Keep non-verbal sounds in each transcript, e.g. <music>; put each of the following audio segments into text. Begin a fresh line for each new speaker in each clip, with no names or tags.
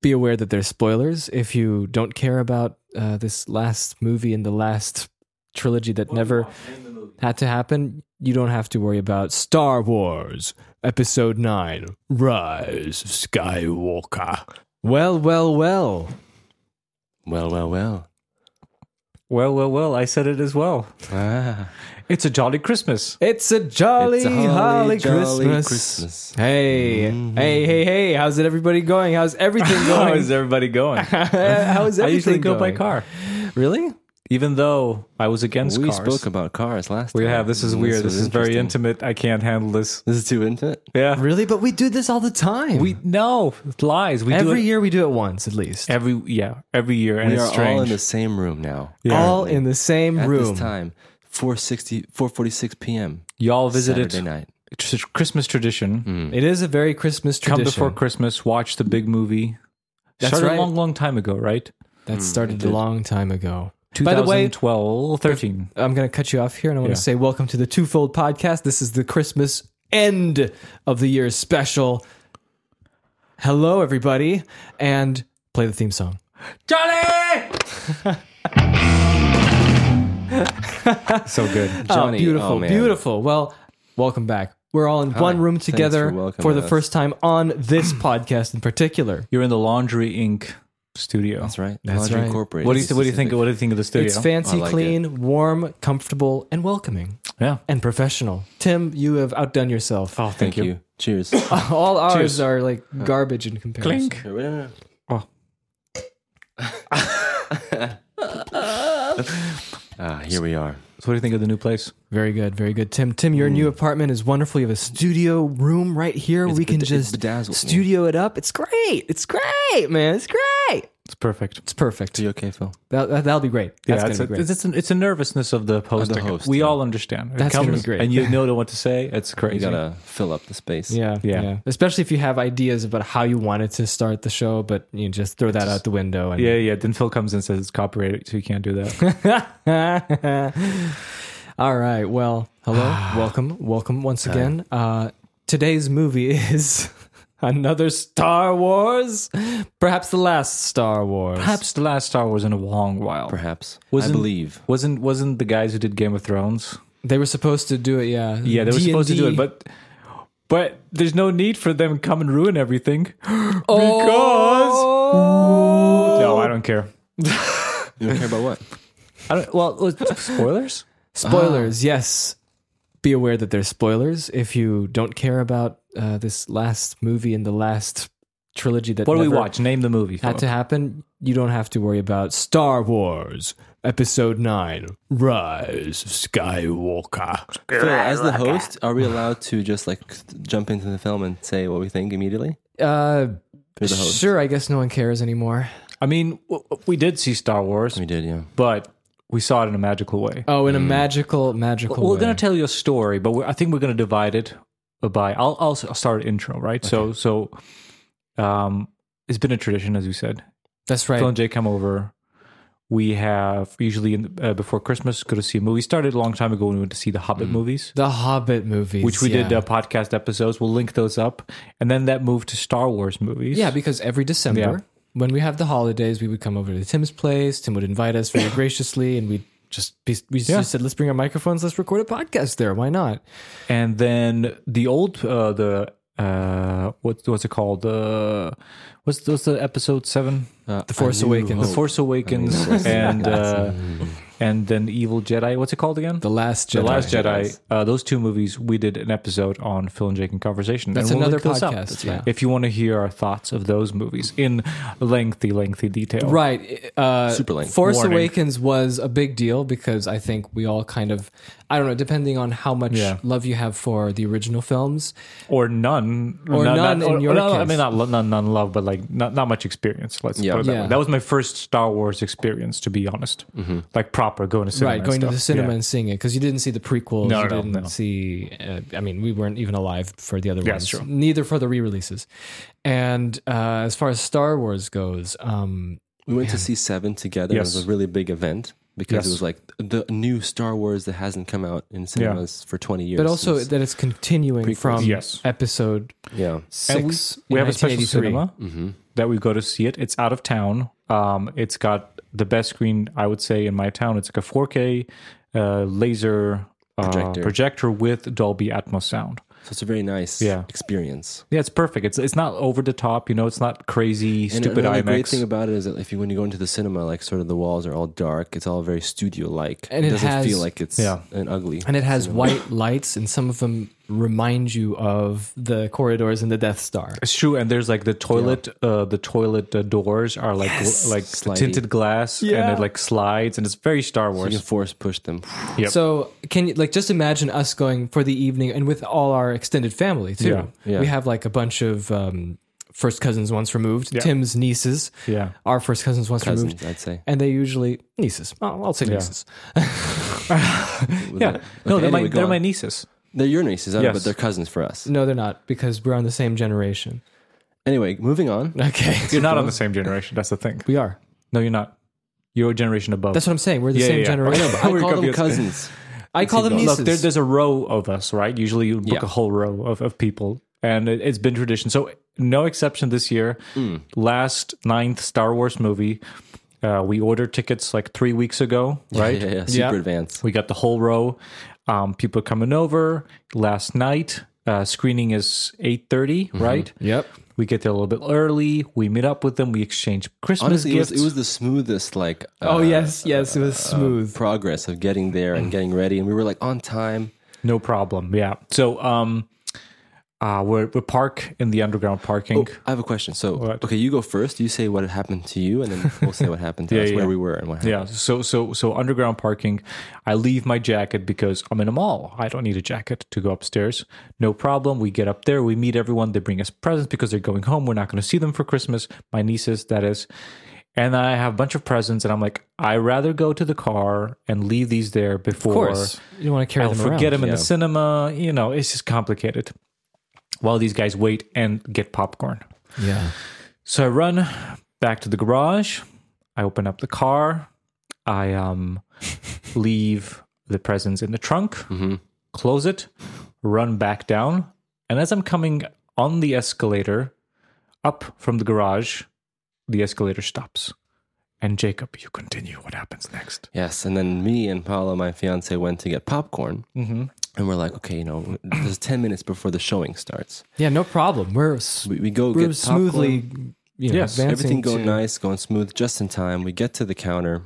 be aware that there's spoilers if you don't care about uh, this last movie and the last trilogy that never had to happen. You don't have to worry about Star Wars Episode 9 Rise of Skywalker. Well, well, well.
Well, well, well.
Well, well, well, I said it as well.
Ah,
It's a jolly Christmas.
It's a jolly,
It's a holly,
holly
jolly
Christmas. Mm-hmm.
Christmas.
Hey, hey, hey, hey! How's it everybody going? How's <laughs> everything going? Uh,
How is everybody <laughs> going?
How is everything
I usually go by
going?
car,
Really?
even though I was against
we
cars.
spoke about cars last
we
time.
have. This is weird. Mm, This
was
is very
interesting.
intimate. I can't handle this.
This is too intimate.
Yeah.
Really? But we do this all the time.
We no lies. We do
every
it
year we do it once at least.
every yeah every year, and
We
it's
are
strange.
all in the same room now.
all in the same
At
room.
this time, 4.60, 4.46 p.m.
Y'all visited
Saturday night.
tr- Christmas tradition.
Mm. Hmm.
It is a very Christmas
Come
tradition.
before Christmas. Watch the big movie.
That's
Started
right.
a long, long time ago, right?
Hmm,
that started a long time ago. By the way,
2012, 13.
I'm going to cut you off here, and I want
Yeah.
to say welcome to the Twofold Podcast. This is the Christmas end of the year special. Hello, everybody, and play the theme song.
Johnny! <laughs> so good.
Johnny,
oh, beautiful,
oh, man.
beautiful. Well, welcome back. We're all in one room
Thanks for
together for,
welcoming
the
us.
first time on this <clears throat> podcast in particular.
You're in the Laundry Inc. studio.
That's right.
That's
Laundry
right.
Incorporated.
What do you what do you think? What do you think of the studio?
It's fancy,
I like
clean, warm, comfortable, and welcoming
yeah.
and professional. Tim, you have outdone yourself.
Oh,
Thank you.
<laughs>
Cheers.
all ours
Cheers.
are like garbage in comparison.
Clink. Oh. Oh.
<laughs> ah, here we are.
So what do you think of the new place?
Very good, very good. Tim, Tim, your new apartment is wonderful. You have a studio room right here. we can
bed- it's
just
bedazzled.
studio it up. It's great. It's great, man. It's great.
It's perfect.
It's perfect.
Are you okay, Phil?
That, that, will be great. That's gonna
yeah, it's
be
a,
great.
It's, it's, an, it's a nervousness of the host.
the
I-
host,
we
yeah.
all understand. It
That's gonna be
comes
great.
And you know what to say. It's crazy.
You gotta fill up the space.
Yeah,
Yeah.
Especially if you have ideas about how you wanted to start the show, but you just throw that out the window. And
yeah, yeah. Then Phil comes and says it's copyrighted, so you can't do that.
<laughs> All right. Well, hello,
<sighs>
welcome, welcome once again. Uh, today's movie <laughs> is another Star Wars, perhaps the last Star Wars.
Perhaps the last Star Wars in a long while.
Perhaps.
Wasn't-
I believe.
Wasn't wasn't the guys who did Game of Thrones?
they were supposed to do it. Yeah.
Yeah, they were supposed to do
D&D.
it, but but there's no need for them to come and ruin everything.
Oh!
No, I don't care.
You don't care about what?
I don't, well, let's- spoilers. Ah.
spoilers. Yes. Be aware that there's spoilers if you don't care about uh, this last movie and the last trilogy that
What do we
never
watch? Name the movie.
had to happen. You don't have to worry about Star Wars Episode Nine: Rise of Skywalker.
Phil, as the host, are we allowed to just like jump into the film and say what we think immediately?
Uh,
You're the host.
sure. I guess no one cares anymore.
I mean, w- w- we did see Star Wars,
We did, yeah.
but we saw it in a magical way.
Oh, in a magical, magical
Uh, we're
way.
gonna tell you a story, but we're, I think we're gonna divide it by. I'll I'll s- I'll start intro, right? So so, um, it's been a tradition, as you said.
That's right.
Phil and Jay come over. We have usually in the, uh, before Christmas go to see a movie. We started a long time ago when we went to see the Hobbit movies,
The Hobbit movies,
which we
yeah.
did uh, podcast episodes. We'll link those up, and then that moved to Star Wars movies.
Yeah, because every December
Yeah.
when we have the holidays, we would come over to Tim's place. Tim would invite us
<laughs>
very graciously, and we just be, we just said, "Let's bring our microphones. Let's record a podcast there. Why not?"
and then the old uh, the uh, what what's it called? Uh, what's what's the episode seven?
Uh,
The Force
A New
Awakens.
The
Hope.
Force Awakens and uh, and then Evil Jedi. What's it called again?
Mm. The Last Jedi.
The Last Jedi. Uh, those two movies, we did an episode on Phil and Jake in conversation.
That's
and we'll
another
link those up.
podcast, That's right. yeah.
If you want to hear our thoughts of those movies in lengthy, lengthy detail,
Right. Uh,
Super length.
Force
Warning.
Awakens was a big deal because I think we all kind of, I don't know, depending on how much
Yeah.
love you have for the original films.
or none,
Or none in your
no, I
case.
mean, not lo- none, none love, but like not not much experience. Let's
Yeah.
put it that
Yeah.
way. That was my first Star Wars experience, to be honest.
Mm-hmm.
Like proper going to cinema,
right.
and
Going to
stuff.
the cinema
Yeah.
and seeing it because you didn't see the prequels.
No,
you
no,
didn't
no.
see, uh, I mean, we weren't even alive for the other
Yeah,
ones.
it's true.
Neither for the re releases. And uh, as far as Star Wars goes, um,
We went to see Seven together. It
Yes.
was a really big event because
Yes.
it was like the new Star Wars that hasn't come out in cinemas for 20 years.
but also
It's-
that it's continuing from
Yes.
episode
yeah.
six.
we, we
in
have a special
1983.
cinema.
Mm-hmm.
that we go to see it. It's out of town. Um, it's got the best screen I would say in my town. It's like a 4K uh, laser uh,
Projector.
projector. with Dolby Atmos sound.
So it's a very nice
Yeah.
experience.
Yeah, it's perfect. It's it's not over the top. You know, it's not crazy stupid
another
IMAX.
great thing about it is that if you when you go into the cinema, like sort of the walls are all dark. It's all very studio like.
And it
doesn't
has-
feel like it's
Yeah.
an ugly.
and it has white lights, and some of them remind you of the corridors in the Death Star.
It's true, and there's like the toilet, uh, the toilet uh, doors are like gl-
Yes!
like
Slidey.
tinted glass, and it like slides, and it's very Star
you
Wars.
can force push them.
Yep.
So can you like just imagine us going for the evening and with all our extended family too?
Yeah,
yeah.
We have like a bunch of um, first cousins once removed,
Yeah.
Tim's nieces,
yeah,
our first cousins once
Cousins,
removed,
I'd say.
and they usually nieces. Oh, I'll say nieces.
With
yeah.
that.
no,
Okay,
they're,
anyway,
my,
go
they're
on.
my nieces.
They're your nieces, aren't they?
Yes.
but they're cousins for us.
No, they're not because we're on the same generation.
Anyway, moving on.
Okay, <laughs>
You're not on the same generation. That's the
<laughs>
thing.
we are.
No, you're not. You're a generation above.
That's what I'm saying. We're the
Yeah,
same
yeah, yeah.
generation.
Okay.
I
We're
call them
confused.
cousins.
I call them
Look,
nieces.
Look, there, there's a row of us, right? Usually you book
Yeah.
a whole row of, of people, and it, it's been tradition. So no exception this year.
Mm.
Last ninth Star Wars movie, uh, we ordered tickets like three weeks ago, <laughs> right?
Yeah, yeah, yeah. super advanced.
We got the whole row. Um, people are coming over. Last night, uh, screening is eight
Mm-hmm.
right?
yep.
We get there a little bit early. We meet up with them. We exchange Christmas
Honestly, it was,
gifts.
it was the smoothest like
Oh
uh,
yes, yes, it was smooth.
progress of getting there and getting ready, and we were like on time.
No problem. Yeah. So um uh we're we park in the underground parking.
I have a question. So,
What?
okay, you go first. You say what happened to you, and then we'll say what happened to
Yeah,
us,
yeah.
where we were, and what happened.
Yeah. So so so underground parking. I leave my jacket because I'm in a mall. I don't need a jacket to go upstairs. No problem. We get up there, we meet everyone, they bring us presents because they're going home. We're not gonna see them for Christmas. My nieces, that is. And I have a bunch of presents, and I'm like, I rather go to the car and leave these there before
Of course, you don't want to carry
I'll
them around.
forget them in
Yeah.
the cinema. You know, it's just complicated. While these guys wait and get popcorn.
Yeah.
So I run back to the garage. I open up the car. I um,
<laughs>
leave the presents in the trunk,
Mm-hmm.
close it, run back down. And as I'm coming on the escalator up from the garage, the escalator stops. And Jacob, you continue. What happens next?
Yes, and then me and Paula, my fiance, went to get popcorn, mm-hmm. and we're like, okay, you know, there's ten minutes before the showing starts.
Yeah, no problem. We're s-
We, we go
we're
get
smoothly, you know,
Yes,
advancing
Everything
to,
going nice, going smooth, just in time. We get to the counter,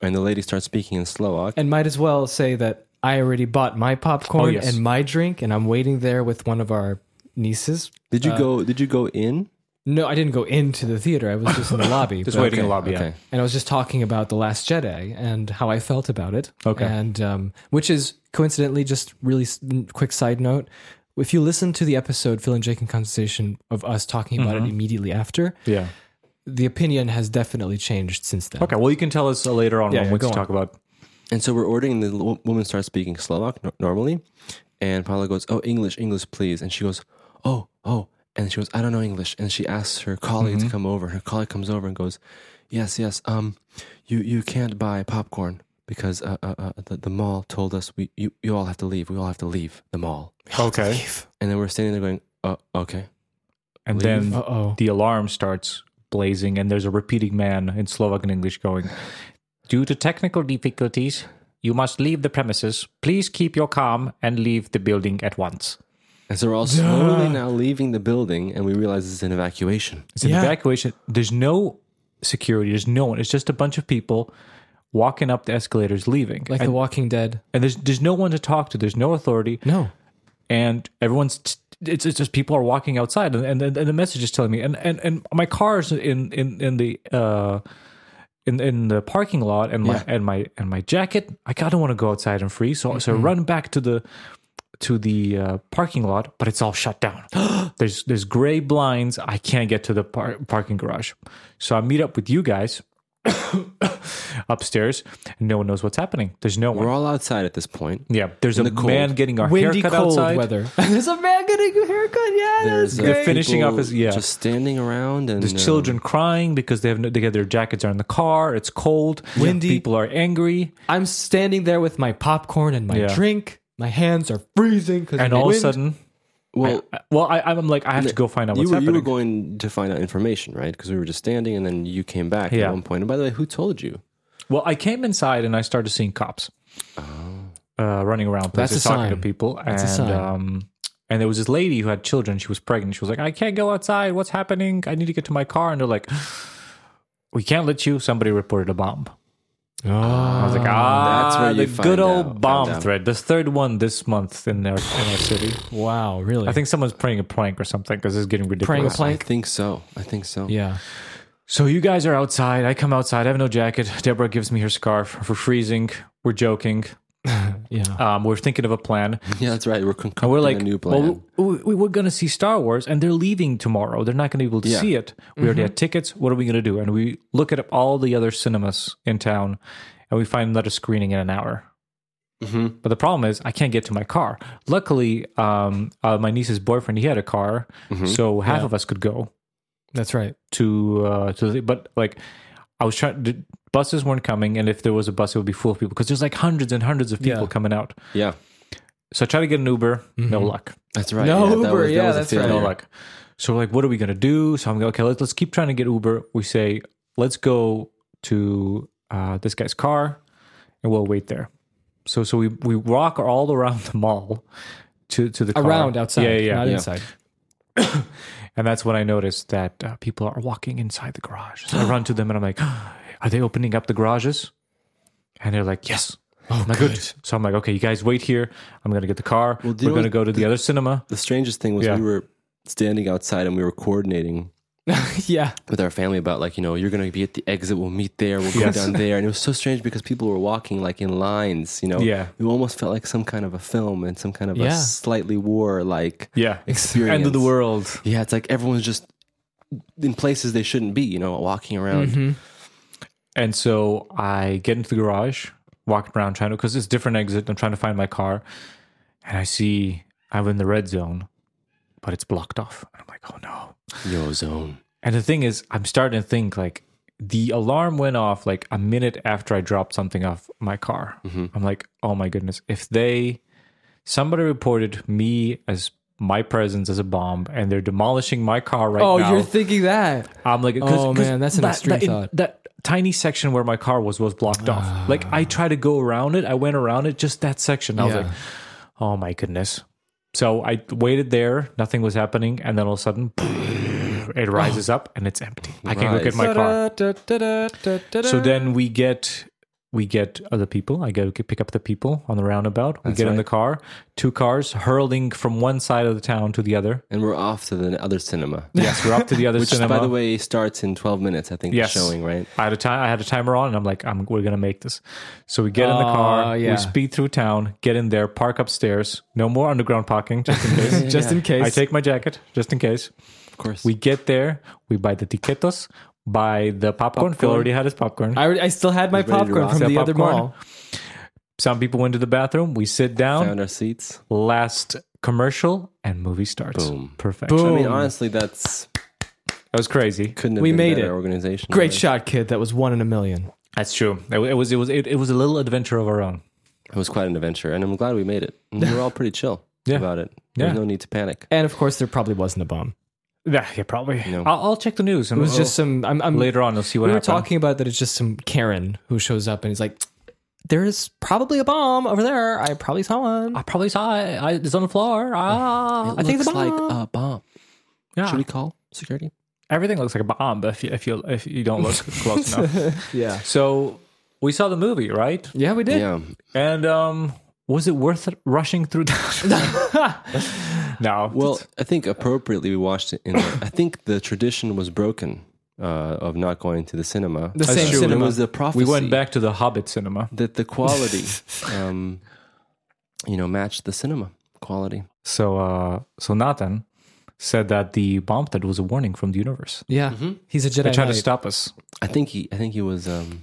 and the lady starts speaking in Slovak.
and might as well say that I already bought my popcorn
Oh, yes.
and my drink, and I'm waiting there with one of our nieces.
Did
uh,
you go? Did you go in?
No, I didn't go into the theater. I was just
<laughs>
in the lobby,
Just
but-
waiting in the lobby.
okay.
Yeah.
and I was just talking about the Last Jedi and how I felt about it.
Okay.
and um, which is coincidentally just really s- quick side note. If you listen to the episode Phil and Jake in conversation of us talking about
Mm-hmm.
it immediately after,
Yeah.
the opinion has definitely changed since then.
Okay. Well, you can tell us uh, later on
Yeah,
when
yeah,
we
go on.
talk about.
And so we're ordering. The l- woman starts speaking Slovak no- normally, and Paula goes, "Oh, English, English, please." And she goes, "Oh, oh," and she goes, "I don't know English." And she asks her colleague
Mm-hmm.
to come over. Her colleague comes over and goes, "Yes, yes. Um, you you can't buy popcorn because uh, uh, uh the, the mall told us we you, you all have to leave. We all have to leave the mall."
Okay.
And then we're standing there going, "Uh, okay."
Uh
And then
oh.
the alarm starts blazing and there's a repeating man in Slovak and English going, Due to technical difficulties, you must leave the premises. Please keep your calm and leave the building at once.
And so we're all
<laughs>
slowly now leaving the building, and we realize it's an evacuation.
It's an
Yeah.
evacuation. There's no security, there's no one. It's just a bunch of people walking up the escalators leaving.
Like The
and,
Walking Dead.
and there's there's no one to talk to, there's no authority.
No.
and everyone's it's, it's just people are walking outside and, and and the message is telling me and and, and my car's in in in the uh in, in the parking lot and my and my and my jacket like, I don't want to go outside and freeze so
Mm-hmm.
so I run back to the to the uh, parking lot but it's all shut down <gasps> there's there's gray blinds I can't get to the par- parking garage so I meet up with you guys <coughs> upstairs and no one knows what's happening there's no
We're
one
all outside at this point.
yeah there's a
the cold.
man getting our
Windy
haircut
cold
outside
weather. <laughs> There's a man getting a haircut. Yeah,
There's
that's
uh,
great.
finishing
people
up is- yeah.
just standing around and uh,
There's children crying because they have no, they got their jackets are in the car. It's cold.
Windy.
People are angry,
I'm standing there with my popcorn and my
Yeah.
drink. My hands are freezing because
and all of a sudden,
Well,
I, well, I, I'm like I have to go find out what's
you were, you
happening.
were going to find out information, right? Because we were just standing, and then you came back
Yeah.
at one point. And by the way, who told you?
Well, I came inside and I started seeing cops
Oh.
uh, running around
That's
places
a
talking to
sign.
people.
That's a
and,
sign.
Um, and there was this lady who had children. She was pregnant. She was like, "I can't go outside. What's happening? I need to get to my car." And they're like, "We can't let you." Somebody reported a bomb.
Oh,
I was like, "Ah,
That's where you
the
find
good
out-
old
found
bomb
out.
threat. The third one this month in our in our city.
wow, really?
I think someone's praying a plank or something because it's getting ridiculous.
Praying a
I
plank.
think so. I think so.
Yeah.
So you guys are outside. I come outside. I have no jacket. Deborah gives me her scarf. We're freezing. We're joking.
Yeah.
Um, we're thinking of a plan.
<laughs> Yeah, that's right. We're concocting
And
<laughs>
we're like,
a new plan.
well, we, we were going to see Star Wars, and they're leaving tomorrow. They're not going to be able to
Yeah.
see it. We already had tickets. What are we going to do? And we look at all the other cinemas in town, and we find another screening in an hour.
Mhm.
But the problem is, I can't get to my car. Luckily, um, uh, my niece's boyfriend he had a car,
Mm-hmm.
so half of us could go
That's right.
to uh to the, but like I was trying the buses weren't coming and if there was a bus it would be full of people because there's like hundreds and hundreds of people
Yeah. Mm-hmm.
coming out.
yeah,
So I tried to get an Uber, no luck.
that's right.
No
yeah, that
Uber,
was- that
yeah,
was a
that's
failure.
right.
No luck. So we're like what are we going to do? So I'm like okay, let's let's keep trying to get Uber. We say let's go to uh this guy's car and we'll wait there. So so we we walk all around the mall to to the car.
Around outside,
Yeah, yeah.
not
yeah.
inside.
And that's when I noticed that uh, people are walking inside the garage. So I run to them and I'm like, <gasps> "Are they opening up the garages?" And they're like, "Yes." Oh, my good. So I'm like, "Okay, you guys wait here. I'm gonna get the car.
Well, do you
We're
know
gonna
what
go to the, other cinema."
The strangest thing was
Yeah.
we were standing outside and we were
<laughs>
coordinating
yeah.
with our family about like you know you're gonna be at the exit. We'll meet there. We'll
Yes.
go down there. And it was so strange because people were walking like in lines. You know,
Yeah.
we almost felt like some kind of a film and some kind of
Yeah.
a slightly war like
Yeah.
experience.
End of the world.
Yeah, it's like everyone's just in places they shouldn't be. You know, walking around.
Mm-hmm. And so I get into the garage, walking around trying to because it's different exit. I'm trying to find my car, and I see I'm in the red zone, but it's blocked off. And I'm like, "Oh no."
Yo zone.
And the thing is, I'm starting to think like the alarm went off like a minute after I dropped something off my car. I'm like, oh my goodness, if they somebody reported me as my presence as a bomb and they're demolishing my car right
Oh,
now.
you're thinking that?
I'm like, 'cause-
Oh,
'cause
man, that's an extreme
that, in-
thought. Ah.
That tiny section where my car was was blocked off. Like I tried to go around it, I went around it, just that section. I
Yeah.
was like, oh my goodness. So I waited there, nothing was happening, and then all of a sudden, it rises
Oh.
up and it's empty. I can go get my car. So
So
then we get we get other people. I go pick up the people on the roundabout. We get in
right.
the car. Two cars hurling from one side of the town to the other.
And we're off to the other
<laughs>
cinema.
Yes, we're up to
<laughs>
the other
Which,
cinema.
by the way, starts in 12 minutes, I think, the
Yes.
showing, right?
I had a time. I had a timer on, and I'm like, I'm, we're gonna make this. So we get in the car.
Oh, yeah.
We speed through town. Get in there. Park upstairs. No more underground parking, just
<laughs>
in case.
just in case,
I take my jacket, just in case.
Of course.
We get there. We buy the tiquetos. Buy the popcorn. Phil already had his popcorn.
I, already- I still had my
ready to
popcorn
rock.
from
Set
the other
popcorn.
mall.
Some people went to the bathroom. We sit down.
found our seats.
Last commercial and movie starts.
Boom.
Perfect.
Boom.
I mean, honestly, that's
That was crazy.
couldn't have
We
been
made
better
it.
organization.
Great
right?
shot, kid. That was one in a million.
That's true. It, it was. It was. It, it was a little adventure of our own.
It was quite an adventure, and I'm glad we made it. And we were all pretty chill
Yeah.
about it.
Yeah.
There's no need to panic.
And of course, there probably wasn't a bomb.
Yeah, yeah, probably.
No.
I'll, I'll check the news.
It was just some. I'm, I'm
Oh, later on. We'll see what
we were
happened.
talking about that it's just some Karen who shows up and he's like, "There is probably a bomb over there. I probably saw one."
I probably saw it. I, it's on the floor. Ah, I think it's a
like
bomb.
a bomb.
yeah.
Should we call security?
Everything looks like a bomb if you if you if you don't look <laughs> close enough.
Yeah,
So we saw the movie, right?
yeah, we did.
<laughs> Yeah.
And um, was it worth rushing through <laughs> that? no.
Well, I think appropriately we watched it. In the, I think the tradition was broken uh, of not going to the cinema.
The same
true.
It
cinema.
was the prophecy
we went back to the Hobbit cinema.
that the
<laughs>
quality, um, you know, matched the cinema quality.
So uh, so Nathan said that the bomb threat was a warning from the universe.
yeah, he's a Jedi.
Mm-hmm. They tried to
Knight.
stop us.
I think he. I think he was um,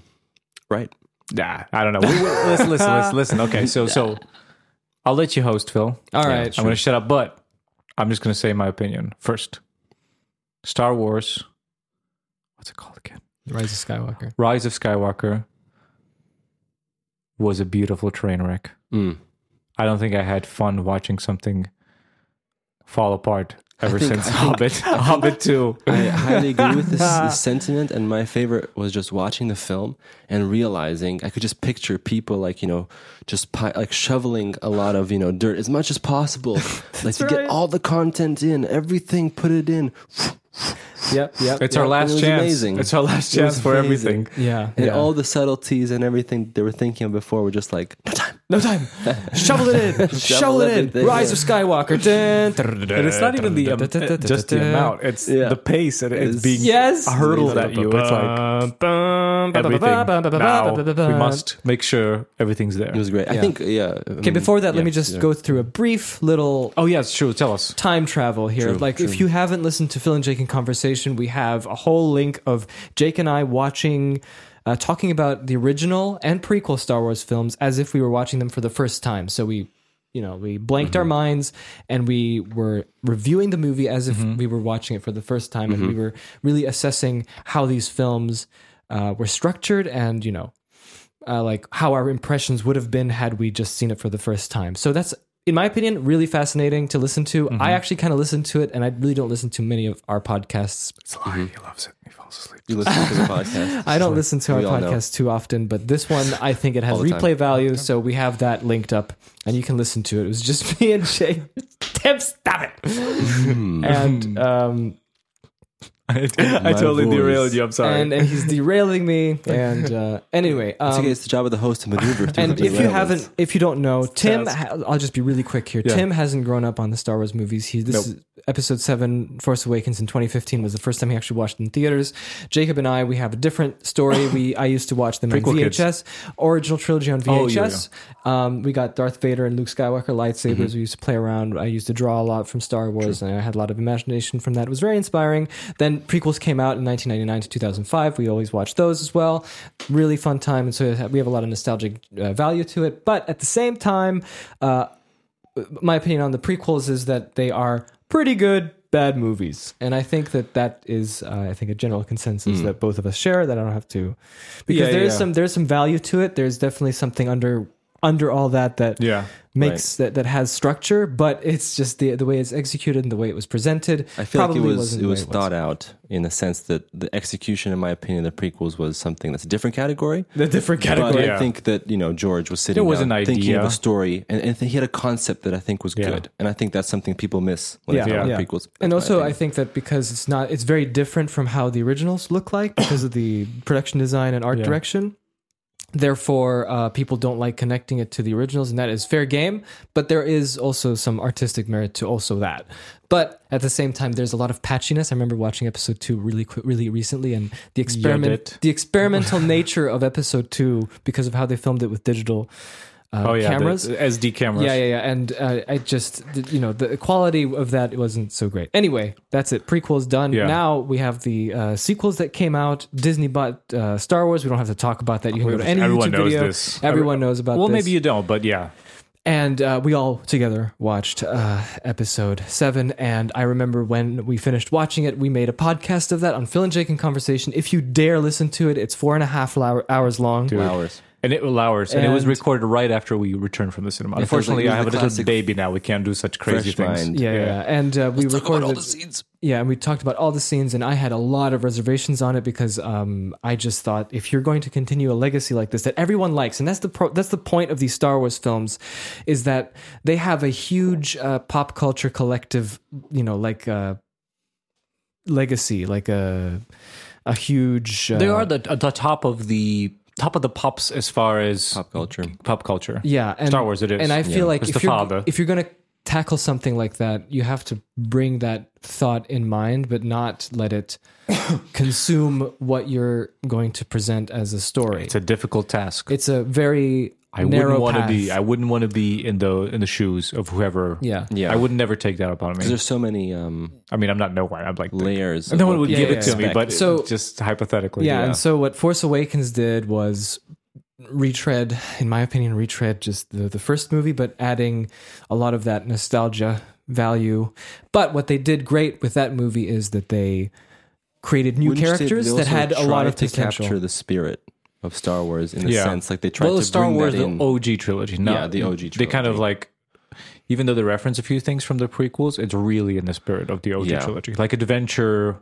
right.
Nah, I don't know. We- we- listen, listen, listen, listen. Okay, so <laughs> so I'll let you host, Phil.
All right,
I'm going to shut up, but I'm just going to say my opinion first. Star Wars, what's it called again?
Rise of Skywalker.
Rise of Skywalker was a
Hmm.
beautiful train wreck.
Mm.
I don't think I had fun watching something fall apart ever
think-
since
I <laughs>
Hobbit. Hobbit Two.
I highly agree with this,
<laughs>
this sentiment, and my favorite was just watching the film and realizing I could just picture people like you know, just pi- like shoveling a lot of you know dirt as much as
<laughs>
possible, like to get
right.
all the content in, everything, put
<laughs>
it in.
Yep, yep.
It's
Yeah,
our
it
last
was
chance.
amazing.
It's our last
It was
chance for
amazing.
everything.
yeah.
And
Yeah.
all the subtleties and everything they were thinking of before were just like no time.
No time. Shovel it in. Shovel it in.
everything.
Rise of Skywalker. Dun, dun, dun,
And it's not even the um,
dun, dun, dun, dun,
just the
dun.
amount. It's
Yeah.
the pace and it's
It's-
being
Yes.
hurtled at you. It's like everything. Now we must make sure everything's there.
It was great. I
Yeah.
think yeah.
Okay, before that, let me just go through a brief little
Oh yeah, it's true. Tell us.
time travel here.
True,
like, if
true.
you haven't listened to Phil and Jake in conversation, we have a whole link of Jake and I watching, uh, talking about the original and prequel Star Wars films as if we were watching them for the first time. So we, you know, we blanked our
Mm-hmm.
minds and we were reviewing the movie as if
Mm-hmm.
we were watching it for the first time, and we were really assessing how these films uh, were structured and you know uh, like how our impressions would have been had we just seen it for the first time. So that's, in my opinion, really fascinating to listen to.
Mm-hmm.
I actually kind of listen to it, and I really don't listen to many of our podcasts.
It's a lie. He loves it. He falls asleep.
You listen
<laughs>
to the podcast.
I don't listen to our
we all know.
podcast too often, but this one I think it has
the time.
replay value, so we have that linked up, and you can listen to it. It was just <laughs> me and Jay. Tim, stop it.
Hmm.
and um,
I, I totally
voice.
derailed you. I'm sorry.
and and he's derailing me. And uh, anyway, um,
It's okay. It's the job of the host to maneuver. through
and
the
if you
derailments.
haven't, if you don't know, Tim,
task.
ha- I'll just be really quick here.
Yeah.
Tim hasn't grown up on the Star Wars movies. He this
Nope.
is episode seven, Force Awakens in 2015 was the first time he actually watched in theaters. Jacob and I, we have a different
<coughs>
story. we I used to watch them
Prequel
on
kids.
VHS, original trilogy on
Oh, yeah, Mm-hmm.
VHS. Um, we got Darth Vader and Luke Skywalker lightsabers. We used to play around. I used to draw a lot from Star Wars, and I had a lot of imagination from that. It was very inspiring. Then prequels came out in 1999 to 2005. We always watched those as well. Really fun time, and so we have a lot of nostalgic uh, value to it. But at the same time, uh, my opinion on the prequels is that they are pretty good bad movies and i think that that is uh, i think a general consensus
Hmm.
that both of us share that i don't have to because
Yeah,
there
yeah,
is
yeah.
some there's some value to it there's definitely something under under all that that
yeah.
makes that that has structure but it's just the the way it's executed and the way it was presented
I feel like it was
wasn't
it
the way
was thought out in the sense that the execution, in my opinion, the prequels was something that's a different category.
the different
But
category
I
Yeah.
think that you know George was sitting
There was
down
an
thinking of
idea.
a story, and, and he had a concept that I think was
Yeah.
good, and I think that's something people miss when
Yeah.
they talk
Yeah.
about prequels.
and
That's my
also i
opinion.
think that because it's not it's very different from how the originals look like because of the <coughs> production design and art
Yeah.
direction therefore uh, people don't like connecting it to the originals and that is fair game but there is also some artistic merit to also that but at the same time there's a lot of patchiness i remember watching episode 2 really quick really recently and the experiment
did.
the experimental <laughs> nature of episode 2 because of how they filmed it with digital uh,
Oh yeah. the
cameras
SD cameras.
yeah, yeah, yeah. And uh, I just, th- you know, the quality of that wasn't so great. Anyway, that's it. Prequels done.
Yeah.
Now we have the uh, sequels that came out. Disney bought uh, Star Wars. We don't have to talk about that. You can go to any
Everyone
YouTube
knows
video.
this.
Everyone knows about
Well,
this.
maybe you don't, but yeah.
And uh, we all together watched uh, episode seven. And I remember when we finished watching it, we made a podcast of that on Phil and Jake in Conversation. If you dare listen to it, it's four and a half hour, hours long.
Dude.
hours.
And it was hours, and, it was
And-
recorded right after we returned from the cinema.
it was like-
Unfortunately,
it was
I have a
the
little
classic
baby now. We can't do such crazy
fresh
things.
mind.
Yeah, yeah.
Yeah.
and uh, we
Talk about
recorded
all the scenes.
Yeah, and we talked about all the scenes, and I had a lot of reservations on it because um, I just thought if you're going to continue a legacy like this that everyone likes, and that's the pro- that's the point of these Star Wars films, is that they have a huge uh, pop culture collective, you know, like uh, legacy, like a a huge. Uh,
They are the, at the top of the top of the pops as far as
Pop culture.
pop culture.
yeah, and,
Star Wars it is.
and I feel like
It's
if
the
you're
father.
if you're gonna tackle something like that, you have to bring that thought in mind, but not let it <coughs> consume what you're going to present as a story.
It's a difficult task.
It's a very
I
narrow
wouldn't want to
path.
be. I wouldn't want to be in the in the shoes of whoever.
Yeah.
Yeah.
I would never take that upon me.
There's so many um,
I mean, I'm not no one. I'm like
layers.
no one would
Yeah,
give
yeah,
it to
yeah.
me. But
So-
just hypothetically,
yeah,
yeah.
and so what Force Awakens did was retread, in my opinion, retread just the, the first movie, but adding a lot of that nostalgia value. But what they did great with that movie is that they created new characters that had a lot of
to
potential.
capture the spirit of Star Wars in a
Yeah.
sense, like they tried
well,
to
Star
bring
Wars, oh,
that
the
in.
OG trilogy. No,
Yeah, the OG
They kind of
trilogy.
like even though they reference a few things from the prequels, it's really in the spirit of the OG
Yeah.
trilogy, like adventure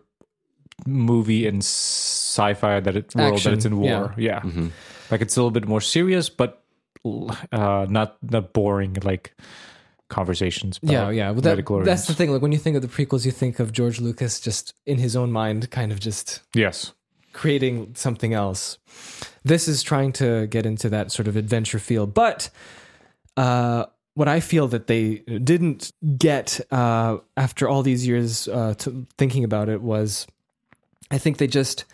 movie and sci-fi that it world
Action,
that it's in war. Yeah,
Mm-hmm.
like it's a little bit more serious, but l- uh, not not boring like conversations. About
yeah, yeah. Well, that,
Midichlorians.
that's the thing. Like when you think of the prequels, you think of George Lucas just in his own mind, kind of just
yes.
creating something else. This is trying to get into that sort of adventure feel, but uh, what I feel that they didn't get uh, after all these years uh, to thinking about it was, I think they just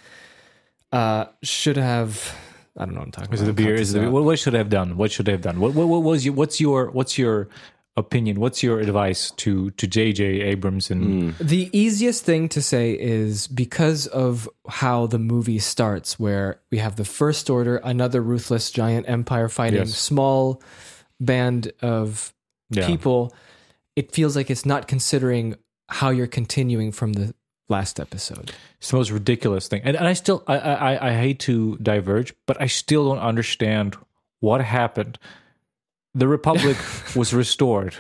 uh, should have. I don't know what I'm talking
Is it
about.
the beer? Is it the beer? What, what should I have done? What should I have done? What, what, what was you? What's your what's your opinion? What's your advice to to J.J. Abrams and
The easiest thing to say is because of how the movie starts, where we have the First Order, another ruthless giant empire fighting
Yes.
small band of
Yeah.
people, it feels like it's not considering how you're continuing from the last episode.
it's the most ridiculous thing? And, and I still I, I I- I hate to diverge, but I still don't understand what happened. The Republic was restored.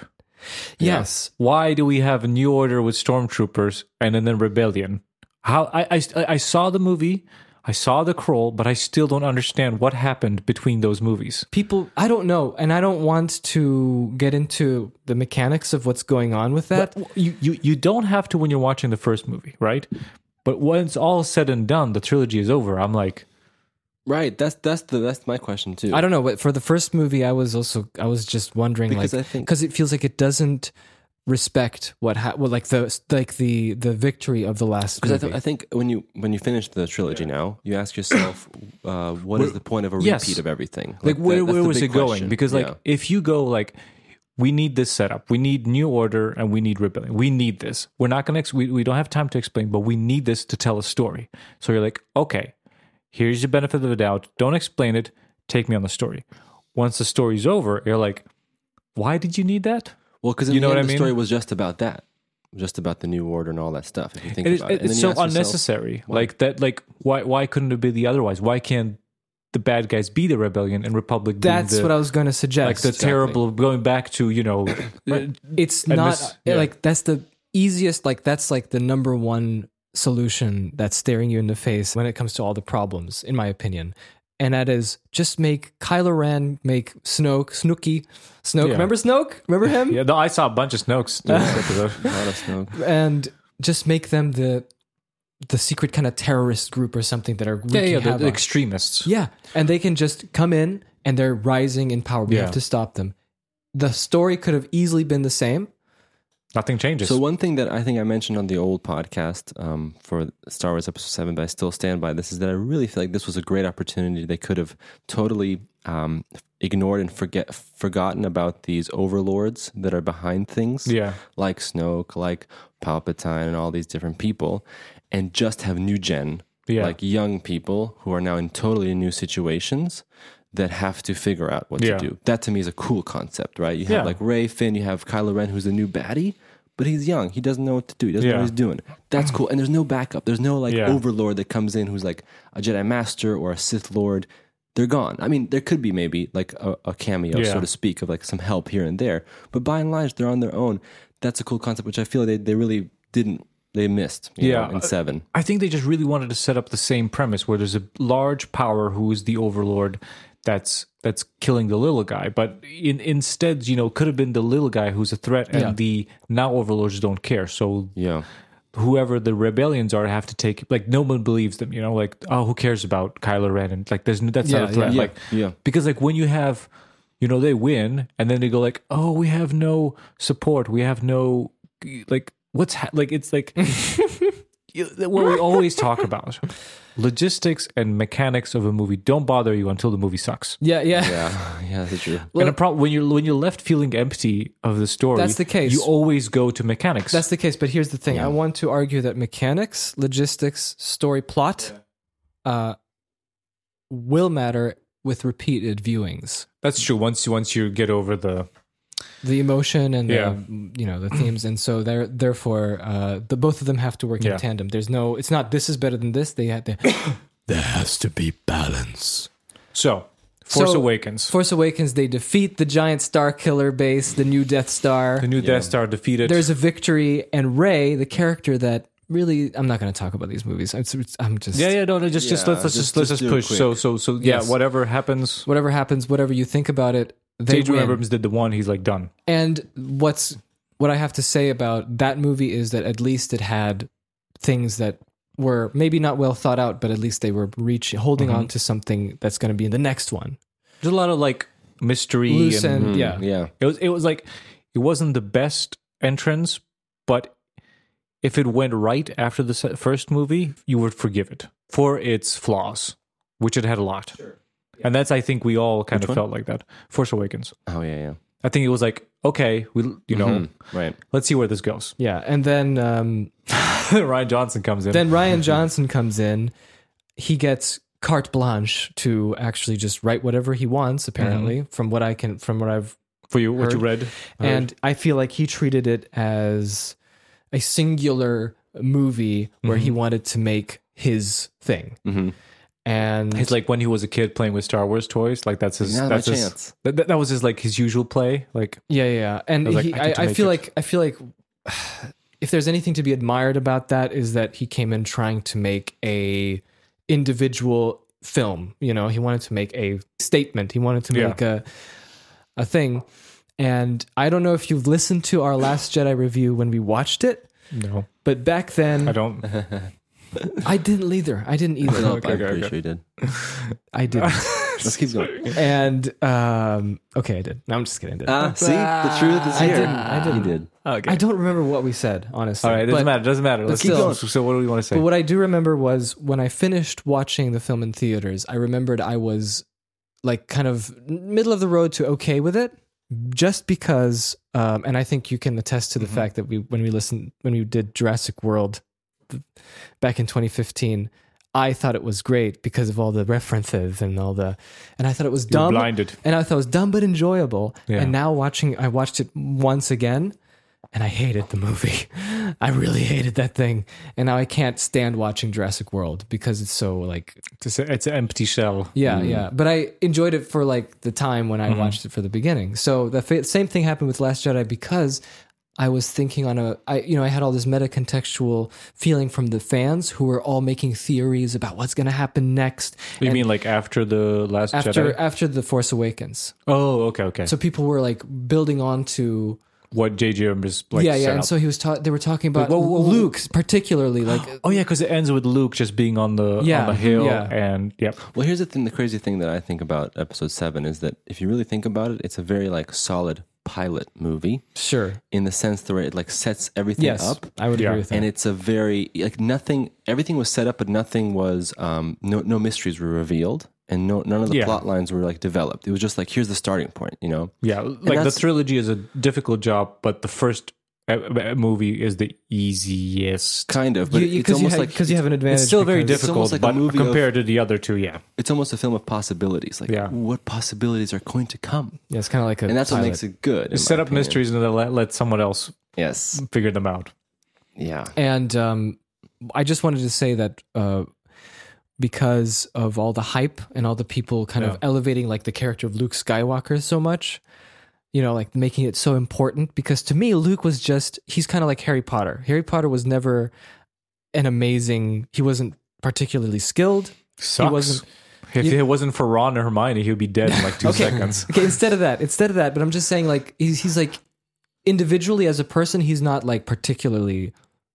Yes.
Why do we have a new order with stormtroopers and then the rebellion? How I, I I saw the movie, I saw the crawl, but I still don't understand what happened between those movies.
People, I don't know, and I don't want to get into the mechanics of what's going on with that.
Well, you, you you don't have to when you're watching the first movie, right? But when it's all said and done, the trilogy is over. I'm like,
Right. That's that's the that's my question too.
I don't know, but for the first movie, I was also I was just wondering
Because
like
I think-
because it feels like it doesn't respect what ha- well, like the like the the victory of the last movie.
Because I, th- I think when you when you finish the trilogy now, you ask yourself, uh, what is the point of a repeat
Yes.
of everything?
like where
that- that's
where
the
was it
big
going?
question.
Because like
Yeah.
if you go like, we need this setup, we need new order, and we need rebellion. We need this. We're not gonna ex- we we don't have time to explain, but we need this to tell a story. So you're like, okay, here's your benefit of the doubt. Don't explain it. Take me on the story. Once the story's over, you're like, why did you need that?
well, because
you know
the,
what
end,
I
the
mean?
story was just about that, just about the new order and all that stuff. If you think
It is,
about it, And then
it's so
you ask yourself-
unnecessary. like that. Like why? Why couldn't it be the otherwise? Why can't the bad guys be the rebellion and republic?
That's
be the,
what I was going to suggest.
like the terrible going back to you
<coughs>
know.
it's
I
not
miss- yeah.
like that's the easiest like that's like the number one solution that's staring you in the face when it comes to all the problems in my opinion and that is just make Kylo Ren make Snoke Snooky Snoke
Yeah.
remember Snoke remember him
yeah, no, I saw a bunch of
<laughs>
<laughs>
Snokes.
Not us, no.
and just make them the the secret kind of terrorist group or something that are
yeah,
wreaking
yeah, the,
havoc.
the extremists.
Yeah, and they can just come in and they're rising in power. We
Yeah.
have to stop them. The story could have easily been the same.
Nothing changes.
So one thing that I think I mentioned on the old podcast um, for Star Wars Episode Seven, but I still stand by this, is that I really feel like this was a great opportunity. They could have totally um, ignored and forget forgotten about these overlords that are behind things,
Yeah.
like Snoke, like Palpatine, and all these different people, and just have new gen,
Yeah.
like young people who are now in totally new situations. That have to figure out what
Yeah.
to do. That to me is a cool concept, right? You have
Yeah.
like Ray Finn, you have Kylo Ren, who's the new baddie, but he's young. He doesn't know what to do. He doesn't know
Yeah.
what he's doing. That's cool. And there's no backup. There's no like
Yeah.
overlord that comes in who's like a Jedi Master or a Sith Lord. They're gone. I mean, there could be maybe like a, a cameo,
Yeah.
so to speak, of like some help here and there. But by and large, they're on their own. That's a cool concept, which I feel they, they really didn't, they missed you
Yeah. Uh,
know, in seven.
I think they just really wanted to set up the same premise where there's a large power who is the overlord that's that's killing the little guy. But in, instead, you know, could have been the little guy who's a threat and
Yeah.
the now overlords don't care. So
Yeah.
whoever the rebellions are have to take like no one believes them, you know, like oh who cares about Kylo Ren and like there's no, that's
Yeah,
not a threat.
yeah,
like
yeah.
because like when you have you know they win and then they go like oh we have no support we have no like what's ha-? like
<laughs>
it's like you- what we always talk about logistics and mechanics of a movie don't bother you until the movie sucks
Yeah, yeah.
Yeah. Yeah, that's true.
and a problem when you're when you're left feeling empty of the story
That's the case.
you always go to mechanics
That's the case. But here's the thing: I want to argue that mechanics, logistics, story, plot, uh, will matter with repeated viewings.
that's true once you once you get over the
The emotion and
Yeah.
the you know the themes, and so they're therefore uh, the both of them have to work
Yeah.
in tandem. There's no, it's not this is better than this. They had to.
So, Force
So- <coughs>
Awakens.
Force Awakens, they defeat the giant star killer base, the new Death Star.
the new Death Star defeated.
There's a victory, and Rey, the character that really, I'm not going to talk about these movies. I'm, just- I'm just
yeah, yeah, no, no, just, just
Yeah,
let's, let's just,
just-
let's
just
just
do it
push. So, so, so, yeah,
Yes.
whatever happens,
whatever happens, whatever you think about it, they
J.J.
win.
Abrams did the one. He's like done.
And what's what I have to say about that movie is that at least it had things that were maybe not well thought out, but at least they were reaching, holding on to something that's going to be in the next one.
There's a lot of like mystery
Loose
and
end, yeah.
Mm, Yeah.
It was it was like it wasn't the best entrance, but if it went right after the se- first movie, you would forgive it for its flaws, which it had a lot. And that's I think we all kind of felt like that. Force Awakens.
Oh yeah, yeah.
I think it was like okay, we you know
Right.
let's see where this goes.
Yeah, and then um,
<laughs> Ryan Johnson comes in.
then Ryan Johnson comes in. He gets carte blanche to actually just write whatever he wants. Apparently, from what I can, from what I've
for you, what you read,
and I feel like he treated it as a singular movie where
Mm-hmm.
he wanted to make his thing. And
it's like when he was a kid playing with Star Wars toys. Like that's his.
Not my
that's his-
chance.
that- that, that was his like his usual play. Like
yeah, yeah, yeah. And
I was like,
he,
I
I,
get to
I,
make
feel
it.
like I feel like <sighs> if there's anything to be admired about that is that he came in trying to make a individual film. You know, he wanted to make a statement. He wanted to
Yeah.
make a a thing. And I don't know if you've listened to our Last Jedi review when we watched it,
no,
but back then
I don't.
I didn't either. I didn't either.
<laughs> No,
<laughs> Okay,
I'm
okay,
pretty
okay.
sure you did.
I
<laughs>
didn't.
Let's keep going.
and um, okay, I did. No, I'm just kidding. I, didn't.
Ah, see, the truth is
I
here.
didn't. I didn't.
You did.
Okay.
I don't remember what we said, honestly.
All right, it
but,
doesn't matter. Doesn't matter. Let's keep
still-
going. So, what do we want to say?
but what I do remember was when I finished watching the film in theaters, I remembered I was like kind of middle of the road to okay with it, just because. Um, and I think you can attest to the fact that we when we listened when we did Jurassic World th- back in 2015. I thought it was great because of all the references and all the, and I thought it was
You're
dumb.
blinded.
and I thought it was dumb but enjoyable.
Yeah.
And now watching, I watched it once again, and I hated the movie. <laughs> I really hated that thing, and now I can't stand watching Jurassic World because it's so like
It's, a, it's an empty shell.
yeah, yeah. But I enjoyed it for like the time when I
Mm-hmm.
watched it for the beginning. So the fa- same thing happened with Last Jedi because I was thinking on a, I you know, I had all this meta contextual feeling from the fans who were all making theories about what's going to happen next.
You
And
mean like after the last
after
Jedi?
after the Force Awakens?
Oh, okay, okay.
So people were like building on to
what J.J. Abrams like
yeah, yeah.
set
And
up.
so he was ta- they were talking about
whoa, whoa, whoa.
Luke particularly
<gasps>
like
oh yeah, because it ends with Luke just being on the
Yeah,
on the hill
yeah.
and yep.
Well, here's the thing. The crazy thing that I think about episode seven is that if you really think about it, it's a very like solid pilot movie
sure.
in the sense the way it like sets everything
Yes,
up.
I would
Yeah.
agree with that.
And it's a very like nothing. Everything was set up, but nothing was. Um, no, no mysteries were revealed, and no none of the
Yeah.
plot lines were like developed. It was just like here's the starting point. You know.
Yeah, like the
that's-
trilogy is a difficult job, but the first uh, uh, movie is the easiest.
Kind of, but
You- you-
it's
'cause you
almost
ha-
like
'cause you have an advantage.
It's still very
because-
it's almost
difficult,
like a
but
movie of-
compared to the other two, yeah.
it's almost a film of possibilities. Like,
Yeah.
what possibilities are going to come?
Yeah, it's kind of like a
And that's what
pilot.
makes it good. in
Set
my
up
opinion.
mysteries and then let, let someone else
Yes.
figure them out.
Yeah.
And um, I just wanted to say that uh, because of all the hype and all the people kind of
Yeah.
elevating like the character of Luke Skywalker so much, you know, like making it so important. Because to me, Luke was just he's kind of like Harry Potter. Harry Potter was never an amazing. He wasn't particularly skilled.
Sucks.
wasn't-
if
you-
it wasn't for Ron and Hermione, he would be dead in <laughs> like two seconds.
Okay, instead of that, instead of that, but I'm just saying like he's, he's like individually as a person, he's not like particularly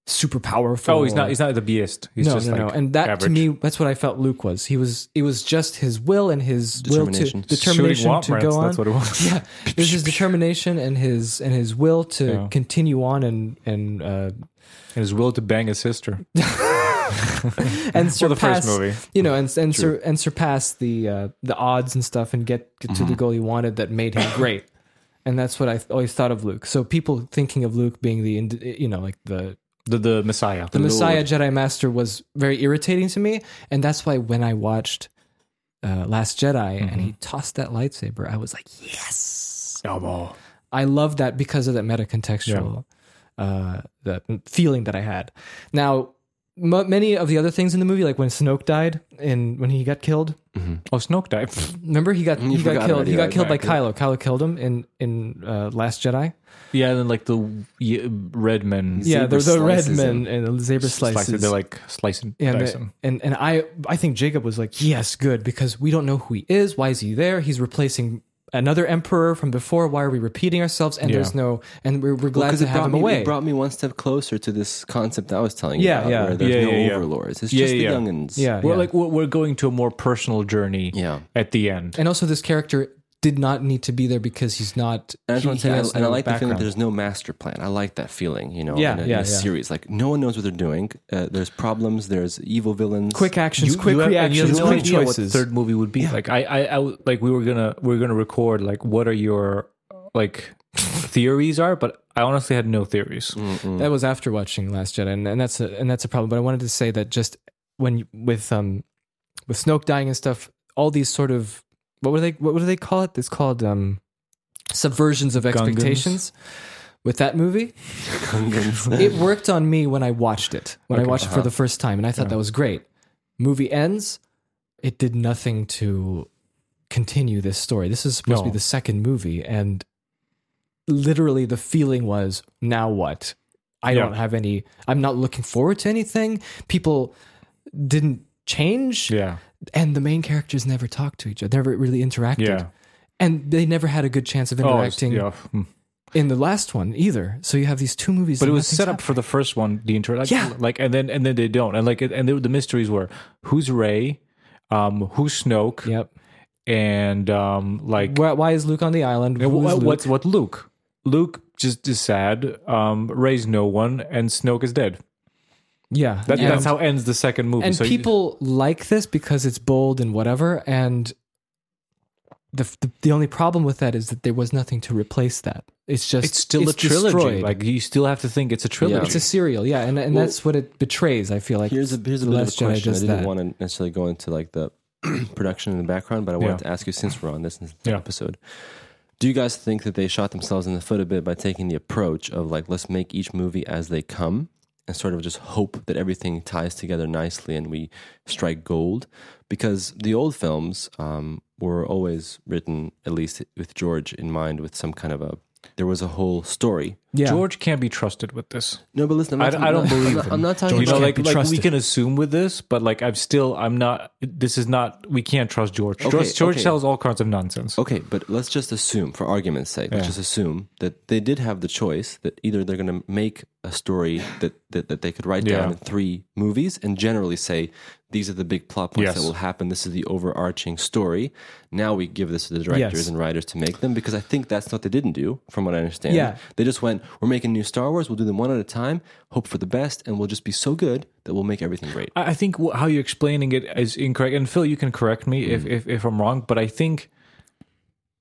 super powerful.
Oh, he's
or-
not. He's not the beast. He's
no,
just
no,
like
no. And that
average.
to me, that's what I felt Luke was. He was. It was just his will and his
Determination.
will to determination
Shooting
to
womp
go
rats,
on.
That's what it was.
<laughs> yeah, it was his determination and his and his will to
Yeah.
continue on and and uh,
And his will to bang his sister.
and
Well, the
surpass
first movie.
you know and and sur- and surpass the uh, the odds and stuff and get, get
Mm-hmm.
to the goal he wanted that made him great. And that's what I always thought of Luke. So people thinking of Luke being the ind- you know like the
The the Messiah.
the Messiah
Lord.
Jedi Master was very irritating to me, and that's why when I watched uh, Last Jedi and
Mm-hmm.
he tossed that lightsaber, I was like, yes,
Elbow.
I love that because of that meta contextual uh, that feeling that I had. Now, m- many of the other things in the movie, like when Snoke died and when he got killed.
Oh, Snoke died. <laughs>
Remember, he got
You
he got
forgot
killed.
already,
He got
right,
killed
exactly.
by Kylo. Kylo killed him in in uh, Last Jedi.
yeah, and then like the y- red men.
yeah, the,
Zebra
the red
slices
men and the zebra slices.
They're like slicing.
Yeah,
dicing.
and, and and I I think Jacob was like, yes, good, because we don't know who he is. Why is he there? He's replacing another emperor from before. Why are we repeating ourselves? And
Yeah.
there's no, and we're, we're glad
Because
to
it
have him
brought me,
away.
it brought me one step closer to this concept I was telling you
Yeah,
about,
yeah.
where there's
Yeah,
no
yeah, yeah.
overlords. It's
Yeah,
just
yeah.
the youngins.
yeah,
We're
yeah.
like we're, we're going to a more personal journey.
Yeah.
At the end,
and also this character did not need to be there because he's not.
And I just
he-
want to
he
say, I,
has
and I
no
like the feeling
background.
that there's no master plan. I like that feeling, you know,
Yeah,
in a, in
yeah,
a
yeah.
series. Like, no one knows what they're doing. Uh, there's problems, there's evil villains.
quick actions,
You-
quick
you have- and you
reactions,
have no
quick
idea what
<laughs>
choices.
third movie would be like. I, I, I w- like we were gonna we are gonna record like what are your like theories are, but I honestly had no theories.
That was after watching Last Jedi, and, and that's a and that's a problem. But I wanted to say that just when you- with um with Snoke dying and stuff, all these sort of what were they what do they call it? It's called um subversions of expectations. With that movie, it worked on me when I watched it when I watched it
Uh-huh.
for the first time, and I thought that was great. Movie ends, it did nothing to continue this story. This is supposed to
No.
be the second movie, and literally the feeling was now what i
Yeah.
don't have any i'm not looking forward to anything people didn't change
Yeah,
and the main characters never talked to each other never really interacted
yeah.
and they never had a good chance of
Oh, it's-
interacting
yeah. Hmm.
in the last one either so you have these two movies
But it was set up for the first one, the intro. Like,
Yeah.
Like and then and then they don't and like it- and they, the mysteries were who's Ray, um, who's Snoke,
yep
and um, like
why, why is luke on the island
And
Who is
what,
Luke?
what's what Luke? Luke just is sad. Um, Ray's no one, and Snoke is dead.
yeah
That,
and,
That's how ends the second movie.
and
So you-
people like this because it's bold and whatever and the, the the only problem with that is that there was nothing to replace that it's just
it's still a trilogy.
destroyed.
Like you still have to think it's a trilogy.
Yeah.
It's a serial, yeah, and and that's what it betrays. I feel like
Here's a, here's a
The
bit of a
Last Jedi
question. I
does
didn't
that.
want to necessarily go into like the <clears throat> production in the background, but I wanted to ask you since we're on this
Yeah.
episode. Do you guys think that they shot themselves in the foot a bit by taking the approach of like let's make each movie as they come and sort of just hope that everything ties together nicely and we strike gold? Because the old films um, were always written, at least with George in mind, with some kind of a there was a whole story.
yeah,
George can't be trusted with this.
No, but listen, I'm
I,
not
I don't
I'm
believe
not-
him.
I'm not talking
You know,
about
like,
be
like we
trusted.
can assume with this, but like I'm still I'm not. This is not. We can't trust George. George, George
okay.
tells all kinds of nonsense.
Okay, but let's just assume, for argument's sake, let's just assume that they did have the choice that either they're going to make a story that, that, that they could write
Yeah.
down in three movies and generally say, these are the big plot points
Yes.
that will happen. This is the overarching story. Now we give this to the directors
Yes.
and writers to make them because I think that's what they didn't do, from what I understand.
Yeah.
They just went, we're making new Star Wars. We'll do them one at a time, hope for the best, and we'll just be so good that we'll make everything great.
I I think wh- how you're explaining it is incorrect. And Phil, you can correct me
Mm.
if, if if I'm wrong, but I think,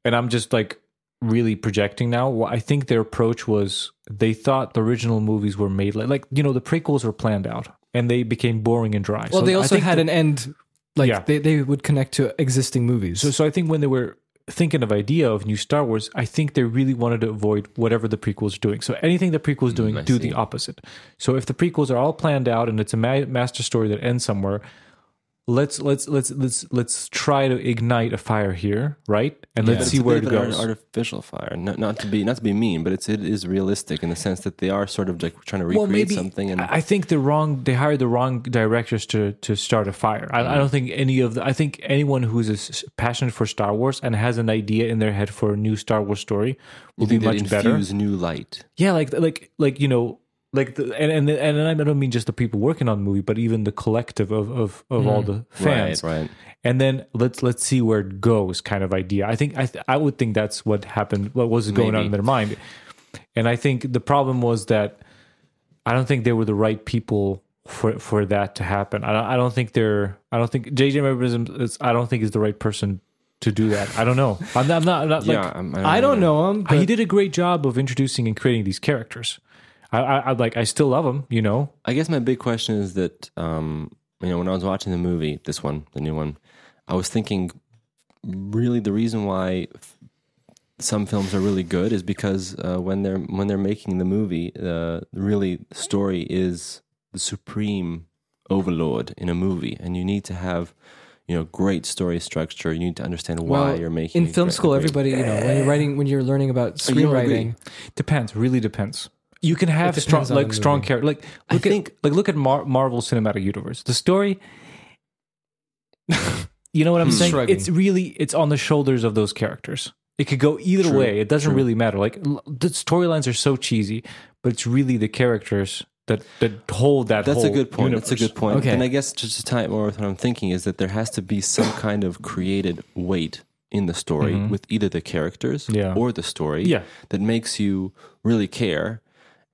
and I'm just like really projecting now. wh- I think their approach was they thought the original movies were made like, like you know the prequels were planned out and they became boring and dry.
Well,
So
they
I
also
think
had an end. Like
Yeah.
they, they would connect to existing movies.
So, so I think when they were thinking of idea of new Star Wars, I think they really wanted to avoid whatever the prequels are doing. So anything the prequels doing, do the opposite. So if the prequels are all planned out and it's a ma- master story that ends somewhere, let's let's let's let's let's try to ignite a fire here, right? And let's
But
see
it's a
where it
bit of an
goes.
art- artificial fire, not, not to be not to be mean, but it's it is realistic in the sense that they are sort of like trying to recreate something. And
I I think the wrong they hired the wrong directors to to start a fire. I, I don't think any of the, I think anyone who's as s- passionate for Star Wars and has an idea in their head for a new Star Wars story will be
they
much better.
infuse new light.
Yeah, like like like you know, like the, and and and I don't mean just the people working on the movie, but even the collective of of, of all the fans.
Mm. Right, right.
And then let's let's see where it goes, kind of idea. I think I th- I would think that's what happened. What was going on in their mind? And I think the problem was that I don't think they were the right people for for that to happen. I don't, I don't think they're. I don't think JJ Abrams. is- I don't think is the right person to do that. I don't know. I'm not. I'm not, I'm not like,
yeah, I'm,
I don't know him.
he
But
did a great job of introducing and creating these characters. I, I, I like. I still love him. You know.
I guess my big question is that um, you know when I was watching the movie, this one, the new one, I was thinking really the reason why f- some films are really good is because uh, when they're when they're making the movie, uh, really story is the supreme overlord in a movie, and you need to have, you know, great story structure. You need to understand why
Well,
you're making
in
it
film
great-
school,
great.
everybody, you know, when you're writing, when you're learning about
You don't agree?
screenwriting,
Depends. Really depends. You can have
It
strong,
depends on the
like strong
movie.
character. Like look
think-
at like look at Mar- Marvel Cinematic Universe. The story. <laughs> Hmm. you know what I'm saying?
Shrugging.
It's really it's on the shoulders of those characters. It could go either
True,
way. It doesn't
true.
really matter. Like l- the storylines are so cheesy, but it's really the characters that that hold that.
That's a
whole
good point. That's a
universe.
good point.
Okay.
And I guess just to tie it more with what I'm thinking is that there has to be some kind of created weight in the story with either the characters
Mm-hmm. Yeah.
or the story
Yeah.
that makes you really care.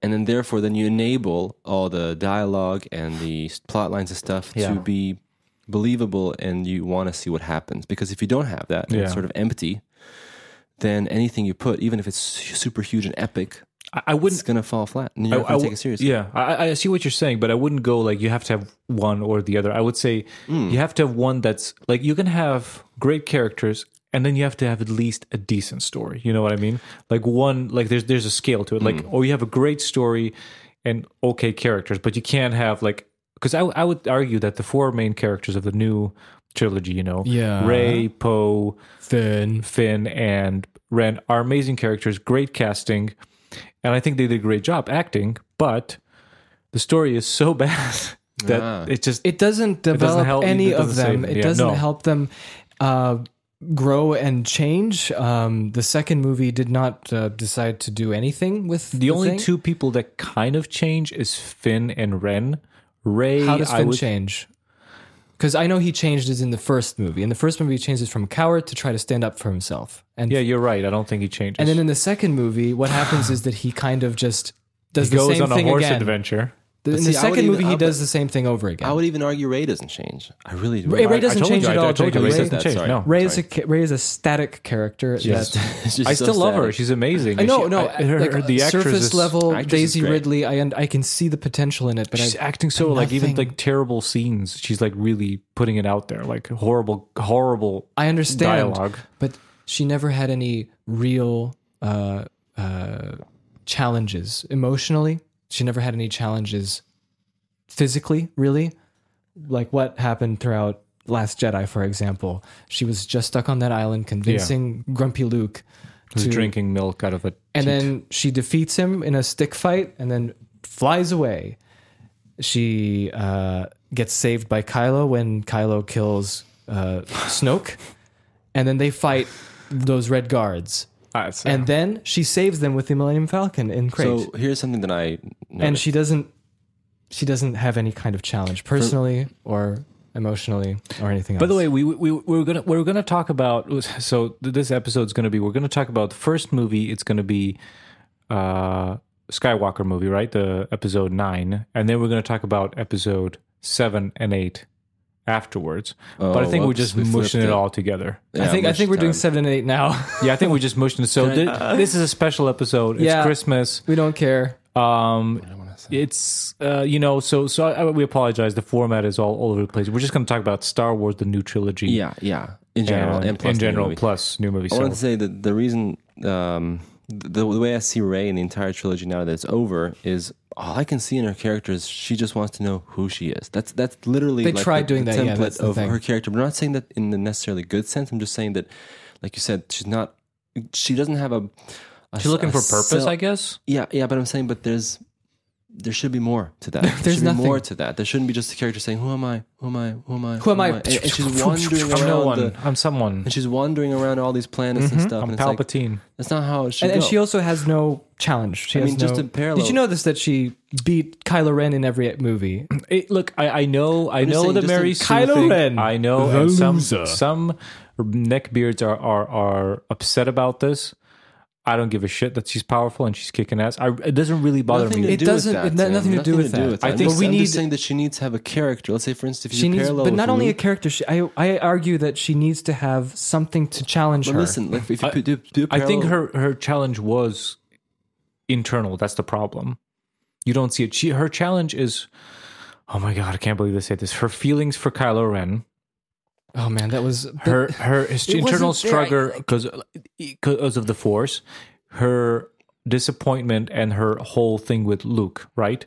And then therefore then you enable all the dialogue and the s- plot lines and stuff
Yeah.
to be believable and you want to see what happens. Because if you don't have that, and it's
Yeah.
sort of empty. Then anything you put, even if it's su- super huge and epic,
I, I wouldn't
it's gonna fall flat, and you're not
I
gonna
w-
take it seriously.
Yeah, I, I see what you're saying, but I wouldn't go like you have to have one or the other. I would say
Hmm.
you have to have one that's like you can have great characters, and then you have to have at least a decent story. You know what I mean? Like one, like there's there's a scale to it. Like
Hmm.
or you have a great story and okay characters, but you can't have like because I I would argue that the four main characters of the new trilogy, you know,
Yeah.
Ray, Poe,
then
Finn and Ren are amazing characters, great casting, and I think they did a great job acting, but the story is so <laughs> bad that
Ah.
it just
it doesn't develop
help-
any
it
of
doesn't save
them.
them.
It
Yeah,
doesn't
no.
help them uh, grow and change. Um, the second movie did not uh, decide to do anything with
the only
thing.
two people that kind of change is Finn and Ren. Ray
How does
I
Finn
would-
change? Because I know he changed it in the first movie. In the first movie, he changes from coward to try to stand up for himself. And
Yeah, you're right. I don't think he changes.
and then in the second movie, what happens is that he kind of just does
he
the
goes
same
on a
thing
horse
again.
adventure.
The- in
See,
the
I would
second
even-
movie,
I
he
would-
does the same thing over
I
again.
would even argue Ray doesn't change. I really do.
Ray- Ray
<laughs>
I
doesn't
told
change
you,
at
I-
all.
I told you,
Ray
Ray
doesn't
doesn't
change.
change.
No.
No,
Ray is a ca- Ray is a static character.
Yes.
that-
I still love her. She's amazing.
I
And
know,
she-
no,
I- her,
like,
her- the actress
surface
is,
level
actress is
Daisy
great.
Ridley. I and I can see the potential in it, but
She's
I,
acting so like even
nothing-
like terrible scenes. She's like really putting it out there, like horrible, horrible
I understand.
dialogue.
But she never had any real uh, uh, challenges emotionally. She never had any challenges physically, really. Like what happened throughout Last Jedi, for example. She was just stuck on that island, convincing Grumpy Luke
Who's
to
drinking milk out of a
and then she defeats him in a stick fight and then flies away she uh, gets saved by kylo when kylo kills uh, snoke <laughs> and then they fight those red guards
ah,
and then she saves them with the millennium falcon in crate
So here's something that I noticed.
and she doesn't she doesn't have any kind of challenge personally or emotionally or anything else
by the way, we, we we were gonna we were gonna talk about so th- this episode's gonna be we're gonna talk about the first movie. It's gonna be uh Skywalker movie, right? The episode nine, and then we're gonna talk about episode seven and eight afterwards. but I
Oh,
think we're
whoops,
just
we flipped
mushing it
it.
all together.
i
Yeah,
think i think we're
much
doing
time.
seven and eight now <laughs>
Yeah, I think we just mushed it. So thi- this is a special episode. It's
uh, Yeah.
Christmas.
we don't care
Um, it's uh, you know, so so I, we apologize. The format is all, all over the place. We're just going to talk about Star Wars, the new trilogy,
Yeah, yeah. In general,
and,
and, plus
in
the
general,
movie.
plus new movie.
I wanted to
So.
say that the reason, um, the, the way I see Ray in the entire trilogy now that it's over is all I can see in her character is she just wants to know who she is. That's that's literally
They
like
tried
the,
doing
the
that, yeah,
template
that's the
of
thing.
her character. But I'm not saying that in the necessarily good sense. I'm just saying that, like you said, she's not. She doesn't have a. a
She's looking
a
for purpose,
cell-
I guess.
Yeah, yeah, but I'm saying, but there's there should be more
<laughs>
to that. There
There's
should be
nothing.
more to that. There shouldn't be just the character saying, "Who am I? Who am I? Who am I?
Who am I?"
And, and
<laughs>
she's wandering
I'm
around
no one.
the-
I'm someone.
and she's wandering around all these planets and stuff.
I'm
and it's like,
Palpatine.
that's not how it should
Mm-hmm. and, and
go.
she also has no challenge. She has
I mean, just
no-
in parallel-
Did you know this? That she beat Kylo Ren in every movie.
It- look, I, I know, I
just
know
saying,
the
just
Mary
in-
Sue
Kylo
thing.
Ren,
I know,
the
and some
loser.
some neckbeards are, are are upset about this. I don't give a shit that she's powerful and she's kicking ass. I, it doesn't really bother
Nothing
me.
to
It
do
doesn't-
With that,
it- nothing
Sam.
to do with that.
I
I
think
think
we
we
need-
need saying that she needs to have a character. Let's say, for instance, if
She
you
needs,
parallel,
but not
with
only a
Luke-
character. She, I I argue that she needs to have something to challenge
But
her.
listen, like, if you do, do a
I think
parallel-
her her challenge was internal. That's the problem. You don't see it. She her challenge is, oh my god, I can't believe they say this. Her feelings for Kylo Ren.
oh man, that was
her her his internal
wasn't there, I-
struggle because because of the force
Hmm.
her disappointment and her whole thing with luke right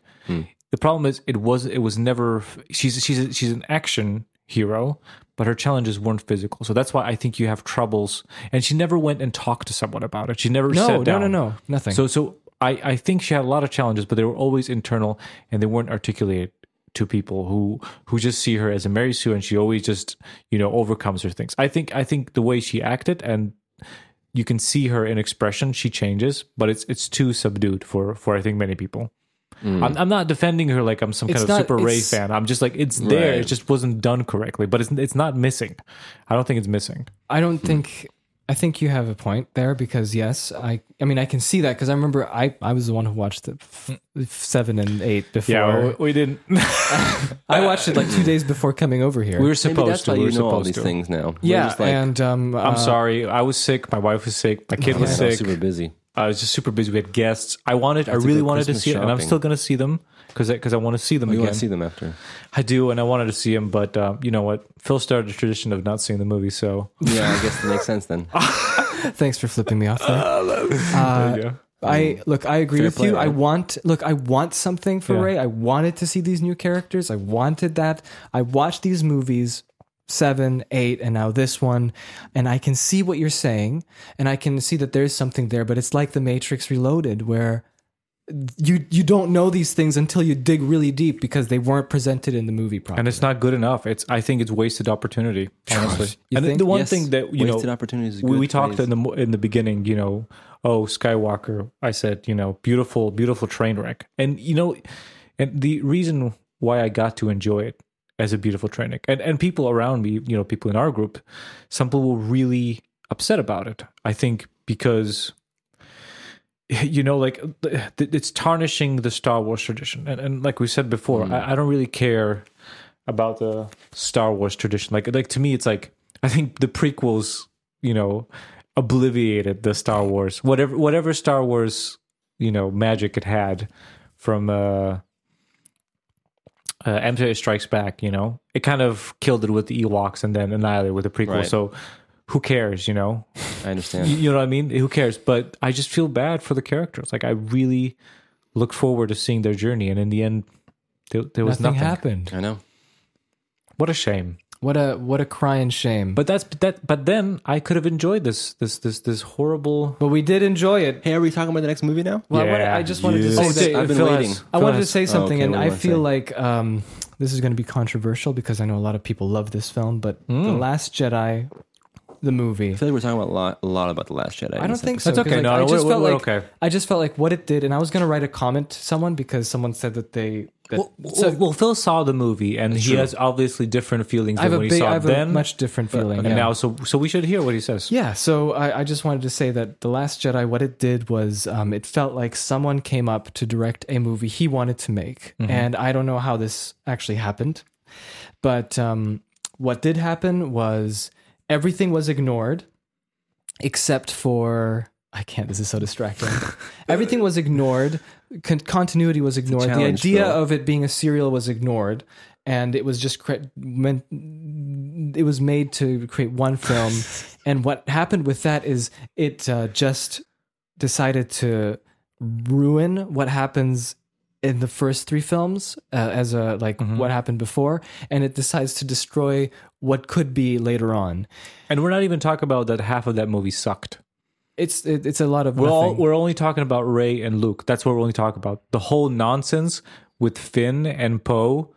The problem is it was it was never she's she's she's an action hero, but her challenges weren't physical. So that's why I think you have troubles. And she never went and talked to someone about it. She never
No,
sat
no,
down.
no, no, nothing.
So so I, I think she had a lot of challenges, but they were always internal and they weren't articulated to people who who just see her as a Mary Sue and she always just, you know, overcomes her things. I think I think the way she acted and you can see her in expression, she changes, but it's it's too subdued for for I think many people. I'm, I'm not defending her like I'm some
It's
kind
not-
of super Ray
it's-
fan. I'm just like it's there.
Right.
It just wasn't done correctly, but it's it's not missing. I don't think it's missing.
I don't think I think you have a point there because yes, I I mean I can see that because I remember I I was the one who watched the f- seven and eight before.
we didn't.
I watched it like two days before coming over here.
we were
Maybe
supposed
that's
to.
why
we were
you know all
supposed
these
to.
things now. We're
yeah,
just like,
and um,
I'm
uh,
sorry. I was sick. My wife was sick. My kid was
"Man, I'm
sick.
super busy.
I was just super busy. We had guests. I wanted. I
a
really
good
wanted to
Christmas
see it, and I'm
shopping.
still going to see them because because I, want to Oh, see them
We
again.
want to see
<laughs>
them after.
I do, and I wanted to see them, but uh, you know what? Phil started a tradition of not seeing the movie, so
Yeah, I guess it makes sense then.
Thanks for flipping me off. There. Uh,
yeah.
I look. I agree
Fair
with
play,
you. I
right?
want look. I want something for
Yeah.
Ray. I wanted to see these new characters. I wanted that. I watched these movies seven, eight, and now this one, and I can see what you're saying, and I can see that there's something there. But it's like the Matrix Reloaded, where you you don't know these things until you dig really deep because they weren't presented in the movie properly.
and it's not good enough. It's I think it's wasted opportunity, honestly.
You
and
think?
the one
Yes,
thing that you
wasted
know
opportunities. is a
we,
good
we talked
phrase.
in the mo- in the beginning, you know, oh Skywalker, I said, you know, beautiful, beautiful train wreck, and you know, and the reason why I got to enjoy it as a beautiful train wreck, and and people around me, you know, people in our group, some people were really upset about it. I think because <laughs> you know like th- th- it's tarnishing the star wars tradition and, and like we said before
Hmm.
I, I don't really care about the star wars tradition like like to me it's like i think the prequels you know obliviated the star wars whatever whatever star wars you know magic it had from uh uh, Empire Strikes Back, you know, it kind of killed it with the Ewoks and then annihilated with the prequel.
Right.
So, who cares, you know?
I
You,
understand.
you know what I mean? Who cares? But I just feel bad for the characters. Like I really look forward to seeing their journey, and in the end, there, there was
nothing
nothing.
happened.
I know.
What a shame.
What a what a cry and shame. But
But that's that. But then I could have enjoyed this this this this horrible.
but we did enjoy it.
Hey, are we talking about the next movie now?
Well, I, wanna- I just wanted to
yeah.
say
Oh,
that
I've been
Phil
waiting.
has-
I
Phil
wanted to
has-
say something,
okay,
and
what do
I
you wanna
feel
say?
like um, this is going to be controversial because I know a lot of people love this film, but
Hmm.
The Last Jedi, the movie,
I feel like we're talking about a lot, a lot about the Last Jedi.
I don't think so.
That's
'cause,
okay.
like,
No,
I
no,
just
we're-
felt
we're
like
okay.
I just felt like what it did, and I was going to write a comment to someone because someone said that they. That,
Well, Oh, well, well, Phil saw the movie, and he has obviously different feelings
I have
than
a
when
big, I
he saw it
have a
then.
much different feeling
and
yeah.
now, so so we should hear what he says.
Yeah, so I, I just wanted to say that The Last Jedi, what it did was um, it felt like someone came up to direct a movie he wanted to make. And I don't know how this actually happened, but um, what did happen was everything was ignored except for. I can't. This is so distracting. Everything was ignored. Con- continuity was ignored. The
challenge,
idea
Phil.
of it being a serial was ignored, and it was just cre- meant it was made to create one film and what happened with that is it uh, just decided to ruin what happens in the first three films uh, as a like
Mm-hmm.
what happened before and it decides to destroy what could be later on
And we're not even talking about that half of that movie sucked.
it's it, it's a lot of
We're all,
nothing.
we're only talking about Ray and Luke. That's what we're only talking about. The whole nonsense with Finn and Poe.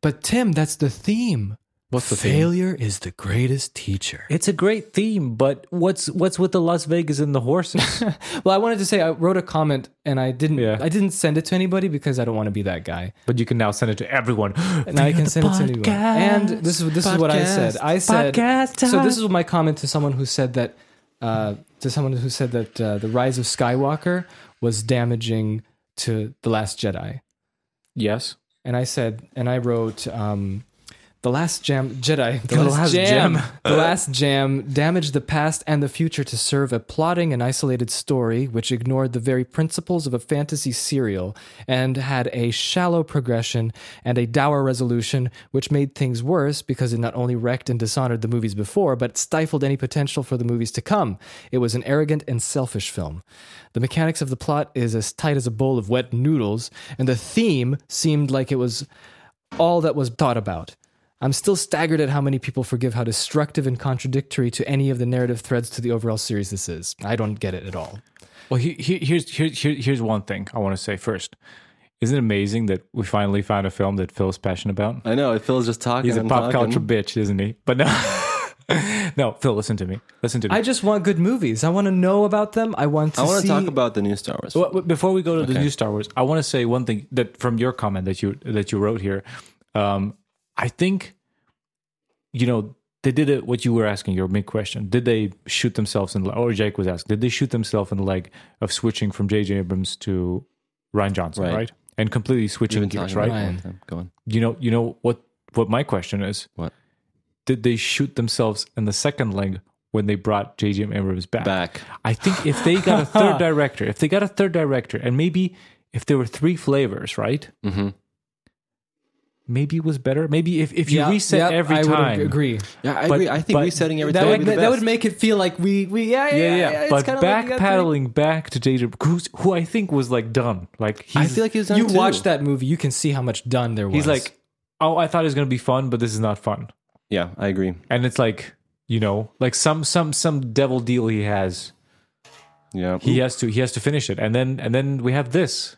but tim that's the theme
What's the theme?
failure is the greatest teacher
It's a great theme, but what's what's with the Las Vegas and the
<laughs>
horses?
<laughs> well i wanted to say i wrote a comment and i didn't
Yeah.
i didn't send it to anybody because i don't want to be that guy
but you can now send it to everyone.
and I can send it to anyone. And this is this is what I said. I said
Podcast
so. This is my comment to someone who said that uh, to someone who said that uh, the rise of Skywalker was damaging to the Last Jedi,
yes.
and I said, and I wrote. Um, The last jam, Jedi. The,
last jam.
the last jam damaged the past and the future to serve a plotting and isolated story which ignored the very principles of a fantasy serial and had a shallow progression and a dour resolution, which made things worse because it not only wrecked and dishonored the movies before, but stifled any potential for the movies to come. It was an arrogant and selfish film. The mechanics of the plot is as tight as a bowl of wet noodles, and the theme seemed like it was all that was thought about. I'm still staggered at how many people forgive how destructive and contradictory to any of the narrative threads to the overall series this is. I don't get it at all.
Well, he, he, here's here, here, here's one thing I want to say first. Isn't it amazing that we finally found a film that Phil's passionate about?
I know. It feels just talking.
He's a
and
pop
talking.
culture bitch, isn't he? But no, <laughs> no, Phil, listen to me. Listen to me.
I just want good movies. I want to know about them. I want to
I want
see.
to talk about the new Star Wars.
Well, well, before we go to the
Okay.
new Star Wars, I want to say one thing that from your comment that you that you wrote here. Um, I think, you know, they did it. What you were asking, your big question: Did they shoot themselves in? the leg? Or Jake was asking, did they shoot themselves in the leg of switching from J.J. Abrams to Ryan Johnson, right?
Right.
And completely
We've
switching
been
gears,
talking
right?
about it all the time. Go on.
You know, you know what? What my question is:
What?
Did they shoot themselves in the second leg when they brought J.J. Abrams
Back.
I think if they got a
<laughs>
third director, if they got a third director, and maybe if there were three flavors, right?
Mm-hmm.
Mhm.
Maybe it was better. Maybe if, if you
Yeah,
reset
yep,
every
I
time,
would ag- agree.
Yeah, I
But-
agree. I think
but-
resetting every
That
time
would,
would, be the
that would
best.
make it feel like we we yeah yeah
Yeah,
yeah.
yeah.
It's
But
kinda like you got three-
backpedaling back to J.J. Who's who I think was like done. Like he's,
I feel like he was done
you
too.
watch that movie, you can see how much done there was.
he's like, oh, I thought it was gonna be fun, but this is not fun.
Yeah, I agree.
And it's like you know, like some some some devil deal he has.
Yeah.
He has to he has to finish it, and then and then we have this.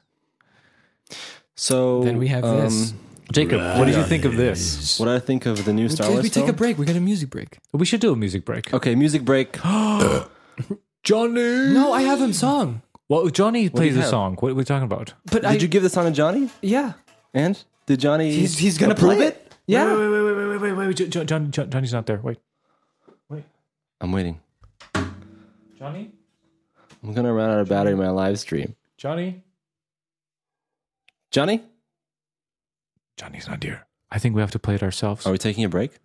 so
Then we have
um,
this.
Jacob, what did you think of this?
What I think of the new Star
Guys,
Wars.
we take a
film?
break. We got a music break.
We should do a music break.
okay, music <gasps> break.
Johnny.
No, I have him song,
Well, Johnny
do
plays
you
a
have?
song. What are we talking about?
but I
Did you give this on to Johnny?
yeah
And did Johnny?
he's he's gonna prove
approve
it. Yeah.
Wait, wait, wait, wait, wait, wait, wait. wait. Jo- Jo- John, John, Johnny's not there. Wait.
I'm waiting.
Johnny?
I'm gonna run out of battery in my live stream.
Johnny?
Johnny,
Johnny's not here. I think we have to play it ourselves.
are we taking a break?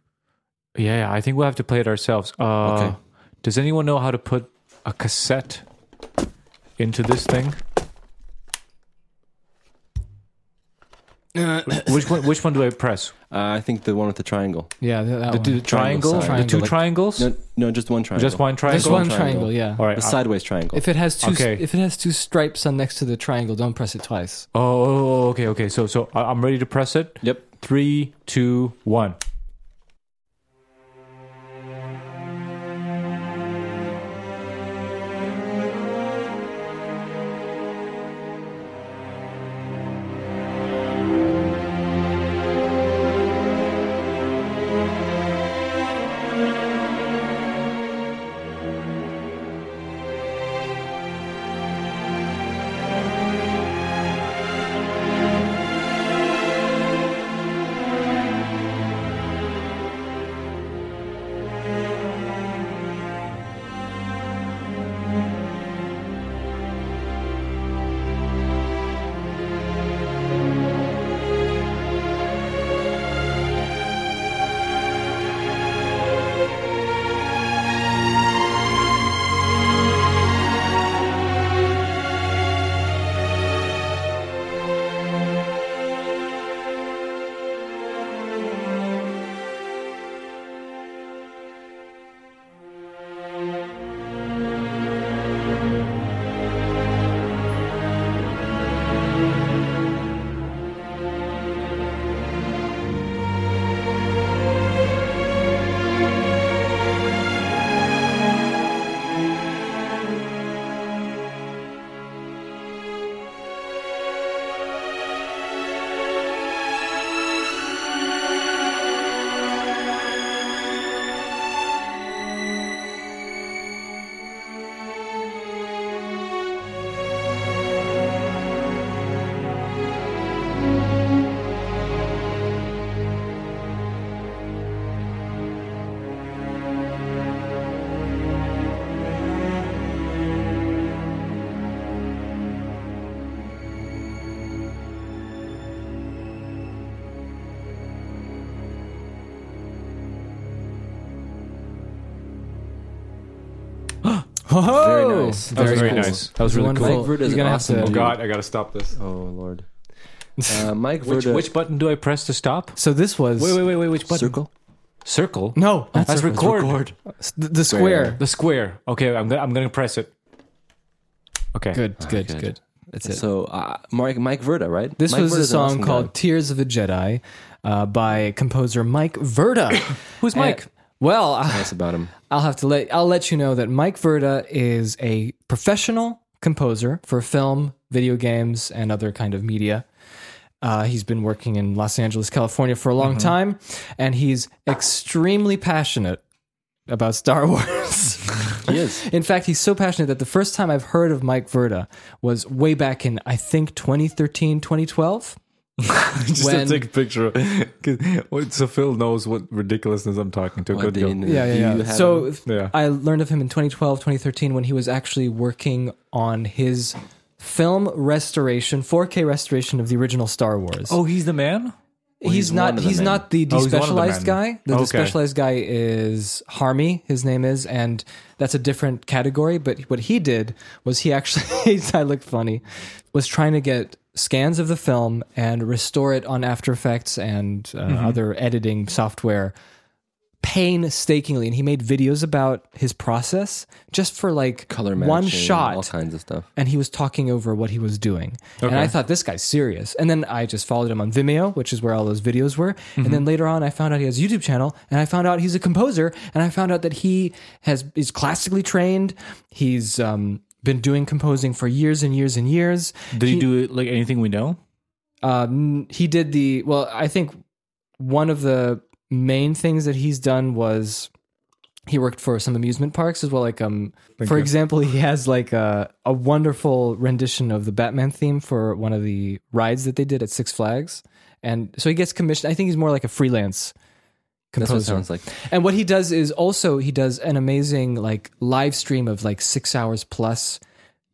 Yeah, yeah, I think we'll have to play it ourselves. Uh,
Okay.
Does anyone know how to put a cassette into this thing? Uh, which one? Which one do I press?
Uh, I think the one with the triangle.
Yeah, that, that
The,
one.
the triangle?
sign.
The two
Like-
triangles?
No, no, just one triangle.
Just one triangle.
This one
triangle.
triangle, yeah.
All right. uh,
The
I-
sideways triangle.
If it has two,
Okay.
if it has two stripes on next to the triangle, don't press it twice.
oh, oh, oh, okay, okay. So, so I- I'm ready to press it.
yep.
Three, two, one.
Very nice.
That was
Very
very
cool.
nice.
That was really
Everyone
cool.
like-
Verde is
You're gonna
an
have to-
awesome
Oh,
Oh
dude.
God, I gotta stop this.
Oh
<laughs>
Lord. Uh, Mike
Which,
Verde.
which button do I press to stop?
So this was Oh,
Wait, wait, wait, wait. Which button?
circle?
Circle.
no, not
That's
circle.
record.
S- The, the square.
The square. Okay, I'm gonna I'm gonna press it. Okay. <laughs>
Good, good,
good.
good, That's it.
So uh, Mike Mike Verda, right?
This
Mike
was a
Verda's an
song
awesome guy.
called "Tears of a Jedi" uh, by composer Mike Verda.
Who's Mike?
And- well, I-
That's
<laughs>
about him.
I'll have to let I'll let you know that Mike Verda is a professional composer for film, video games, and other kind of media. Uh, he's been working in Los Angeles, California for a long time, and he's extremely passionate about Star <laughs> Wars.
He is.
in fact, he's so passionate that the first time I've heard of Mike Verda was way back in, I think, 2013, 2012.
Just
When-
to take a
<laughs>
picture. 'Cause- wait, so Phil knows what ridiculousness I'm talking to.
What
Good
do you
girl.
know?
Yeah,
Do
yeah,
you
yeah.
have
So
him?
if-
Yeah.
I learned of him in 2012, 2013 when he was actually working on his film restoration, 4K restoration of the original Star Wars.
Oh, he's the man.
he's,
he's one
not
of the
he's
men.
not the
Oh, he's one of the
despecialized
men.
guy. The
Okay.
despecialized guy is Harmy, his name is, and that's a different category, but what he did was he actually <laughs> I look funny was trying to get scans of the film and restore it on After Effects and uh, other editing software painstakingly and he made videos about his process just for like
color matching,
one
all
shot
kinds of stuff.
and he was talking over what he was doing and i thought this guy's serious and then i just followed him on vimeo which is where all those videos were and then later on i found out he has a youtube channel and i found out he's a composer and i found out that he has is classically trained he's um, been doing composing for years and years and years
Did he, do like anything we know?
um, he did the well i think one of the main things that he's done was he worked for some amusement parks as well like um for example he has like a, a wonderful rendition of the batman theme for one of the rides that they did at six flags and so he gets commissioned i think he's more like a freelance
That's what
composer
it sounds like.
and what he does is also he does an amazing like live stream of like six hours plus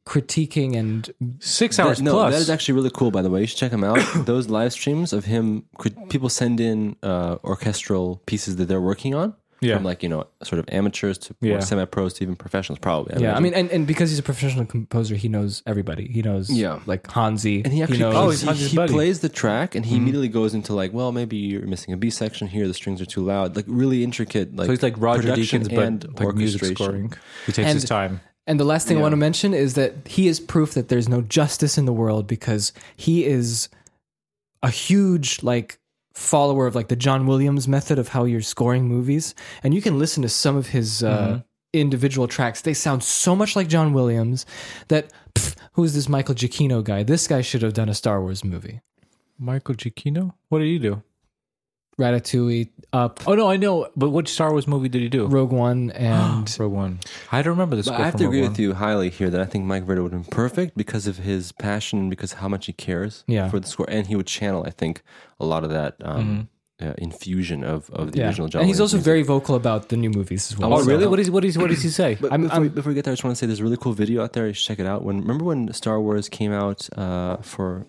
critiquing and
Six hours
That- no,
plus.
that is actually really cool. By the way, you should check him out.
<coughs>
Those live streams of him, could people send in uh, orchestral pieces that they're working on?
Yeah.
from like you know, sort of amateurs to
Yeah.
semi-pros to even professionals, probably.
Yeah, I
imagine.
mean, and, and because he's a professional composer, he knows everybody. He knows,
Yeah.
like Hansi.
And he actually
knows,
Oh, he's
plays, he,
Hansi's
he
buddy. Mm-hmm.
plays the track and he immediately goes into like, well, maybe you're missing a B section here, the strings are too loud, like really intricate. Like
so he's like Roger
production
Deakins,
and
but like music
orchestration.
scoring. He takes
And-
his time.
And the last thing I want to mention is that he is proof that there's no justice in the world because he is a huge like follower of like the John Williams method of how you're scoring movies. And you can listen to some of his uh, individual tracks; they sound so much like John Williams that pff, who's this Michael Giacchino guy? This guy should have done a Star Wars movie.
Michael Giacchino. What did he do?
Ratatouille, Up,
Oh no, I know. But what Star Wars movie did he do?
Rogue One,
<gasps>
and
<gasps> Rogue One. I don't remember this.
But I have to agree with you highly here that I think Mike Verda would have been perfect because of his passion and because how much he cares
Yeah.
for the score. And he would channel, I think, a lot of that um,
Mm-hmm.
uh, infusion of, of the original John
And he's
Williams
also
music.
very vocal about the new movies as well.
Oh really? What is what is what does he <clears throat> say?
But before, we- before we get there, I just want to say there's a really cool video out there. You should check it out. When remember when Star Wars came out uh, for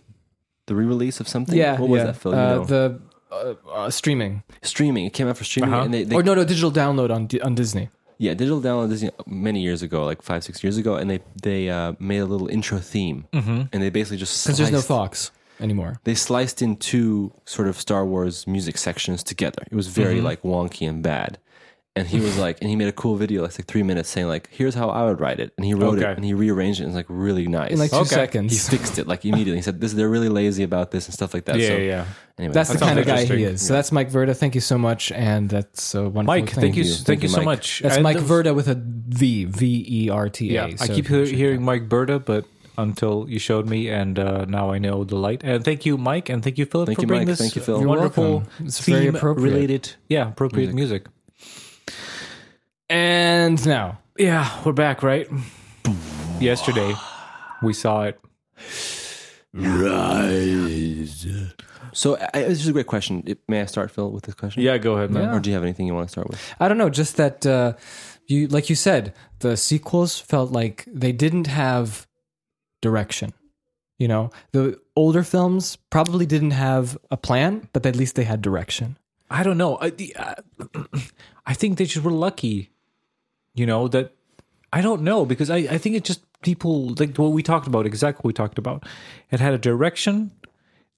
the re-release of something?
Yeah.
what was
yeah.
that film?
Uh,
you know?
The uh, uh, streaming
streaming. It came out for streaming,
Uh-huh.
and they, they
or no, no digital download on D- on Disney.
yeah digital download this you know, many years ago, like five six years ago, and they they uh, made a little intro theme, mm-hmm. and they basically just
Because there's no
sliced-
Fox anymore.
They sliced in two sort of Star Wars music sections together. It was very
Mm-hmm.
like wonky and bad. And he was like, and he made a cool video, like, like three minutes, saying like, "Here's how I would write it," and he wrote
Okay.
it, and he rearranged it, and it's like really nice.
In like two
Okay.
he
seconds.
fixed it like immediately. He said, "This they're really lazy about this and stuff like that."
Yeah,
so,
yeah.
Anyway,
That's the
sounds
kind of guy he
interesting.
is. So that's Mike Verda. Thank you so much, and that's a wonderful.
Mike,
thing.
thank, you,
you.
thank,
Thank
you
you,
so
Mike.
much.
That's
And
Mike
the-
Verda with a V V E R T A.
Yeah, I keep hear, hearing Mike Berta, but until you showed me, and uh, now I know the light. And thank you, Mike, and thank you, Philip,
Thank
for
you,
bringing
Mike.
this
Thank you, Phil. You're
wonderful
welcome. It's very appropriate.
theme-related, yeah, appropriate music.
And now,
Yeah, we're back, right? Yesterday, we saw it.
so I, I- this is a great question. It- may I start, Phil, with this question?
Yeah, go ahead, man.
Or do you have anything you want to start with?
I don't know, just that uh, you like you said, the sequels felt like they didn't have direction. You know, the older films probably didn't have a plan, but at least they had direction.
I <clears throat> don't know. I, the, uh, I think they just were lucky, you know, that I don't know because I, I think it just people like what we talked about exactly what we talked about. It had a direction,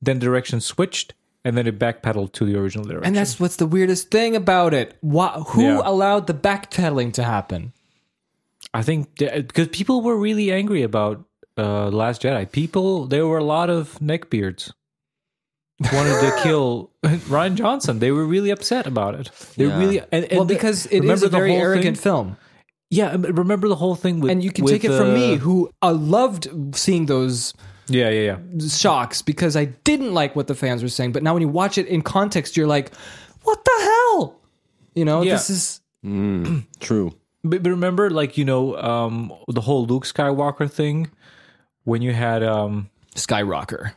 then direction switched, and then it backpedaled to the original direction.
And that's what's the weirdest thing about it. Why, who
Yeah.
allowed the backpedaling to happen?
I think th- because people were really angry about uh Last Jedi. People there were a lot of neckbeards wanted
<laughs>
to kill <laughs> Ryan Johnson. They were really upset about it. They
Yeah.
really and, and
Well, because it is
remember
a
the
very
whole
arrogant
thing?
film.
Yeah, I mean, remember the whole thing with
And you can
with,
take it from
uh,
me, who uh, loved seeing those
Yeah, yeah, yeah.
shocks because I didn't like what the fans were saying. But now when you watch it in context, you're like, what the hell? You know,
Yeah.
this is
True.
But, but remember, like you know, um, the whole Luke Skywalker thing when you had um,
Skyrocker.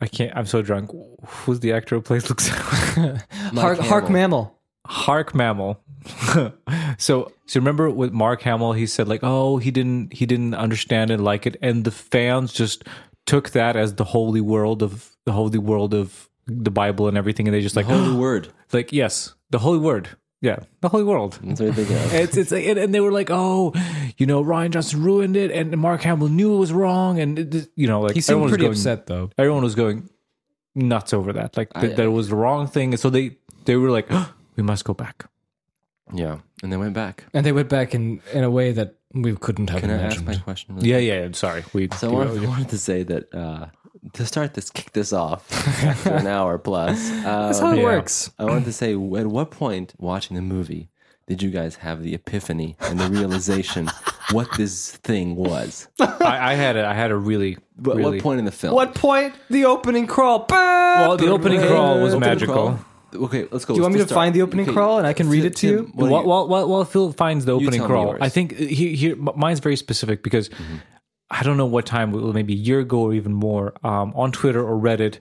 I can't. I'm so drunk. Who's the actor who plays Luke Skywalker?
<laughs>
<laughs>
Hark, Hark Mammal.
Hark Mammal. <laughs> so, so remember with Mark Hamill, he said like, oh, he didn't, he didn't understand and like it, and the fans just took that as the holy world of the holy world of the Bible and everything, and they just like,
Holy <gasps> word.
<gasps> like yes, the holy word, yeah, the holy world.
That's what I think of.
It's it's like, and, and they were like, oh, you know, Ryan Johnson ruined it, and Mark Hamill knew it was wrong, and it- it- you know, like
He seemed
everyone was
pretty
going-
upset though.
Everyone was going nuts over that, like that, that was the wrong thing. So they they were like, "Oh, we must go back.
Yeah. And they went back.
And they went back in, in a way that we couldn't have
Can I ask
imagined.
my question? really
Yeah, yeah. Sorry, we.
So I wanted, I wanted to say that uh, to start this, kick this off after an hour plus.
That's
Uh,
how it
yeah.
works.
I wanted to say, at what point watching the movie did you guys have the epiphany and the realization what this thing was? But
I, I had a, I had a really,
At
really.
what point in the film?
What point? The opening crawl.
Well, the opening crawl was <gasps>
Opening
magical.
crawl? Okay, let's go.
Do you want me to find the opening crawl and I can read it to you?
what do
While, while, while, while Phil finds the opening
tell me
crawl,
yours. Mm-hmm.
I think he, here m- mine's very specific because I don't know what time, well, maybe a year ago or even more, um, on Twitter or Reddit,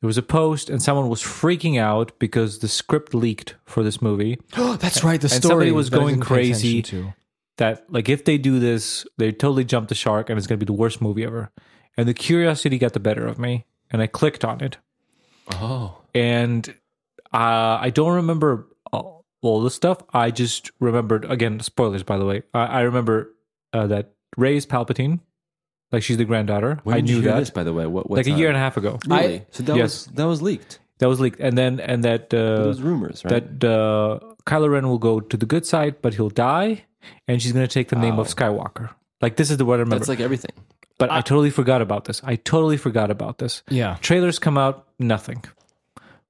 there was a post and someone was freaking out because the script leaked for this movie.
<gasps> That's right. The
And
story.
somebody was
that I
going
didn't pay
crazy.
attention to.
that like if they do this, they totally jump the shark and it's gonna be the worst movie ever. And the curiosity got the better of me, and I clicked on it.
Oh,
and uh, I don't remember all, all the stuff. I just remembered again spoilers, by the way. I, I remember uh, that Ray is Palpatine, like she's the granddaughter.
when
I
did you
knew
hear
that
This, by the way, what? what
like a
time?
year and a half ago.
Really?
I-
so that
Yes.
was that was leaked.
That was leaked, and then and that
It
uh,
was rumors, right?
that uh, Kylo Ren will go to the good side, but he'll die, and she's gonna take the name of Skywalker. Like this is the word I remember.
That's like everything.
but I totally forgot about this. I totally forgot about this.
Yeah.
Trailers come out, nothing.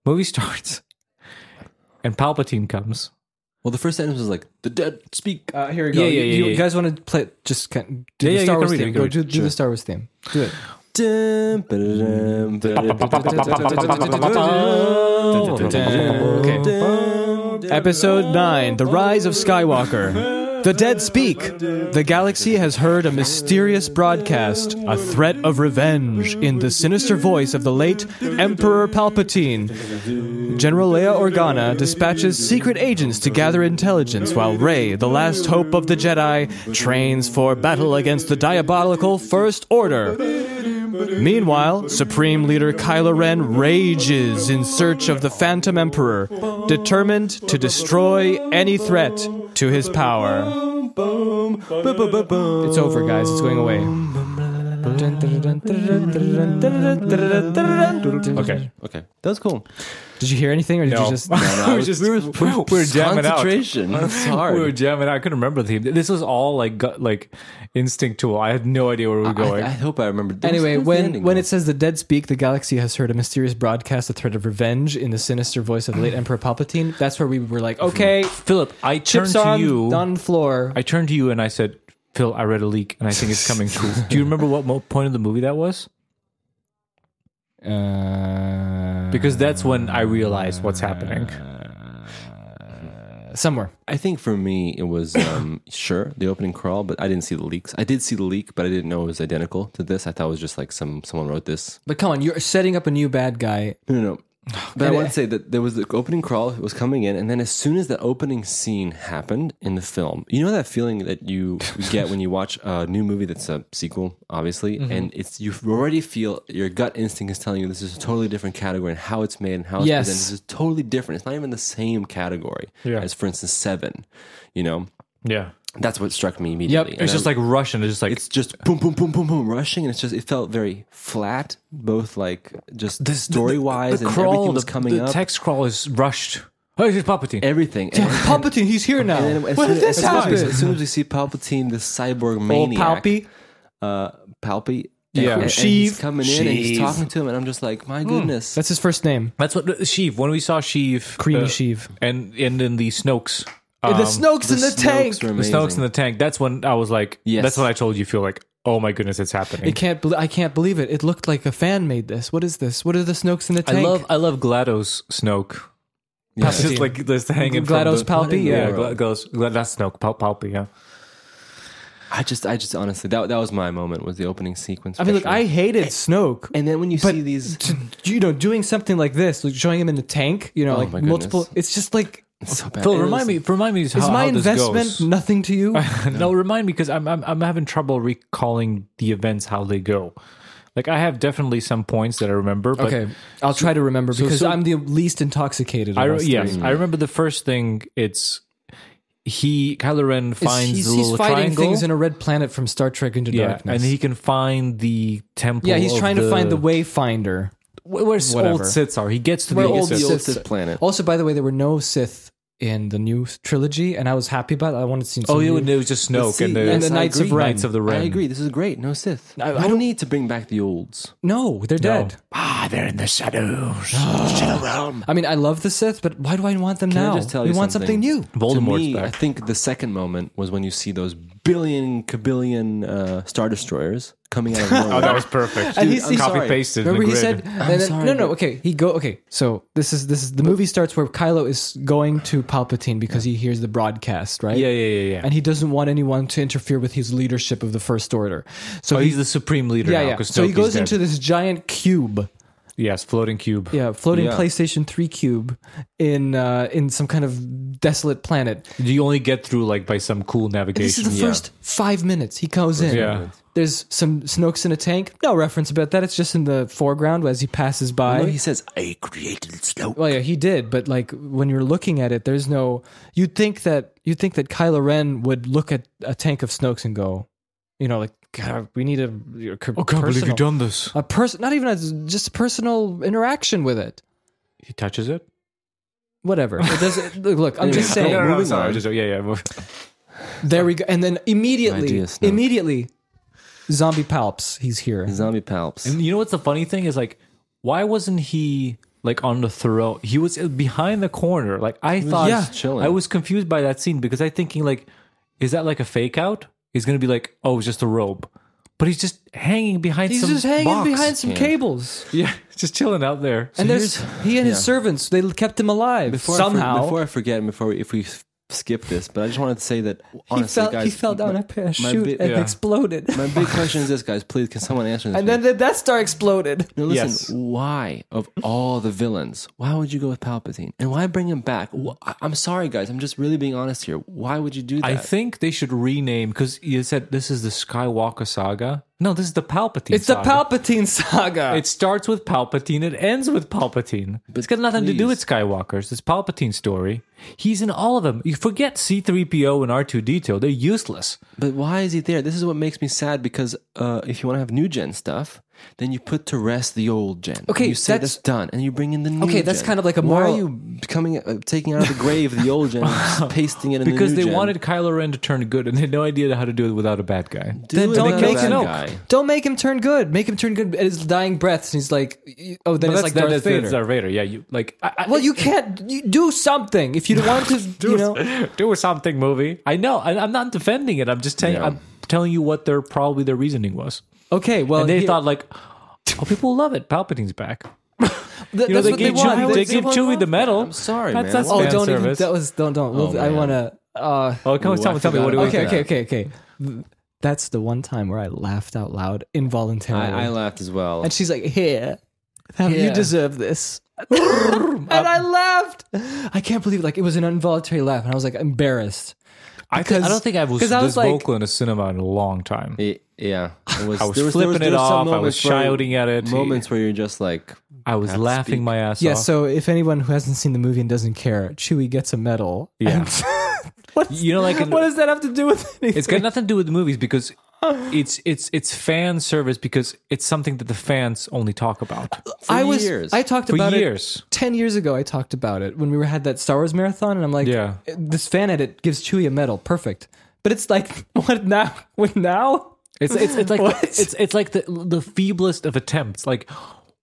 Movie starts, and Palpatine comes.
Well, the first sentence was like, "The dead speak."
Uh, here we
go.
Yeah,
You-
yeah, yeah. You,
you
guys want to play? Just can, do
Yeah, yeah,
the
you
Star
can
Wars
read it,
theme.
you can
Go
read
do,
it.
do the Star Wars theme. Do it.
Dun, ba-da-dum, ba-da-dum.
Okay. Episode 9 The Rise of Skywalker. The dead speak. The galaxy has heard a mysterious broadcast, a threat of revenge in the sinister voice of the late Emperor Palpatine. General Leia Organa dispatches secret agents to gather intelligence while Rey, the last hope of the Jedi, trains for battle against the diabolical First Order. Meanwhile, Supreme Leader Kylo Ren rages in search of the Phantom Emperor, determined to destroy any threat to his power. It's over, guys. It's going away.
Okay.
Okay, that was
<laughs>
cool.
Did you hear anything, or did you <laughs> just?
we <laughs> were just we were, we were jamming out.
Concentration. That's hard.
We were jamming. out. I couldn't remember the theme. This was all like gut, like instinctual. I had no idea where we were
I,
going.
I hope I remembered. That was-
Anyway,
that was the
when
ending,
when
though.
it says the dead speak, the galaxy has heard a mysterious broadcast, a threat of revenge in the sinister voice of the late
<sighs>
Emperor Palpatine. That's where we were like, okay,
Philip, I turned
chips
to
on,
you.
on floor.
I turned to you and I said, "Phil, I read a leak and I think it's coming
<laughs>
true." Do you remember what mo- point of the movie that was?
Uh,
Because that's when I realized what's happening.
uh, somewhere.
I think for me it <coughs> was um, sure the opening crawl, but I didn't see the leaks. I did see the leak, but I didn't know it was identical to this. I thought it was just like some someone wrote this.
But come on, you're setting up a new bad guy.
No, <sighs> no. no. But I
And
want
it-
to say that there was the opening crawl it was coming in, and then as soon as the opening scene happened in the film, you know that feeling that <laughs> you get when you watch a new movie that's a sequel, obviously, and it's you already feel your gut instinct is telling you this is a totally different category and how it's made and how it's
Yes.
presented is totally different. It's not even the same category
Yeah.
as, for instance, Seven. You know,
Yeah.
That's what struck me
Yep.
immediately.
It's just like Russian. It's just like
it's just boom, boom, boom, boom, boom, rushing, and it's just it felt very flat, both like just story wise and everything was
the-
coming
the
up.
text crawl is rushed. Oh, it's Palpatine. <laughs>
everything. And-
Palpatine, he's here now.
<laughs> and then as
what
soon-
did this
as soon as we-
happen?
As soon as we see Palpatine, the cyborg
Old
maniac,
Palpy.
uh, Palpy,
Yeah.
and, and
Sheev.
he's coming in and
Sheev. Hmm.
he's talking to him, and I'm just like, my goodness,
That's his first name.
That's what uh, Sheev. When we saw Sheev,
Creamy
uh,
Sheev.
and and then the Snoke's, um,
the Snoke's in the
Snoke's
tank.
were
the Snoke's
amazing.
in the tank. That's when I was like,
Yes.
that's when I told you feel like, oh my goodness, it's happening.
It can't. Be- I can't believe it. It looked like a fan made this. What is this? What are the Snokes in the
I
tank?
love I love Glados Snoke.
Yeah.
It's <laughs> just like this hanging from
GLaDOS
the-
Palpy?
Yeah,
What in
Gla- Glados Glados Snoke Pal- Palpy. Yeah.
I just, I just honestly, that that was my moment was the opening sequence.
I mean, look,
for sure.
I hated Snoke.
and then when you
but
see these,
to, you know, doing something like this, like showing him in the tank, you know,
Oh
like
my
multiple.
goodness.
It's just like
it's so bad.
Phil,
It was-
remind me, remind me. How,
is my
how this
investment <laughs>
goes.
nothing to you?
no, remind me because I'm, I'm I'm having trouble recalling the events how they go. Like I have definitely some points that I remember. But
okay, I'll try to remember because
so-
I'm the least intoxicated. Of
I re-
us three.
yes, I remember the first thing. It's he Kylo Ren finds
he's,
the
he's
little
fighting
triangle.
things in a red planet from Star Trek Into
yeah,
Darkness.
and he can find the temple.
yeah, he's
of
trying to
the-
find the wayfinder.
where, where old
whatever.
Siths are. He gets to
Where
the
old
old
It's
Siths.
Sith-
just this planet.
Also, by the way, there were no Sith in the new trilogy, and I was happy about it. I wanted to see. Some
Oh, yeah,
new-
and it was just
But
Snoke
see,
and the,
yes,
the
I
Knights of
agree.
Ren.
Knights of the Ren.
I agree. This is great. No Sith.
I- I
I,
don't-
don't need to bring back the olds.
no, they're dead.
Ah, they're in the shadows.
I mean, I love the Sith, but why do I want them
Can
now?
I just tell
we
you
want something, new.
Voldemort's
to me,
back.
I think the second moment was when you see those billion cabillion uh, star destroyers coming
<laughs>
out of nowhere.
oh, that was perfect.
And he's- he's
copy
sorry.
pasted.
Remember
the
he
grid.
said, and then-
sorry,
no, no,
but-
okay. He go, okay. So this is this is the movie starts where Kylo is going to Palpatine because he hears the broadcast, right?
Yeah, yeah, yeah, yeah.
And he doesn't want anyone to interfere with his leadership of the First Order. So
oh,
he-
he's the supreme leader
yeah,
now.
yeah.
'cause
So he
Snoke is
goes
dead.
into this giant cube,
yes, floating cube.
yeah, floating
Yeah.
PlayStation Three cube in uh, in some kind of desolate planet.
You only get through like by some cool
This
navigation.
is the first five minutes. He goes in.
Yeah.
There's some Snoke's in a tank. No reference about that. It's just in the foreground as he passes by.
No, he says, "I created Snoke."
Well, yeah, he did, but like when you're looking at it, there's no. You'd think that you'd think that Kylo Ren would look at a tank of Snoke's and go, you know, like God, we need a. a oh,
done this.
a person, not even a just a personal interaction with it.
He touches it. Oh,
Whatever. It doesn't look, look, I'm just
Yeah.
saying.
No, <laughs> no, no, moving
sorry,
on.
just- yeah, yeah.
There we go. And then immediately,
idea, Snoke.
immediately, zombie palps. He's here.
Zombie palps.
<laughs> And you know what's the funny thing is like, why wasn't he like on the throne? He was behind the corner. Like I thought,
yeah.
chilling.
I was confused by that scene because I thinking like, is that like a fake out? He's gonna be like, oh, it's just a robe, but he's just hanging behind.
He's
some
just hanging
box.
behind some
Yeah.
cables.
Yeah, just chilling out there.
and there's he and his
yeah.
servants. They kept him alive
Before I,
somehow.
for- before I forget, and before we, if we s- skip this, but I just wanted to say that honestly,
he fell,
guys,
he fell down
My,
a parachute
bit-
and
yeah.
exploded.
my big question is this, guys. Please, can someone answer this?
And then the Death Star exploded.
No, listen.
Yes.
Why, of all the villains, why would you go with Palpatine, and why bring him back? Wh- I- I'm sorry, guys. I'm just really being honest here. Why would you do that?
I think they should rename because you said this is the Skywalker saga. No, this is the Palpatine.
It's the
saga.
Palpatine saga.
It starts with Palpatine. It ends with Palpatine. it's got nothing to do with
please.
Skywalker's. This Palpatine story. He's in all of them. You forget C-3PO and R2D2. They're useless.
But why is he there? This is what makes me sad because uh, if you want to have new gen stuff, then you put to rest the old gen.
Okay,
you say
that's-
that's done, and you bring in the new.
Okay, that's
gen.
kind of like a
Why
moral-
are you coming uh, taking out of the grave the old
<laughs>
gen, and just pasting it in
Because
the new
they
gen?
wanted Kylo Ren to turn good, and they had no idea how to do it without a bad guy.
Do
Then
it
don't
without
make
that
an
oak.
guy.
Don't make him turn good. Make him turn good at his dying breaths. And he's like, oh, then it's like Darth Vader.
Darth Vader. Yeah, you like. I, I,
well, you can't you do something if you don't want to. you know,
<laughs> <laughs> do something, movie. I know. I, I'm not defending it. I'm just telling.
Yeah.
I'm telling you what their probably their reasoning was.
okay. Well,
And they
here-
thought like, oh, people love it. Palpatine's back.
th-
You know,
that's
they
what they
gave
want. They-
Chewie, they
they
gave
want-
Chewie the medal.
I'm sorry,
that's,
man.
That's
Oh,
fan
don't
service.
even. That was don't don't. We'll-
Oh,
I
man.
want to. Uh,
Oh, come on,
Ooh,
tell
I
me, tell me
forgot
what do we
about
okay,
that.
okay, okay, okay. That's the one time where I laughed out loud involuntarily.
I, I laughed as well.
And she's like, "Here, Have- you
Here.
deserve this." <laughs> and I laughed. I can't believe like it was an involuntary laugh, and I was like embarrassed.
I, think- I don't think I was
'cause
this
I was like-
vocal in a cinema in a long time.
It- yeah, it was,
I was
there there
flipping
there
it
some
off. I was
moments where-
shouting at it.
Moments where you're just like,
I was laughing my ass
Yeah.
off.
So if anyone who hasn't seen the movie and doesn't care, Chewie gets a medal.
Yeah.
And- <laughs>
you know, like in-
what does that have to do with anything?
it's got nothing to do with the movies because it's it's it's fan service because it's something that the fans only talk about
I was.
years.
I talked
for
about
years.
it ten years ago. I talked about it when we were, had that Star Wars marathon, and I'm like,
Yeah.
this fan edit gives Chewie a medal. Perfect. But it's like, <laughs> what now? What now?
It's it's <laughs> it's like
What?
it's it's like the the feeblest of attempts. Like,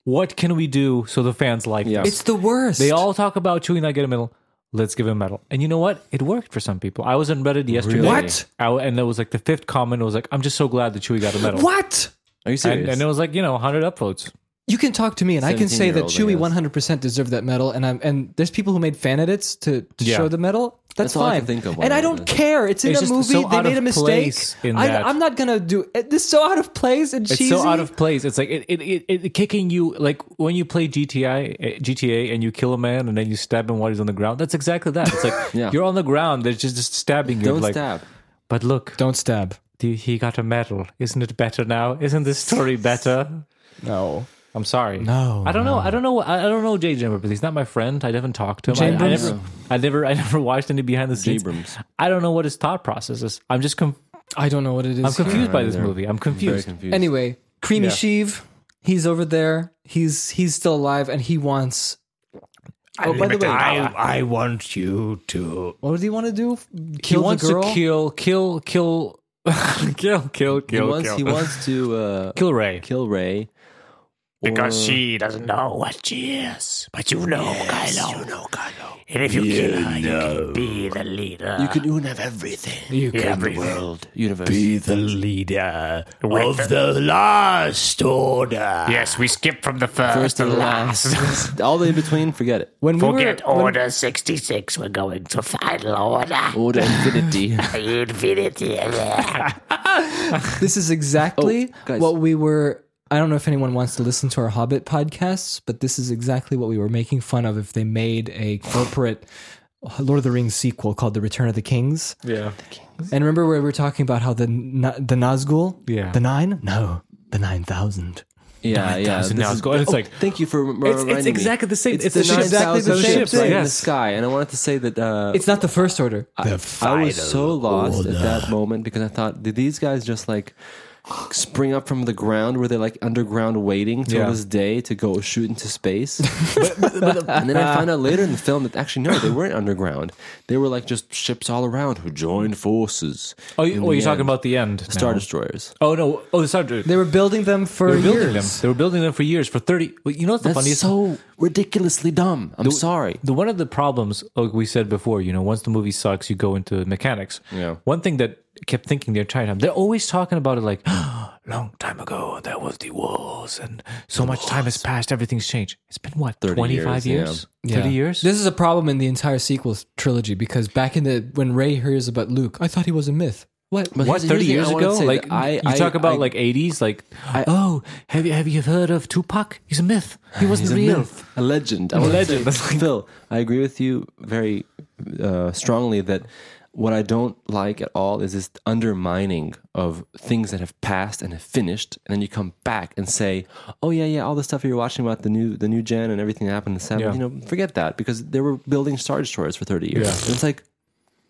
what can we do so the fans like
Yeah.
this?
It's the worst.
They all talk about Chewie not getting a medal. Let's give him a medal. And you know what? It worked for some people. I was on Reddit yesterday.
What?
I, and there was like the fifth comment was like, "I'm just so glad that Chewie got a medal."
What?
Are you
And,
serious?
and it was like you know 100 upvotes.
You can talk to me, and I can say that
17-year-old, I
Chewie
guess.
100 percent deserved that medal. And I'm and there's people who made fan edits to, to
Yeah.
show the medal. That's,
That's all I
fine.
can think of
and I
when
don't
it is.
care. It's in
It's
a
just
movie.
so
they
out
made
of
a mistake.
place in that.
I, am not gonna do it. This is so out of place and cheesy.
It's so out of place. It's like it, it, it, it kicking you like when you play GTA eh, GTA and you kill a man and then you stab him while he's on the ground. That's exactly that. It's like
Yeah.
you're on the ground. They're just, just stabbing you.
Don't
like,
stab.
But look,
Don't stab.
the- he got a medal. Isn't it better now? Isn't this story better?
No.
I'm sorry.
No,
I don't know. I don't know. I I don't know Jay Chambers. He's not my friend. I haven't talked to him. I, I
Chambers?
never. I never. I never watched any behind the scenes.
Jabrams.
I don't know what his thought process is. I'm just. Conf-
I don't know what it is.
I'm confused by this
either.
movie. I'm
Very
confused.
confused.
Anyway, Creamy
Yeah.
Sheev, he's over there. He's he's still alive, and he wants. Oh, by the way,
I want you to.
what does he want to do?
He
Kill
wants
the girl?
to kill, kill, kill, <laughs> kill, kill,
he
<laughs> kill,
wants he wants to
<laughs>
uh,
kill Ray.
kill Ray.
Because she doesn't know what she is. But you know, Kylo. You know, Kylo. And if you kill her, you can be the leader. You
You can have everything.
be the world.
Universe.
be the leader of the last order.
Yes, we skip from the first,
First
to
and
last. <laughs>
last. All the in between, forget it.
when we
Forget
were, when-
Order 66. We're going to Final Order.
Order
<laughs>
infinity.
Infinity. <laughs>
this is
Oh,
exactly
guys.
what we were. I don't know if anyone wants to listen to our Hobbit podcasts, but this is exactly what we were making fun of if they made a corporate Lord of the Rings sequel called The Return of the Kings.
Yeah.
And remember where we were talking about how the Na- the Nazgul,
Yeah.
the nine, no, the nine thousand.
yeah, yeah.
thousand
this
now.
is- oh,
Go- and it's like-
thank you for reminding
It's, it's
me.
exactly the same. It's,
It's, the
the
exactly
exactly
the
the
same
ships
thing.
right in the
Yes.
sky, and I wanted to say that uh,
It's not the first order.
I was so lost at that moment because I thought, did these guys just like spring up from the ground? Were they like underground waiting till
Yeah.
this day to go shoot into space? and then I found out later in the film that actually no, they weren't underground. They were like just ships all around who joined forces.
Oh,
in
you, oh
the
you're talking
end.
about the end. now.
Star Destroyers.
Oh no. Oh, the Star Destroyer.
They were building them for
They were building
years.
them. They were building them for years for thirty. Well, you know what's the
That's
funniest?
so ridiculously dumb. I'm sorry.
The one of the problems, like we said before, you know, once the movie sucks, you go into mechanics.
Yeah.
One thing that I kept thinking the entire time, they're always talking about it like, <gasps> long time ago there was the wars, and so much time has passed, everything's changed. It's been what
30
twenty five
years,
years, thirty
Yeah.
years.
This is a problem in the entire sequel trilogy because back in the when Ray hears about Luke, I thought he was a myth. What?
But
what
here's-
thirty
here's the
years
thing I wanna
ago?
say
Like
that I-
you
I-
talk about
I-
like eighties, like oh, have you have you heard of Tupac? He's a myth. He wasn't
<sighs> He's a
real.
myth, a legend. I would
legend.
Say, <laughs> Phil, I agree with you very uh, strongly that what I don't like at all is this undermining of things that have passed and have finished, and then you come back and say, "Oh yeah, yeah, all the stuff you're watching about the new the new gen and everything that happened in the 70s,
Yeah.
you know, forget that because they were building star destroyers for 30 years." And it's like,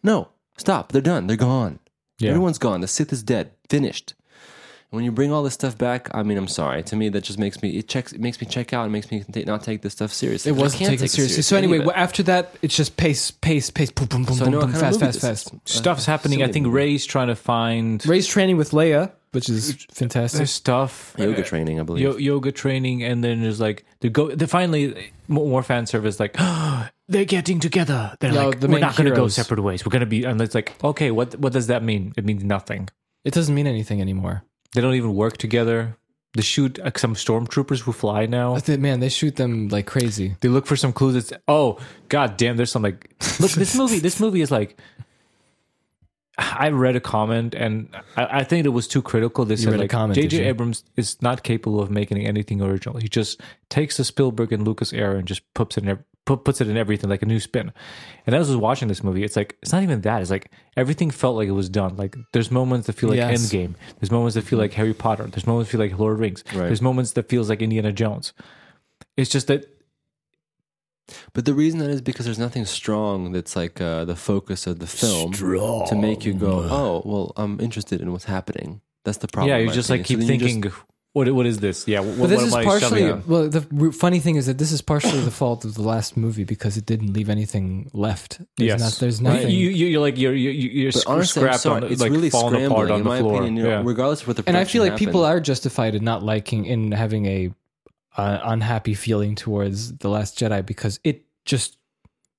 no, stop. They're done. They're gone. Everyone's gone. The Sith is dead. Finished. And when you bring all this stuff back, I mean, I'm sorry. To me, that just makes me it checks it makes me check out. It makes me ta- not take this stuff seriously.
It
I
wasn't
can't
taken
take
seriously. So
any
anyway,
of it.
after that, it's just pace, pace, pace, boom, boom, boom,
So I
boom,
know what
boom,
kind of
fast,
movie
fast,
this
fast.
is.
Stuff's happening. I think Ray's trying to find
Ray's training with Leia, which is fantastic.
there's stuff.
Yoga training, I believe.
Yo- yoga training, and then there's like they go. They finally mo- more fan service. Like <gasps> they're getting together. They're
No,
like
the
we're
main
not going to go
heroes.
separate ways. We're going to be and it's like okay, what what does that mean? It means nothing.
It doesn't mean anything anymore.
They don't even work together. They shoot like, some stormtroopers who fly now.
I think, man, they shoot them like crazy.
They look for some clues. It's oh god damn. There's some like look this movie. This movie is like. I read a comment and I, I think it was too critical. They said
read a
like
comment, did
J.J.
you?
Abrams is not capable of making anything original. He just takes the Spielberg and Lucas era and just puts it in ev- put, puts it in everything like a new spin. And as I was watching this movie, it's like it's not even that. It's like everything felt like it was done. Like there's moments that feel like
Yes. Mm-hmm.
Endgame. There's moments that feel like Harry Potter. There's moments that feel like Lord of the Rings.
Right.
There's moments that feels like Indiana Jones. It's just that
But the reason that is because there's nothing strong that's like uh, the focus of the film to make you go, oh, well, I'm interested in what's happening. That's the problem.
yeah,
in
you
my
just like keep
opinion. So then you just-
thinking, what what is this? Yeah, what,
But this
what
is
am I
partially
shoving?
well. The r- funny thing is that this is partially the fault of the last movie because it didn't leave anything left. There's
Yes.
not- there's
Right.
nothing.
You, you you're like you're you're, you're
But <laughs> honestly, I'm
scrapped
sorry,
on
it's
like
really
falling
scrambling,
apart on
in
the
my
floor.
opinion. You know,
yeah.
Regardless of what the
and I feel like
production
people
happened.
are justified in not liking in having a uh, unhappy feeling towards the Last Jedi because it just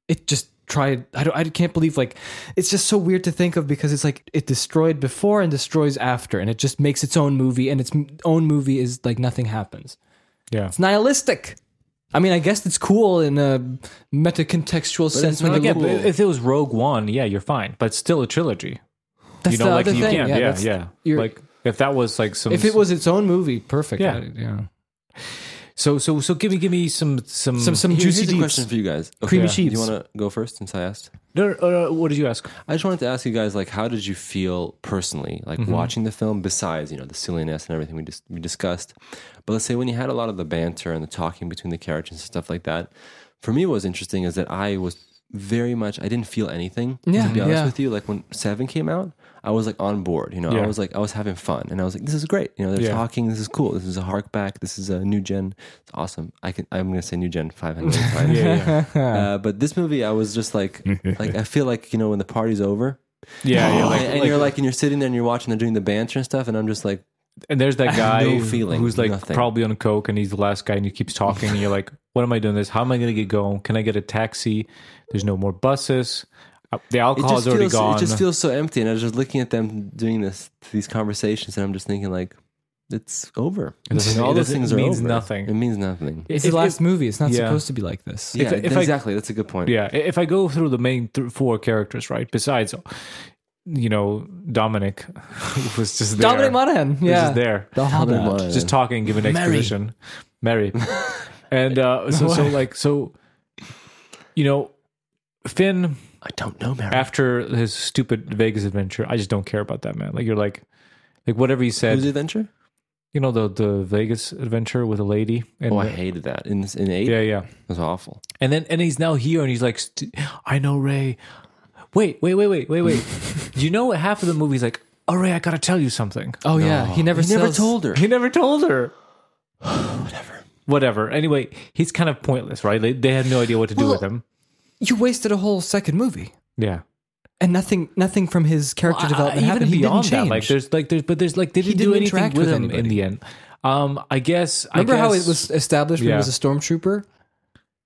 it just tried. I don't. I can't believe like it's just so weird to think of because it's like it destroyed before and destroys after, and it just makes its own movie, and its m- own movie is like nothing happens.
Yeah.
it's nihilistic. I mean, I guess it's cool in a meta-contextual sense. When
not
you
Again,
look-
if it was Rogue One, yeah, you're fine, but it's still a trilogy.
that's
you know,
the
like
other
you
thing.
can,
yeah,
yeah,
that's-
yeah.
you're-
Like if that was like some,
if it was its own movie, perfect.
Yeah.
I- yeah.
so so so, give me give me some some
Some some
Here's
juicy
a
deeps.
question for you guys. Okay,
Creamy
Do
sheets.
you want to go first since I asked?
No, no, no, uh, what did you ask?
I just wanted to ask you guys, like, how did you feel personally,
Mm-hmm.
like watching the film? Besides, you know, the silliness and everything we just we discussed, but let's say when you had a lot of the banter and the talking between the characters and stuff like that. For me, what was interesting is that I was very much I didn't feel anything.
Yeah,
to be honest
yeah.
with you, like when Seven came out, I was like on board. You know, I
Yeah.
was like I was having fun, and I was like, this is great. You know, they're
Yeah.
talking. This is cool. This is a hark back. This is a new gen. It's awesome. I can. I'm gonna say new gen five hundred times. <laughs>
<laughs> Yeah,
Uh, but this movie, I was just
<laughs>
like, like I feel like you know when the party's over,
yeah, yeah. Oh,
<laughs>
Like,
and, and you're like, and you're sitting there and you're watching, they're doing the banter and stuff, and I'm just like,
and there's that guy
No feeling,
who's like
nothing.
probably on coke, and he's the last guy, and he keeps talking, and you're like,
<laughs>
"What am I doing this? How am I gonna get going? Can I get a taxi? There's no more buses. Uh, The
it
alcohol's
just
already
feels,
gone.
it just feels so empty. And I was just looking at them doing this, these conversations, and I'm just thinking like, it's over.
It doesn't-
all
it
those
doesn't-
things
it
are
means
over.
nothing.
It means nothing.
It's
If-
the
if-
last movie. It's not
yeah,
supposed to be like this.
yeah,
if I-
exactly. That's a good point.
Yeah, i- if I go through the main th- four characters, right? Besides, you know, Dominic <laughs> was just there.
Dominic Monaghan.
was
Yeah.
just there,
The Hobbit.
Come on.
just talking, giving exposition.
<laughs>
Mary, and uh, so so like so, you know, Finn
I don't know, Mary.
after his stupid Vegas adventure, I just don't care about that man. Like you're like, like whatever he
Who's
said,
the adventure?
you know, the the Vegas adventure with a lady, and
Oh, I
the-
hated that in in eight.
yeah,
It
yeah.
was awful.
And then and he's now here and he's like, "St- I know Ray. Wait, wait, wait, wait, wait, wait. you know what? Half of the movie's like, oh Ray, I gotta tell you something.
Oh yeah. He never.
He never
sells-
told her.
He never told her. <sighs> Whatever. Whatever. Anyway, he's kind of pointless, right? They, they had no idea what to do
Well-
with him.
You wasted a whole second movie,
Yeah.
and nothing. Nothing from his character
Uh,
development happened.
Even
He
beyond
didn't change.
that, like there's like there's but there's like they didn't, do
didn't
anything
interact
with,
with
him in
anybody.
the end. Um, I guess.
Remember
I guess,
how it was established when
Yeah.
he was a stormtrooper?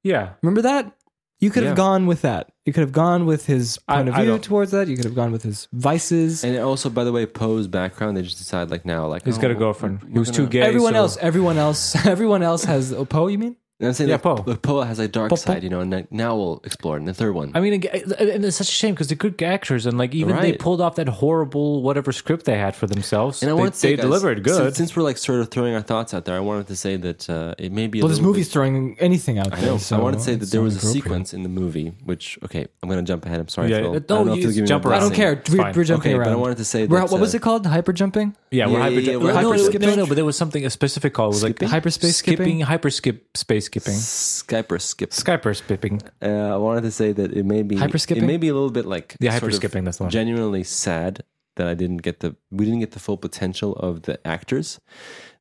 Yeah.
Remember that? You could have
Yeah.
gone with that. You could have gone with his
I-
point
I
of view
don't-
towards that. You could have gone with his vices.
And also, by the way, Poe's background, they just decide like now, like
He's
oh,
got a
we're-
girlfriend
we're
who's too
gonna-
gay.
everyone
so-
else, everyone else, <laughs> everyone else has oh, Poe. You mean?
And I'm saying
Yeah,
like,
Poe.
like, Poe has a dark side, you know, and like, now we'll explore it in the third one.
I mean, ag- and it's such a shame because they're good actors, and like even they
Right.
pulled off that horrible whatever script they had for themselves.
And I
they,
wanted to say,
they
guys,
delivered good.
Since, since we're like sort of throwing our thoughts out there, I wanted to say that uh, it may be. A
Well, this
little
movie's
bit-
throwing anything out
I
there.
know.
so
I wanted to say that
it's
there was a
inappropriate.
sequence in the movie, which okay, I'm gonna jump ahead. I'm sorry,
Yeah,
Phil.
no,
I don't know if
you
you'll give me
jump
my
around.
I don't
blessing.
care. We're,
fine.
we're jumping
Okay,
around.
but I wanted to say
We're-
that,
what was
uh,
it called? Hyper jumping.
yeah, we're
Yeah,
hyper.
yeah, yeah, we're
no, no,
hyperskipping.
no, no, but there was something specific called. It was like
Skipping?
Hyperspace
skipping,
skipping?
hyperskip, space skipping,
Skype or skip.
skyper skipping.
Uh, I wanted to say that it may be
Hyperskipping?
It may be a little bit like
Yeah,
sort of
hyperskipping, that's the one.
Genuinely sad that I didn't get the we didn't get the full potential of the actors.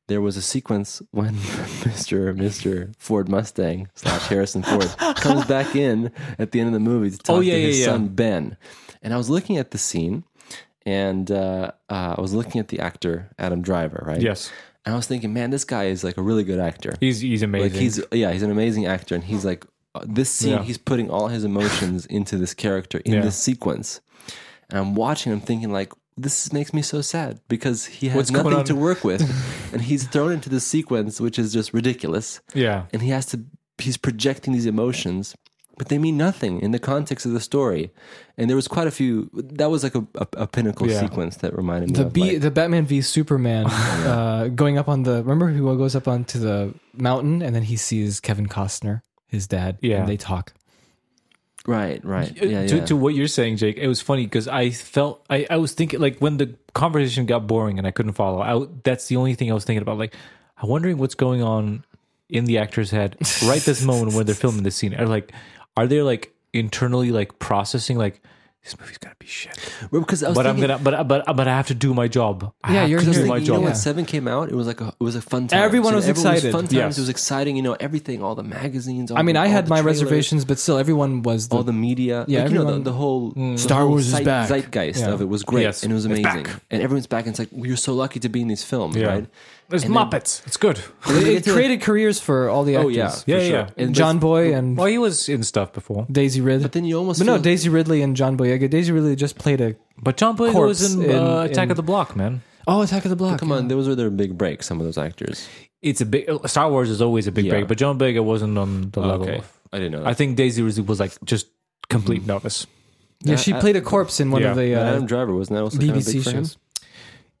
There was a sequence when <laughs> Mr. Mr. Ford Mustang slash Harrison Ford comes back in at the end of the movie to talk
Oh, yeah,
to
yeah,
his
yeah.
son Ben, and I was looking at the scene, and uh, uh, I was looking at the actor Adam Driver, right?
Yes,
and I was thinking, man, this guy is like a really good actor.
he's he's amazing.
Like he's yeah, he's an amazing actor, and he's like uh, this scene.
Yeah.
He's putting all his emotions <laughs> into this character in
Yeah.
this sequence, and I'm watching. I'm thinking like this makes me so sad because he has
What's going
nothing
on?
to work
<laughs>
with, and he's thrown into this sequence which is just ridiculous,
yeah,
and he has to. He's projecting these emotions. But they mean nothing in the context of the story, and there was quite a few. That was like a, a, a pinnacle
Yeah.
sequence that reminded me
The
of
B,
like,
the Batman v
<laughs>
Superman, uh, going up on the remember who goes up onto the mountain and then he sees Kevin Costner, his dad.
Yeah.
and they talk.
right, right, yeah,
Uh, to,
yeah.
to what you're saying, Jake, it was funny because I felt I, I was thinking like when the conversation got boring and I couldn't follow. I, that's the only thing I was thinking about. Like, I'm wondering what's going on in the actor's head right this moment when they're filming the scene? Are like, are they like internally like processing like this movie's gonna be shit,
Well, because I was
but
thinking,
I'm gonna but but but I have to do my job. I
Yeah,
have
you're
to
just
do
like,
my
you know
job.
when
Yeah.
Seven came out, it was like a it was a fun time.
Everyone was excited.
fun times.
Yes.
It was exciting. You know everything, all the magazines. All
I mean,
the,
I
all
had
the
my
trailers,
reservations, but still, everyone was the,
All the media,
Yeah,
like, you know, the,
everyone-
the whole the
Star
whole
Wars is
zeit-
back.
zeitgeist
Yeah.
of it was great,
Yes.
and it was
It's
amazing.
back.
And everyone's back, and it's like you're so lucky to be in these films,
Yeah.
right?
There's
and then-
Muppets. it's good.
And then they
it,
get to, like-
created careers for all the actors.
oh yeah, for
Yeah,
sure.
yeah.
And
John Boy and
Well, he was in stuff before,
Daisy Ridley.
But then you almost
But no,
feel-
Daisy Ridley and John Boyega. Daisy Ridley just played a
but John Boy
Corpse
was in,
in-
uh, Attack
in-
of the Block, man.
oh Attack of the Block.
Come on, those were their big breaks. Some of those actors.
It's a big Star Wars is always a big
Yeah.
break, but John Boyega wasn't on the level.
Okay. Mm-hmm.
Of,
I didn't know. That.
I think Daisy Ridley was like just complete novice.
yeah, she
I-
played a corpse in one
Yeah.
of the
Adam
uh,
Driver wasn't that also kind of big
BBC
for him?
shows.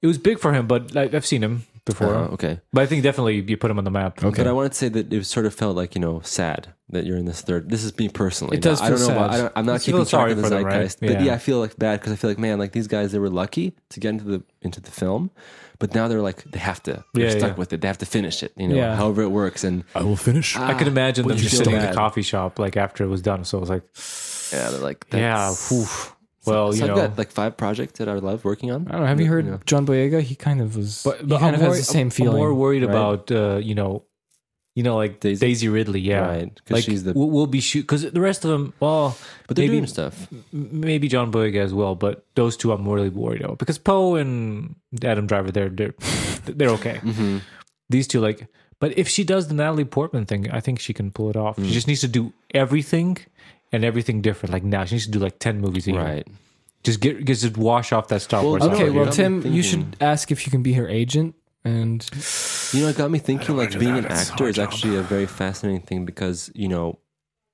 It was big for him, but like, I've seen him before.
Uh, okay.
But I think definitely you put him on the map. Okay.
But I wanted to say that it sort of felt like you know sad that you're in this third. This is me personally.
It does
I don't
feel
know. About,
sad.
I don't, I'm not
You
keeping
feel
track
sorry
of the
for them, right?
zeitgeist, but
Yeah.
yeah, I feel like bad because I feel like man, like these guys, they were lucky to get into the into the film, but now they're like they have to. They're
Yeah,
stuck
yeah.
with it. They have to finish it. You know,
Yeah.
however it works. And
I will finish.
I can imagine them
you feel
sitting in
bad.
the coffee shop like after it was done. So it was like,
yeah, they're like that's-
yeah, oof. well,
So
you
I've
know.
got like five projects that I love working on.
I don't know. Have you heard
No.
John Boyega? He kind of was. he kind
I'm
of has
worried-
the same
I'm
feeling.
more worried
right?
about uh, you know, you know, like
Daisy?
Daisy, Ridley. Yeah,
Right, 'cause
Like
she's the-
we'll, we'll be shoot because the rest of them. Well,
But they're
maybe
doing stuff.
maybe John Boyega as well, but those two I'm really worried about because Poe and Adam Driver they're they're <laughs> they're okay. These two like, but if she does the Natalie Portman thing, I think she can pull it off. She just needs to do everything and everything different. Like now, she needs to do like ten movies a year.
Right.
Just get just just wash off that Star
Well,
Wars.
Okay,
Oh,
well,
yeah.
Tim,
I'm
you
thinking-
should ask if you can be her agent. And
You know, it got me thinking like being an actor is actually a very fascinating thing because, you know,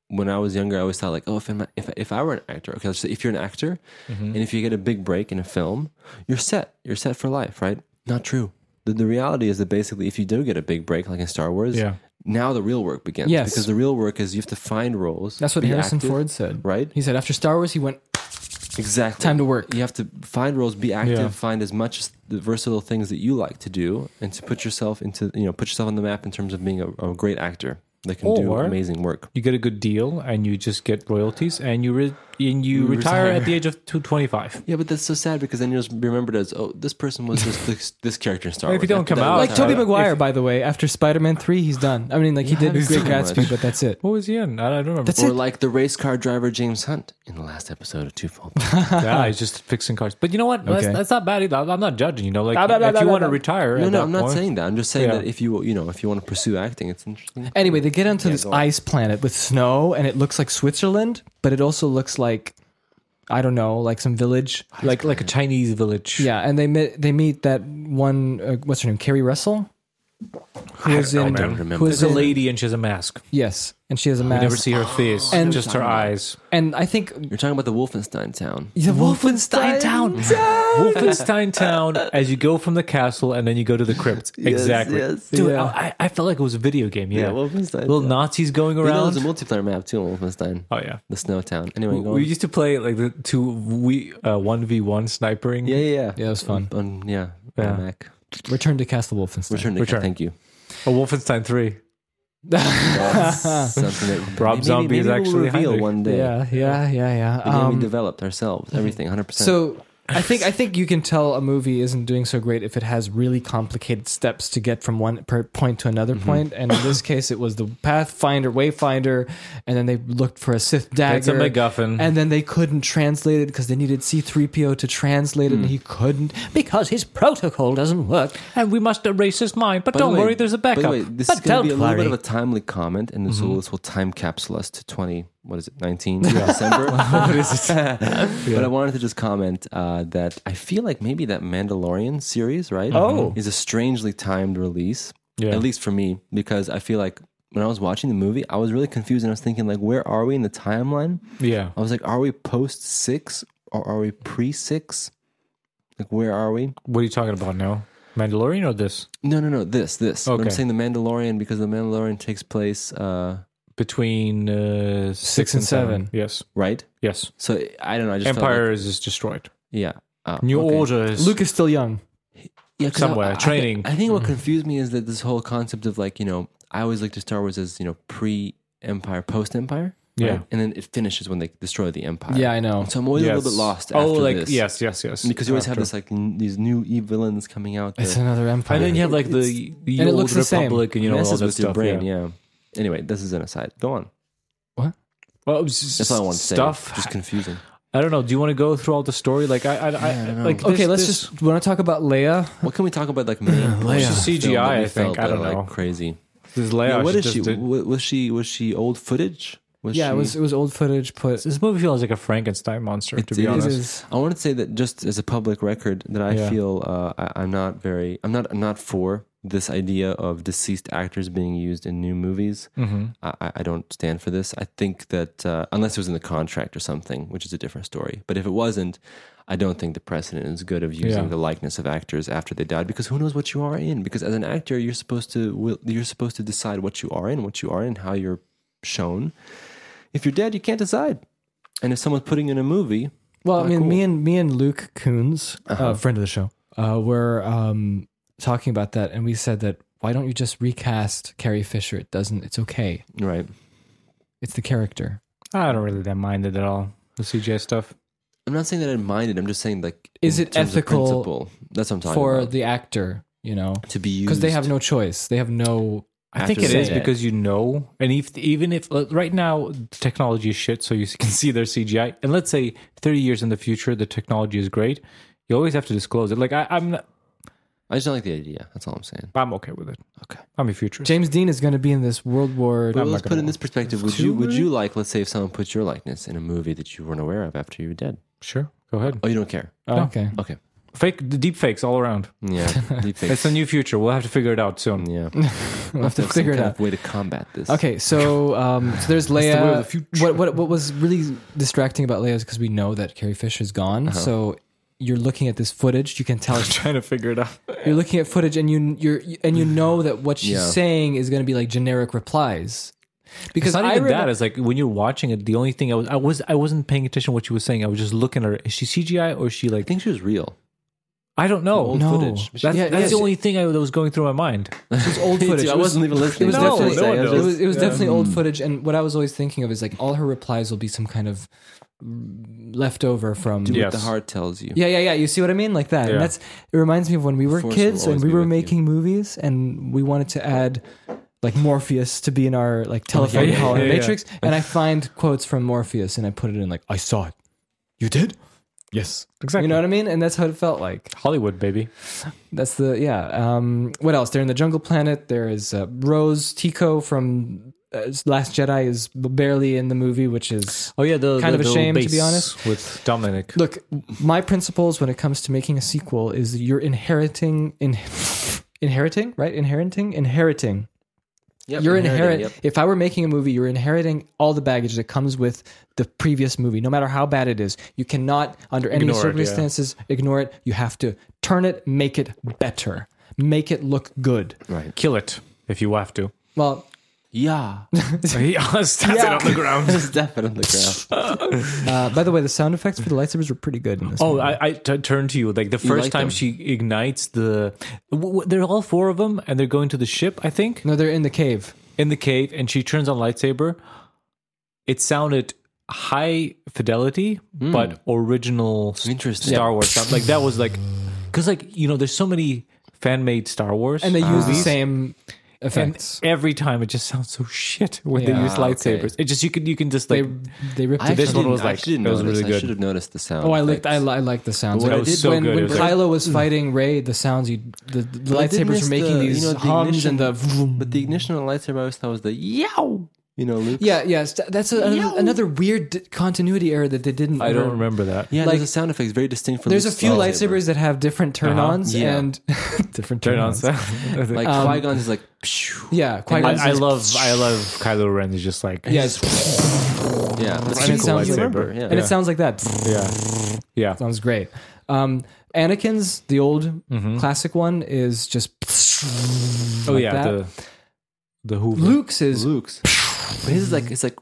when I was younger, I always thought like, oh, if, I'm, if, if I were an actor, okay, let's say if you're an actor
Mm-hmm.
and if you get a big break in a film, you're set. You're set for life, right? Not true. The, the reality is that basically if you do get a big break, like in Star Wars,
Yeah.
now the real work begins.
Yes.
Because the real work is you have to find roles.
that's what
be
Harrison
active,
Ford said.
Right?
He said after Star Wars, he went
Exactly.
Time to work.
You have to find roles, be active,
Yeah.
find as much as the versatile things that you like to do, and to put yourself into you know put yourself on the map in terms of being a, a great actor that can do
Or-
amazing work.
you get a good deal and you just get royalties and you re- and you retire, at the age of two twenty five.
Yeah, but that's so sad because then you're just remembered as oh, this person was
<laughs>
just this, this character in Star
Well,
Wars.
if you don't
That-
come
that
out-
was
like
how
Sorry.
Toby
I-
Maguire, by the way. After Spider Man Three, he's done. I mean, like he did
he's
Great
done so
Gatsby,
much.
but that's it.
<laughs> What was he in? I don't, I don't remember.
That's
Or
it.
like the race car driver James Hunt in the last episode of
<laughs>
Twofold. <laughs>
yeah, he's just fixing cars. But you know what?
Okay.
That's, that's not bad. either. I'm not judging. You know, like
Ah,
Blah, blah, blah,
if
blah,
you
blah,
want to
blah.
retire,
no,
at
no,
that
I'm not
point-
saying that. I'm just saying
Yeah.
that if you you know if you want to pursue acting, it's interesting.
Anyway, they get onto this
go on.
ice planet with snow, and it looks like Switzerland, but it also looks like I don't know, like some village.
like like a Chinese village.
Yeah, and they meet they meet that one. Uh, what's her name? Carrie Russell. Who is in?
I don't remember.
Who is
There's a
in?
lady and she has a mask.
Yes, and she has a
You
mask.
never see
Oh.
her face,
And-
just her eyes.
and I think
You're talking about the Wolfenstein town.
the Wolfenstein
Town. Wolfenstein
<laughs>
Town. As you go from the castle and then you go to the crypt. exactly.
yes.
Dude,
Yeah.
I, I felt like it was a video game. Yeah,
Wolfenstein
little
Town.
Nazis going
You know,
around.
there's a multiplayer map too in Wolfenstein.
oh yeah.
The snow town. Anyway, go
We
on.
used to play like the two we uh one v one snipering.
yeah, yeah, yeah.
Yeah, it was fun.
On, yeah, on
Yeah.
Mac.
Return to Castle Wolfenstein.
Return to
Return.
Thank
<laughs>
you.
A Wolfenstein three.
That's something that
Rob
maybe-
Zombie is
maybe
actually
we'll reveal
Heinrich.
one day.
Yeah, yeah, yeah, yeah.
The game
Um,
we developed ourselves. Everything, hundred percent.
<laughs>
So I think I think you can tell a movie isn't doing so great if it has really complicated steps to get from one per point to another
Mm-hmm.
point. And in this case, it was the Pathfinder, Wayfinder, and then they looked for a Sith dagger.
That's a MacGuffin.
And then they couldn't translate it because they needed C three PO to translate it,
Mm.
and he couldn't because his protocol doesn't work.
and we must erase his mind. But
By the
don't
way-
worry, there's a
By
backup.
the way, this
But
is going
don't
to be a little bit of
worry.
a timely comment, and this,
Mm-hmm.
will, this will time capsule us to 20, what is it, 19
<laughs>
December? what is <laughs> it? But I wanted to just comment uh, that I feel like maybe that Mandalorian series, right?
Oh.
Is a strangely timed release,
Yeah.
at least for me, because I feel like when I was watching the movie, I was really confused and I was thinking, like, where are we in the timeline?
yeah,
I was like, are we post six or are we pre six? Like, where are we?
what are you talking about now? Mandalorian or this
No, no, no. This, this. But I'm
Okay.
saying the Mandalorian because the Mandalorian takes place, uh,
between uh, six,
Six and seven.
Yes,
right?
yes.
So I don't know. I just felt
Empire
Like,
is just destroyed.
yeah. Uh,
New
okay.
Order is
Luke is still young.
Yeah, 'cause
somewhere,
I- I-
training. Mm-hmm.
I, think what confused me is that this whole concept of like you know I always looked at Star Wars as you know pre Empire, post Empire.
Yeah.
and then it finishes when they destroy the Empire.
Yeah, I know.
So I'm always a little
Yes.
bit lost.
Oh,
after
like
this.
yes, yes, yes.
because you always have
After.
this like n- these new e villains coming out.
It's
that-
another empire.
And then you have like the, the
And it
old
looks the same.
Republic and you know all
messes
that
with
stuff.
your brain.
yeah.
Yeah. Anyway, this is an aside. Go on.
Well, it was just
That's all I want to say.
Stuff.
Just confusing.
I don't know. Do you want to go through all the story? Like I, I, I, like
okay,
this-
let's
this-
just want to talk about Leia.
What can we talk about? Like
<clears throat>
main points of the film
CGI,
that we
I think.
felt
I
that
don't
are,
know.
Like crazy.
this layout.
yeah, what
she
is
just
she?
did-
Wa- Was she? Was she old footage? Was
Yeah,
she,
it was it was old footage, but
This movie feels like a Frankenstein monster.
It
to be
is.
honest,
it is
I want to say that just as a public record, that I
Yeah.
feel uh, I, I'm not very, I'm not, I'm not for this idea of deceased actors being used in new movies.
Mm-hmm.
I, I- I don't stand for this. I think that uh, unless it was in the contract or something, which is a different story. But if it wasn't, I don't think the precedent is good of using
Yeah.
the likeness of actors after they died because who knows what you are in? Because as an actor, you're supposed to will- you're supposed to decide what you are in, what you are in, how you're shown. If you're dead, you can't decide. And if someone's putting you in a movie,
well, I
Ah,
mean,
cool.
me and me and Luke Coons, a friend of the show, uh, were um, talking about that, and we said that why don't you just recast Carrie Fisher? It doesn't. It's okay.
right?
It's the character.
I don't really that mind it at all. The CGI stuff.
I'm not saying that I mind it. I'm just saying like,
Is
in
it
terms of
ethical
principle, That's what I'm talking
for
about.
the actor, you know,
to be used
because they have no choice. They have no.
I think
After
it is
that.
because you know, and if even if uh, right now the technology is shit, so you <laughs> can see their CGI, and let's say thirty years in the future the technology is great, you always have to disclose it. Like I, I'm, not,
I just don't like the idea. That's all I'm saying.
I'm okay with it.
Okay.
I'm a futurist.
James Dean is going to be in this World War.
But let's put it in this perspective. Would you would you like, let's say, if someone puts your likeness in a movie that you weren't aware of after you were dead?
Sure, go ahead.
Oh, you don't care.
<laughs>
okay.
Okay.
Fake, the deep fakes all around.
<laughs>
Yeah. Deep fake.
It's a new future. We'll have to figure it out soon.
yeah.
We'll <laughs>
<laughs>
have to
Some
figure it
kind
out.
of way to combat this.
Okay, so, um, so there's Leia.
way of the future.
What, what what was really distracting about Leia is because we know that Carrie Fisher is gone. So you're looking at this footage. You can tell it's-
<laughs> Trying to figure it <laughs> out.
you're looking at footage, and you you're and you know that what she's
Yeah.
saying is going to be like generic replies. Because
It's not
I
even
remem-
that. It's like when you're watching it, the only thing I was, I was, I wasn't paying attention to what she was saying. I was just looking at her. Is she CGI or is she
I
like?
think she was real.
I don't know.
Old
No.
footage. But she-
That's,
Yeah,
that's
yeah,
the
she-
only thing I, that was going through my mind.
It's <laughs>
<laughs>
old footage.
I
<laughs> It was-
wasn't even listening.
was
to what
definitely-
she was
no
saying.
one
I
it
knows.
was, it was
Yeah. Mm.
definitely old footage and what i was always thinking of is like all her replies will be some kind of leftover from
do
Yeah.
what the
Yes.
heart tells you.
yeah yeah yeah you see what i mean like that
Yeah.
and that's it reminds me of when we were
Force
kids
will
and
always
we
be
were
with you.
making movies and we wanted to add like morpheus to be in our like telephone
Oh, yeah,
call in
yeah, yeah.
matrix and i find quotes from morpheus and i put it in like i saw it you did yes
Exactly.
you know what i mean and that's how it felt like
Hollywood, baby.
that's the yeah. Um, what else? They're in the jungle planet. There is uh, Rose Tico from uh, Last Jedi is barely in the movie, which is
Oh yeah, the
Kind
the-
of a
the
shame, to be
base
honest.
With Dominic,
look. My principles when it comes to making a sequel is you're inheriting in <laughs> inheriting right inheriting inheriting.
Yep,
You're
inheriting,
inherit.
yep.
If I were making a movie, you're inheriting all the baggage that comes with the previous movie, no matter how bad it is. You cannot, under any
Ignore it, yeah.
circumstances, ignore it. You have to turn it, make it better, make it look good.
kill it if you have
<laughs>
to.
Well,
Yeah. <laughs>
he stabs it on the ground.
Step it on
<laughs>
the ground.
Uh, by the way, the sound effects for the lightsabers were pretty good in this.
Oh,
movie.
I, I t- turned to you. Like the first
like
time
them.
she ignites the, w- w- they're all four of them, and they're going to the ship. I think
no, they're in the cave.
in the cave, and she turns on lightsaber. It sounded high fidelity, but original s-
Hmm. Interesting.
Star Wars sound. Like that was like, because like you know, there's so many fan made Star Wars,
And they use the
movies,
same
and
effects.
every time it just sounds so shit when they
Yeah.
use
Ah, okay.
lightsabers. It just you can you can just
They
like
they ripped
I
it.
actually
one
didn't-
was
I
like-
actually didn't
it was
notice.
really
I
good.
should have noticed the sound.
Oh, I liked I,
effects.
li- I liked the sounds. Hmm.
What
Like,
I did-
when
so good,
when
it was like-
<laughs> Kylo was fighting Ray, the sounds you the, the
But I did
lightsabers
miss
were making
the,
these
you know, the
hums
ignition-
and the vroom.
But the ignition on the lightsaber, I always thought was the yow. You know, Luke.
yeah yeah. st- That's a, another, another weird d- continuity error that they didn't.
I
ever-
don't remember that. <laughs>
Yeah,
Like-
there's a sound effect very distinct from.
There's a
Luke's
few
lightsaber. Uh-huh.
lightsabers that have different turn-ons
Yeah.
and <laughs> different
Turn on
turn-ons.
sound. <laughs>
Like
Um,
Qui Gon's is like. pshh.
Yeah, quite.
I, I love I love <laughs> Kylo Ren. He's just like
Yeah, it's-
Yeah, that's
and it
cool.
sounds
I
like-
remember, Yeah.
<laughs> and it sounds like that.
yeah yeah.
Sounds great. Um, Anakin's the old classic one is just
Mm-hmm. Oh
like
yeah,
that.
the the Hoover.
Luke's is oh,
Luke's. But his is like it's like.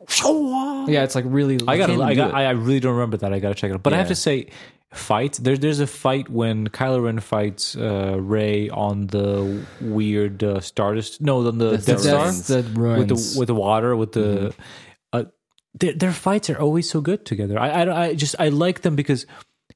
yeah, it's like really.
I got
Can't
I
do
got
it.
I I really don't remember that. I got to check it out. But I have
Yeah.
to say fight. There, there's a fight when Kylo Ren fights uh, Ray on the weird uh, Stardust. No, on the
That's the
Death Star
ruins.
that
with the
ruins. Mm-hmm.
with the water with the. Uh, their, their fights are always so good together. I, I don't- I just I like them because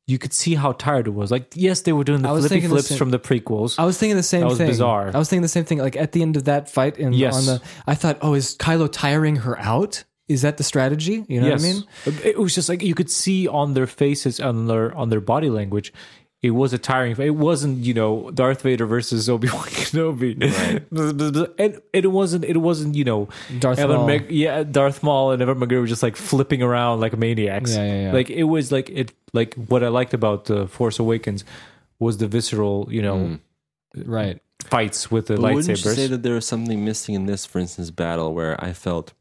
you could see how tired it was. Like yes, they were doing the
I was
flippy
thinking the
flips
same-
from the prequels.
I was thinking the same
That was
thing.
bizarre.
I was thinking the same thing. Like at the end of that fight, and
Yes.
on the, I thought, oh, is Kylo tiring her out? Is that the strategy? You know what I mean?
It was just like you could see on their faces on their on their body language. It was a tiring. It wasn't you know Darth Vader versus Obi Wan <laughs> Kenobi, and it wasn't it wasn't you know
Darth
Evan
Maul.
Mc- yeah Darth Maul and Evan McGregor were just like flipping around like maniacs.
Yeah, yeah, yeah.
Like it was like it like what I liked about the Force Awakens was the visceral you know
Right.
fights with the
But Wouldn't you
lightsabers.
say that there was something missing in this, for instance, battle where I felt?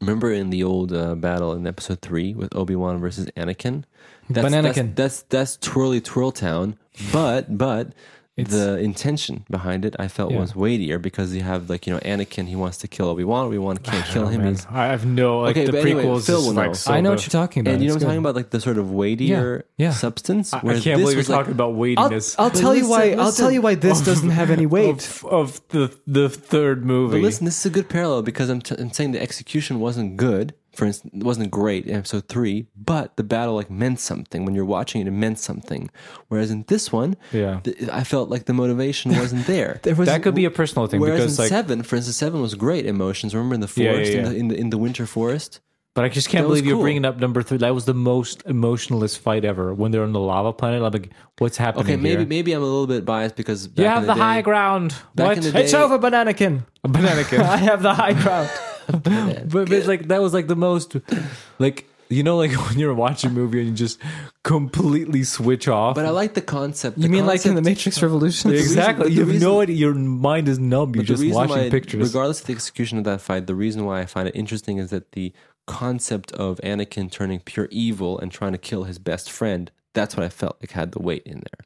Remember in the old uh, battle in episode three with Obi Wan versus Anakin, that's,
Bananakin.
That's, that's that's twirly twirl town, but but the intention behind it I felt was weightier because you have like you know Anakin he wants to kill Obi Wan, Obi Wan can't kill him. He's,
I have no like
Okay,
the
but anyway,
prequels.
Phil
is,
will
like,
know.
so
I know
the-
what you're talking about.
and you know
It's
what I'm talking
good.
about, like the sort of weightier
Yeah, yeah.
substance.
I
whereas
can't
this
believe you're
was, like,
talking about
I'll,
weightiness.
I'll tell you why.
listen,
I'll tell
listen. Oh.
you why this
<laughs>
doesn't have any weight.
of, of the the third movie.
But listen, this is a good parallel because I'm, t- I'm saying the execution wasn't good. For instance, it wasn't great in episode three, but the battle like meant something. When you're watching it, it meant something. Whereas in this one,
Yeah.
th- I felt like the motivation
<laughs>
wasn't there.
There was
that could be a personal thing
Whereas
because
in
like,
seven, for instance, seven was great emotions. Remember in the
Yeah, yeah,
forest, In,
yeah.
the, in the in the winter forest.
but I just can't
that was
believe you're
cool.
bringing up number three. That was the most emotionless fight ever when they're on the lava planet. I'm like, what's happening?
Okay, maybe
here?
maybe I'm a little bit biased because back
you have
in
the
day,
high ground.
Back
what?
in the day,
It's over, Bananakin.
<laughs>
I
Bananakin.
have the high
<laughs>
ground.
but it's like that was like the most like you know like <laughs> when you're watching a movie and you just completely switch off.
But I like the concept.
You mean like in the
concept-
Matrix Revolutions?
exactly.
but
you
the
have no idea. Your mind is numb. You're
the
just
reason
watching
why,
pictures.
Regardless of the execution of that fight, the reason why I find it interesting is that the concept of Anakin turning pure evil and trying to kill his best friend, that's what I felt like had the weight in there.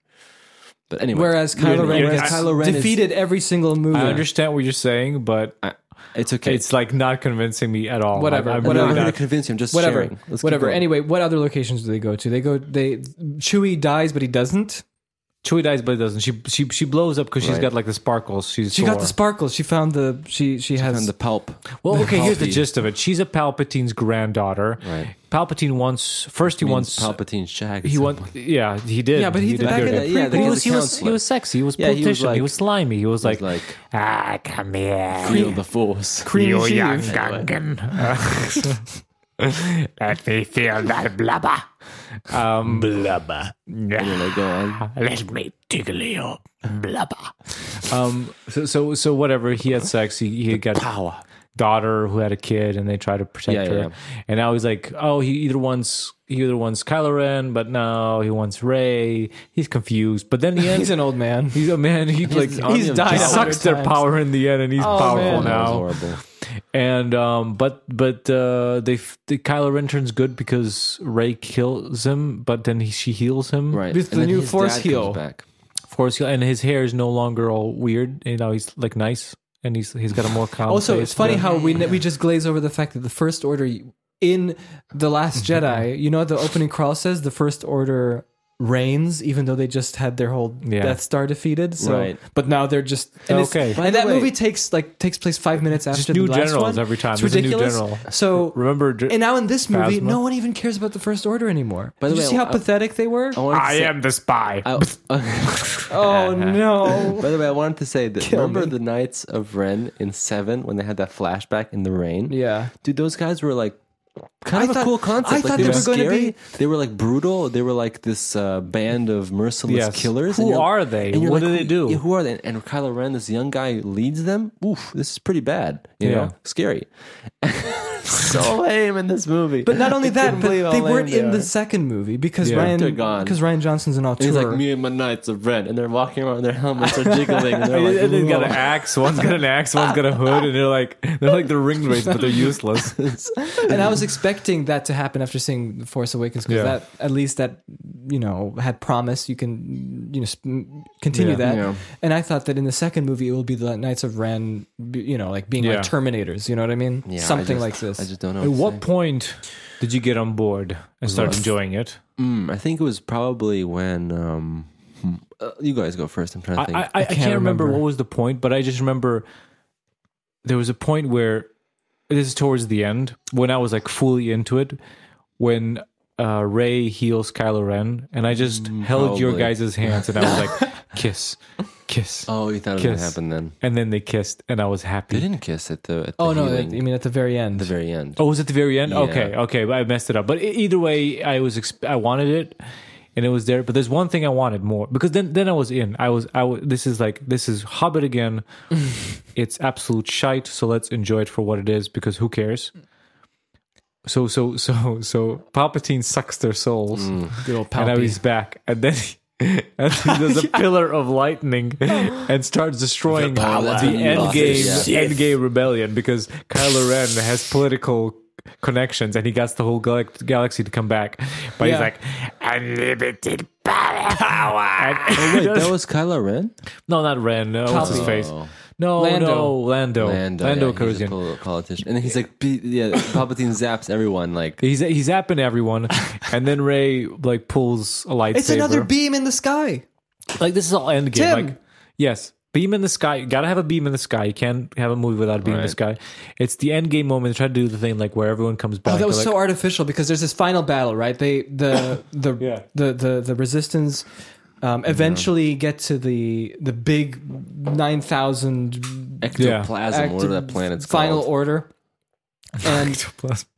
But anyway,
Whereas Kylo Ren,
you're-
gets
Kylo Ren is-
defeated every single movie.
I understand what you're saying, but
I, it's okay.
it's like not convincing me at all.
Whatever,
I'm, I'm
I'm
whatever.
not
Really
here to
not
convince you. I'm just
whatever,
sharing. Let's keep
whatever.
going.
Anyway, what other locations do they go to? They go. They Chewie dies, but he doesn't.
Chewie dies, but it doesn't. She she she blows up because she's got like the sparkles. She's
She got
Thor.
the sparkles. She found the. She she has.
and the pulp.
well. Okay, here's the
Palpatine.
gist of it. She's a Palpatine's granddaughter.
Right.
Palpatine wants first. He wants.
Palpatine's shag.
he wants. Yeah, he did.
Yeah, but he did back
good.
in the-
yeah,
He
he's
was,
a
he was
counselor.
he was sexy. He was
Yeah, he was
politician. He was,
like-
slimy. He was like,
like
Ah, come here.
feel the force.
creamy
You young
sheave.
Gungan. <laughs> Let me feel that blubber.
um,
Blubber.
Yeah,
Like, go on.
Let me tickle your blubber.
um. So so, so whatever. He had sex. He he got power daughter who had a kid, and they tried to protect
Yeah, yeah,
her.
yeah.
And now he's like, oh, he either wants he either wants Kylo Ren, but no, he wants Ray. He's confused. But then he ends.
He's an old man.
He's a man. He like
army
he's
of
died. He
Jedi.
sucks their
Times.
power in the end, and he's powerful
man.
That was
now.
horrible.
And um, but but uh, they f- the Kylo Ren turns good because Ray kills him, but then he, she heals him.
Right.
With the
then
new
his
force
dad comes
heal.
Back.
Force heal, and his hair is no longer all weird. You know, he's like nice, and he's he's got a more calm.
Also,
face
it's funny
now.
how we we just glaze over the fact that the First Order in the
<laughs>
Last Jedi, you know, what the opening crawl says the First Order reigns, even though they just had their whole
Yeah.
Death Star defeated. So,
Right.
but now they're just and it's-
Okay. By
And
the
that
way-
movie takes like takes place five minutes after
new
the last
generals
one.
every time.
It's
There's a new
ridiculous.
general.
So
Remember Dr-
and now in this movie,
Phasma?
no one even cares about the First Order anymore.
By the
Did
way,
you see how
I-
pathetic they were?
I wanted to say-
the spy.
Uh, <laughs> I-
oh
<laughs>
no.
By the way, I wanted to say that
Kill
remember
me.
the Knights of Ren in Seven when they had that flashback in the rain?
Yeah.
dude, those guys were like kind
I
of
thought-
a cool concept.
I
Like,
thought
they,
they
were
were gonna
scary.
be-
They were like brutal. They were like this uh, band of merciless
Yes.
killers.
Who
And you're-
are they?
and you're
What do they
who-
do?
yeah, who are they? And Kylo Ren, this young guy, leads them. Oof, this is pretty bad. You
Yeah.
know, scary. <laughs> so lame in this movie.
But not only that, but
believe how
they
lame
weren't
they
in the
are.
second movie because
Yeah.
Ryan
They're gone.
because Ryan Johnson's an auteur.
He's like me and my knights of Ren, and they're walking around. Their helmets are jiggling. And they're like,
<laughs> And they got
"Whoa."
an axe. One's got an axe. One's got a hood, and they're like they're like the ring
<laughs>
rates, but they're useless.
and I was expecting that to happen after seeing The Force Awakens because
Yeah.
that at least that you know had promise you can you know sp- continue
Yeah.
that.
Yeah.
And I thought that in the second movie it will be the Knights of Ren, be- you know, like being like
Yeah.
Terminators. You know what I mean?
Yeah, I
Something
just-
like this.
I just don't know.
At
to
what
say.
point Did you get on board and start
Yes.
enjoying it?
Mm, I think it was probably when um, hmm, uh, you guys go first. I'm trying to
I,
think.
I, I can't, remember. what was the point, but I just remember there was a point where this is towards the end when I was like fully into it when uh, Ray heals Kylo Ren, and I just held your
Mm, probably.
guys' hands and I
<laughs>
was like, kiss, kiss,
oh, you thought it was
Kiss.
gonna happen then?
and then they kissed, and I was happy.
They didn't kiss at the. At the
Oh no,
healing,
that- you mean at the very end?
the very end.
Oh, was at the very end?
Yeah.
Okay, okay, but I messed it up. But e- either way, I was exp- I wanted it, and it was there. But there's one thing I wanted more because then then I was in. I was I was, this is like this is Hobbit again. it's absolute shite. So let's enjoy it for what it is because who cares? So so so so Palpatine sucks their souls,
Good old
and now
Palpy.
he's back, and then. he- and then there's a pillar of lightning and starts destroying the, end game end game rebellion because Kylo Ren has political connections and he gets the whole gal- galaxy to come back. But he's
Yeah.
like,
Unlimited
<laughs>
power.
<laughs>
Oh, wait, that was Kylo Ren.
no, not Ren. No, what's his
Palpatine.
face?
Oh.
No,
Lando.
no, Lando, Lando,
Lando,
Oh, Lando
uh, yeah, he's a
Calrissian.
pol- politician, and he's like, "Be- yeah, Palpatine zaps everyone. Like,
He's he's
<laughs>
zapping everyone, and then Ray like pulls a lightsaber.
it's another beam in the sky.
Like this is all end game.
Tim.
Like yes, beam in the sky. You gotta have a beam in the sky. You can't have a movie without a beam in the sky. It's the end game moment. They try to do the thing like where everyone comes back.
Oh, that was
They're
so
like,
artificial because there's this final battle, right? They
<coughs>
the the
Yeah.
the, the the resistance um, eventually get to the the big nine thousand
ectoplasm, whatever that planet's
final
called.
order, and,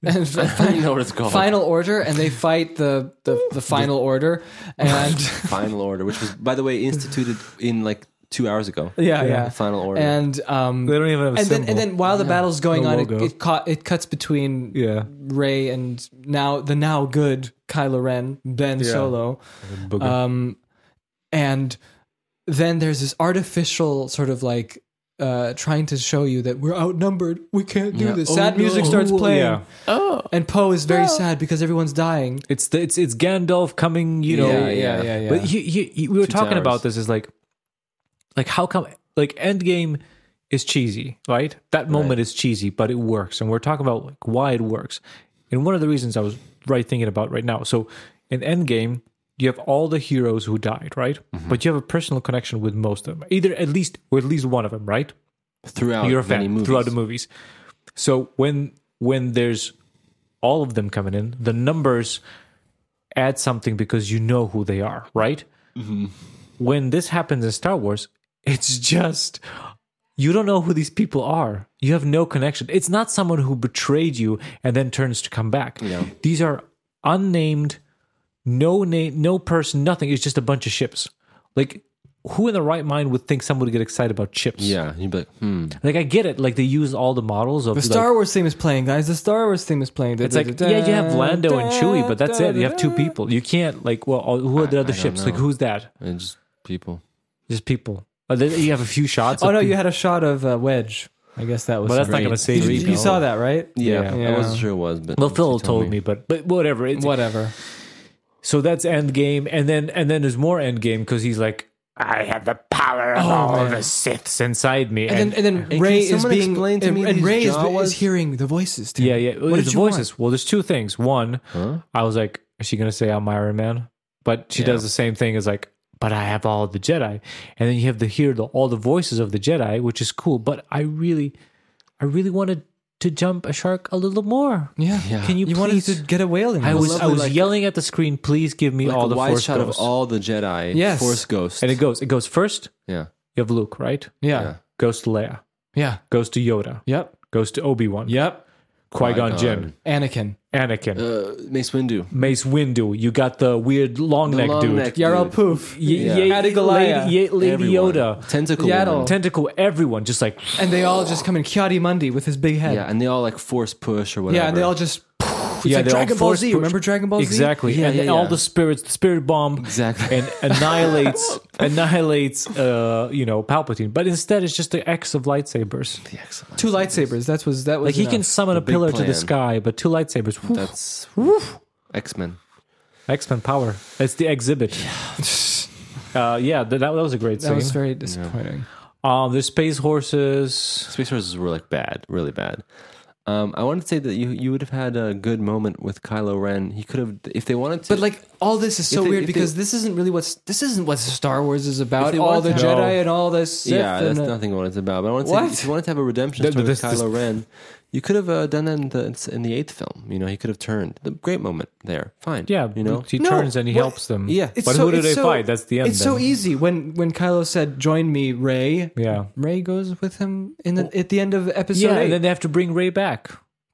and
<laughs>
I don't know what it's called.
final order, and they fight the the, the final order,
<laughs>
and
Final order, which was, by the way, instituted in like two hours ago.
yeah yeah,
Final order.
and um,
They don't even have
and
a
then
symbol.
and then while the battle's going
No
on, it
logo.
it, ca- it cuts between
yeah.
Ray and now the now good Kylo Ren, Ben Solo. Um, and then there's this artificial sort of like uh, trying to show you that we're outnumbered. We can't do
Yeah.
this.
Oh,
Sad music
no.
starts playing.
Yeah. Oh.
And Poe is very sad because everyone's dying.
It's the, it's it's Gandalf coming, you know.
Yeah, yeah,
yeah, yeah.
But he, he, he- we were talking
towers.
about this is like, like how come like Endgame is cheesy, right? That moment is cheesy, but it works, and we're talking about like why it works. And one of the reasons I was right thinking about right now. So in Endgame, you have all the heroes who died, right?
Mm-hmm.
But you have a personal connection with most of them, either at least or at least one of them, right?
throughout
you're a
many
fan
movies.
throughout the movies. So when when there's all of them coming in, the numbers add something because you know who they are, right?
Mm-hmm.
When this happens in Star Wars, it's <laughs> just you don't know who these people are. You have no connection. It's not someone who betrayed you and then turns to come back. These are unnamed, no name, no person, nothing. It's just a bunch of ships. Like who in the right mind would think someone would get excited about chips?
Yeah, you'd be like, hmm.
Like I get it. Like they use all the models of
The
like-
Star Wars theme is playing, guys. The Star Wars theme is playing. Oh,
It's like yeah, you have Lando and Chewie, but that's it. You have two people. You can't like well, all- who are the other ships? Like who's that?
And just people.
Just people. Uh, then You have a few shots.
Oh
of
no,
people,
you had a shot of uh, Wedge. I guess that was.
but that's not
something.
gonna save
you,
you.
you saw that, right?
Yeah,
Yeah.
I wasn't sure it was, but
Well,
she
Phil told me. but but whatever. It's,
Whatever.
So that's end game, and then and then there's more end game because he's like
I have the power of all the Siths.
it's inside me,
And
and,
then, and then
can
Ray is
someone
being
explain to
and,
me
and
these
Ray is,
Jawas?
is hearing the voices. Tim.
yeah, yeah.
What
there's
did you
voices. Well, there's two things. One, I was like, is she gonna say I'm Iron Man? But she does the same thing as like, but I have all the Jedi, and then you have to hear the, all the voices of the Jedi, which is cool. But I really, I really wanted to jump a shark a little more.
Yeah.
Can you,
You wanted
please?
to get a whale in
I
this.
was I
lovely,
was
like-
yelling at the screen. Please give me
Like
all
a
the
wide
force
shot
ghosts.
of all the Jedi.
Yes.
Force ghosts.
and it goes. It goes first.
yeah.
You have Luke, right?
Yeah.
Goes to Leia.
Yeah.
Goes to Yoda.
Yep.
Goes to Obi Wan.
Yep.
Qui Gon
Qui-Gon.
Jinn.
Anakin.
Anakin.
Uh, Mace Windu.
Mace Windu. You got the weird long neck
long
dude.
neck
Yarl
dude.
Poof.
Y-
Yeah.
Ye-
Adigalaya.
Lady, Ye- Lady
Everyone.
Yoda.
Tentacle.
Yaddle.
woman.
Tentacle. Everyone. Just like
and they all just come in Kiadi Mundi with his big head.
Yeah, and they all like force push or whatever.
Yeah, and they all just. It's
Yeah,
like
they all
Dragon Ball
force
Z.
push-
Remember Dragon Ball Z?
exactly.
Yeah,
and
yeah,
all
yeah.
the spirits. The spirit bomb.
Exactly. <laughs>
And annihilates annihilates. Uh, you know, Palpatine. But instead, it's just the X of lightsabers.
Two lightsabers. That was that was.
Like he
enough.
can summon a
big
pillar to the
plan.
sky, but two lightsabers.
That's X Men.
X Men power. It's the exhibit. <laughs> Uh, yeah, th- that, that was a great
That
scene.
was very disappointing.
um, there's space horses.
Space Forces were like bad, really bad. Um, I want to say that you you would have had a good moment with Kylo Ren. He could have, if they wanted to.
But like all this is so
If they-
weird
if they-
because this isn't really what's this isn't what Star Wars is about.
they
All
want
the
to-
Jedi
No.
and all the Sith.
yeah,
and
that's
uh,
nothing what it's about. But I want to
What?
say, if you wanted to have a redemption
Th-
story with
this-
Kylo
this-
Ren, you could have uh, done that in the in the eighth film. You know, he could have turned. The great moment there. Fine.
Yeah,
You know.
he
No,
turns and he
what-
helps them.
Yeah.
It's
but
so-
who do
it's
they
so-
fight? That's the end.
It's so
then.
easy when when Kylo said, "Join me, Ray."
Yeah.
Ray goes with him in the, at the end of episode
Yeah,
eight.
and then they have to bring Ray back.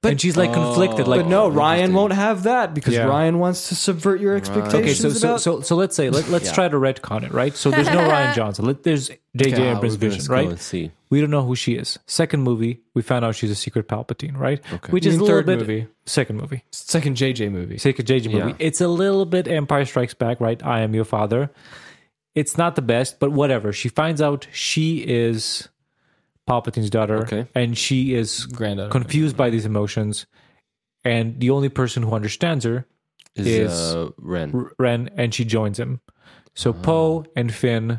But-
and she's like conflicted. Like,
but no, Ryan won't have that because
Yeah.
Ryan wants to subvert your expectations
Okay, so so,
about.
so so let's say let, let's try to retcon it, right? So there's no Ryan Johnson. Let, there's JJ
Ah, we're
Abrams'
gonna
vision,
just go and
right?
see.
We don't know who she is. Second movie, we found out she's a secret Palpatine, right?
Okay.
Which
You
is a
mean
little
third
bit
movie?
second movie,
second JJ movie.
second JJ movie.
Yeah.
It's a little bit Empire Strikes Back, right? I am your father. It's not the best, but whatever. She finds out she is Palpatine's daughter,
Okay.
and she is
Granddaughter.
confused by these emotions, and the only person who understands her
Is,
Is-
uh, Ren?
R- Ren and she joins him. So
Ah.
Poe and Finn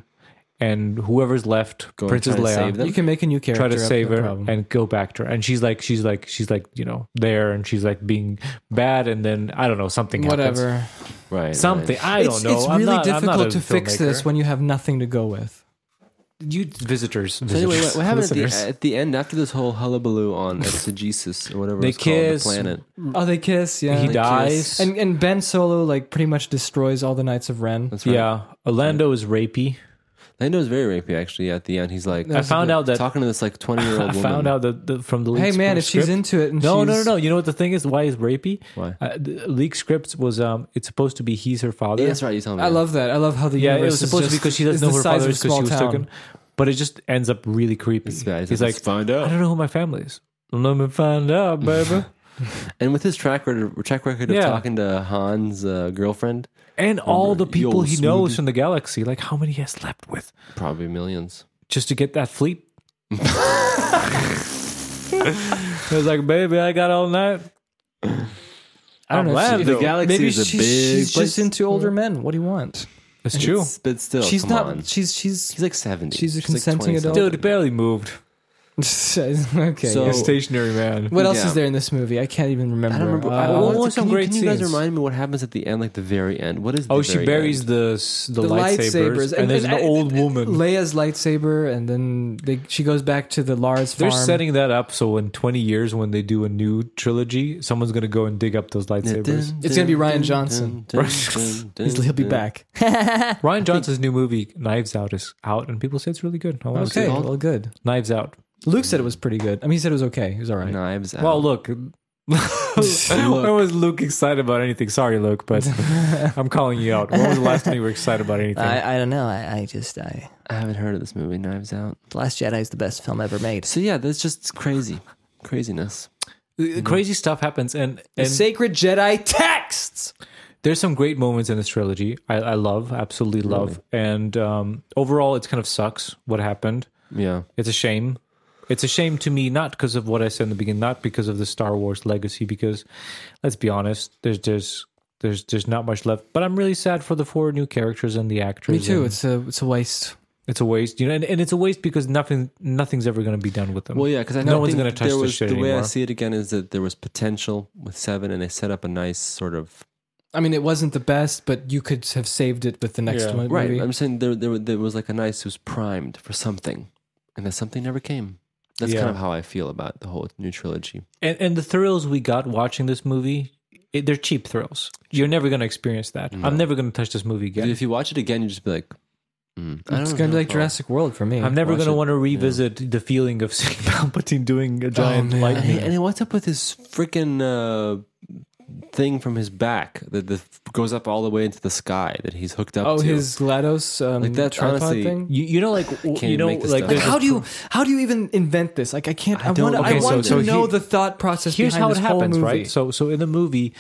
and whoever's left,
Go and
Princess
try to
Leia,
save them?
you can make a new character.
try to
up,
save
no
her
problem.
and go back to her. And she's like, she's like, she's like, you know, there, and she's like being bad, and then I don't know, something, happens.
whatever.
right. right.
something. I don't
it's,
know.
It's
I'm
really
not- I'm not
difficult
a
to fix
filmmaker.
this when you have nothing to go with.
you visitors.
So anyway,
visitors,
what, what happened at
listeners.
the, at the end after this whole hullabaloo on exegesis or whatever
They
it's called, the
kiss.
planet?
Oh, they kiss. Yeah,
Mm. he
They
dies,
kiss. And and Ben Solo like pretty much destroys all the Knights of Ren.
That's right.
yeah, Orlando is rapey.
Lando is very rapey actually. At the end, he's like
I found out that
talking to this like twenty year
<laughs> I
old woman.
found out that the, from the
hey
leaked
man, if she's
script-
into it, and
No, no, no,
she's-
no. You know what the thing is? Why is rapey?
Why?
Uh, the leak scripts was um, it's supposed to be he's her father.
Yeah, that's right. You tell me.
I
that.
love that. I love how the
Yeah, it
universe
was supposed
is
to be
just,
because she doesn't
is
know
the
her
size of
father
a
is because
small
she was
town.
taken. But it just ends up really creepy.
It's bad. He's
He's
like,
like,
"Let's find out."
I don't know who my family is. Let me find out, baby.
And with his track record, track record
Yeah.
of talking to Han's uh, girlfriend,
and all the people
Yo,
he knows
smoothie.
from the galaxy, like how many he has slept with,
probably millions.
just to get that fleet. It was like, baby, I got all night.
I don't
I'm
know. if
glad
she-
though.
galaxy
Maybe
is a
she's,
big
she's
place.
just into older
Hmm.
men. What do you want?
It's true.
It's- But still,
she's
come
not.
on.
She's she's. <laughs>
He's like seventy.
she's a
like
consenting adult.
20-something.
Dude, barely moved.
okay.
So-
yeah.
Stationary man.
what else
yeah.
is there in this movie? I can't even remember.
I don't remember.
Uh,
I, I
what
want
was
to, can,
some
you,
great
can you guys
scenes?
remind me what happens at the end, like the very end? What is? The
Oh, she
very
buries
end?
the s- the,
the
the lightsabers,
lightsabers,
and, there's an
and-
old woman.
Leia's lightsaber, and then they, she goes back to the Lars
They're
farm.
setting that up so in 20 years, when they do a new trilogy, someone's going to go and dig up those lightsabers.
It's gonna be Ryan Johnson. He's- he'll be back.
Ryan Johnson's new movie, Knives Out, is out, and people say it's really good. I wanna see
Okay,
it.
well, good.
Knives Out.
Luke said it was pretty good. I mean, he said it was okay. It was all right.
Knives out.
Well, look. <laughs> When was Luke excited about anything? Sorry, Luke, but I'm calling you out. When was the last time you were excited about anything?
I, I don't know. I, I just I
I haven't heard of this movie, Knives Out.
The Last Jedi is the best film ever made.
So yeah, that's just crazy, craziness.
Uh, Crazy stuff happens, and,
The
and
sacred Jedi texts.
there's some great moments in this trilogy. I, I love, absolutely love. And um, overall, it kind of sucks what happened.
Yeah,
It's a shame. It's a shame to me, not because of what I said in the beginning, not because of the Star Wars legacy. Because, let's be honest, there's there's there's there's not much left. But I'm really sad for the four new characters and the actors.
Me too.
and
It's a it's a waste.
it's a waste, you know, and, and it's a waste because nothing nothing's ever going to be done with them.
Well, yeah, because I
No
don't
one's
think
gonna touch
there
this
was,
shit
The way I
anymore.
see it again is that there was potential with seven, and they set up a nice sort of
I mean, it wasn't the best, but you could have saved it with the next
Yeah.
one.
right.
movie.
I'm saying there, there there was like a nice who's primed for something, and that something never came. That's
Yeah.
kind of how I feel about the whole new trilogy.
and and the thrills we got watching this movie, it, they're cheap thrills. You're never going to experience that. I'm never going to touch this movie again.
If you watch it again, you just be like, mm, I
It's gonna
don't
be
know.
like Jurassic World for me.
I'm never
watch
going to
it.
want to revisit the feeling of <laughs> seeing Palpatine doing a giant
man.
And, he-
lightning.
and then what's up with his freaking uh, thing from his back that the, goes up all the way into the sky that he's hooked up
oh,
to?
his Glados um,
Like, that's
tripod
honestly-
thing.
You, you know, like w-
can't
you know,
make this
like
stuff
there's
up.
a
How do you how do you even invent this? Like, I can't. I,
don't
want. I
know.
want
Okay, so-
to
so
know
he-
the thought process.
here's
behind
how it
this whole
happens,
movie.
right? So, so in the movie,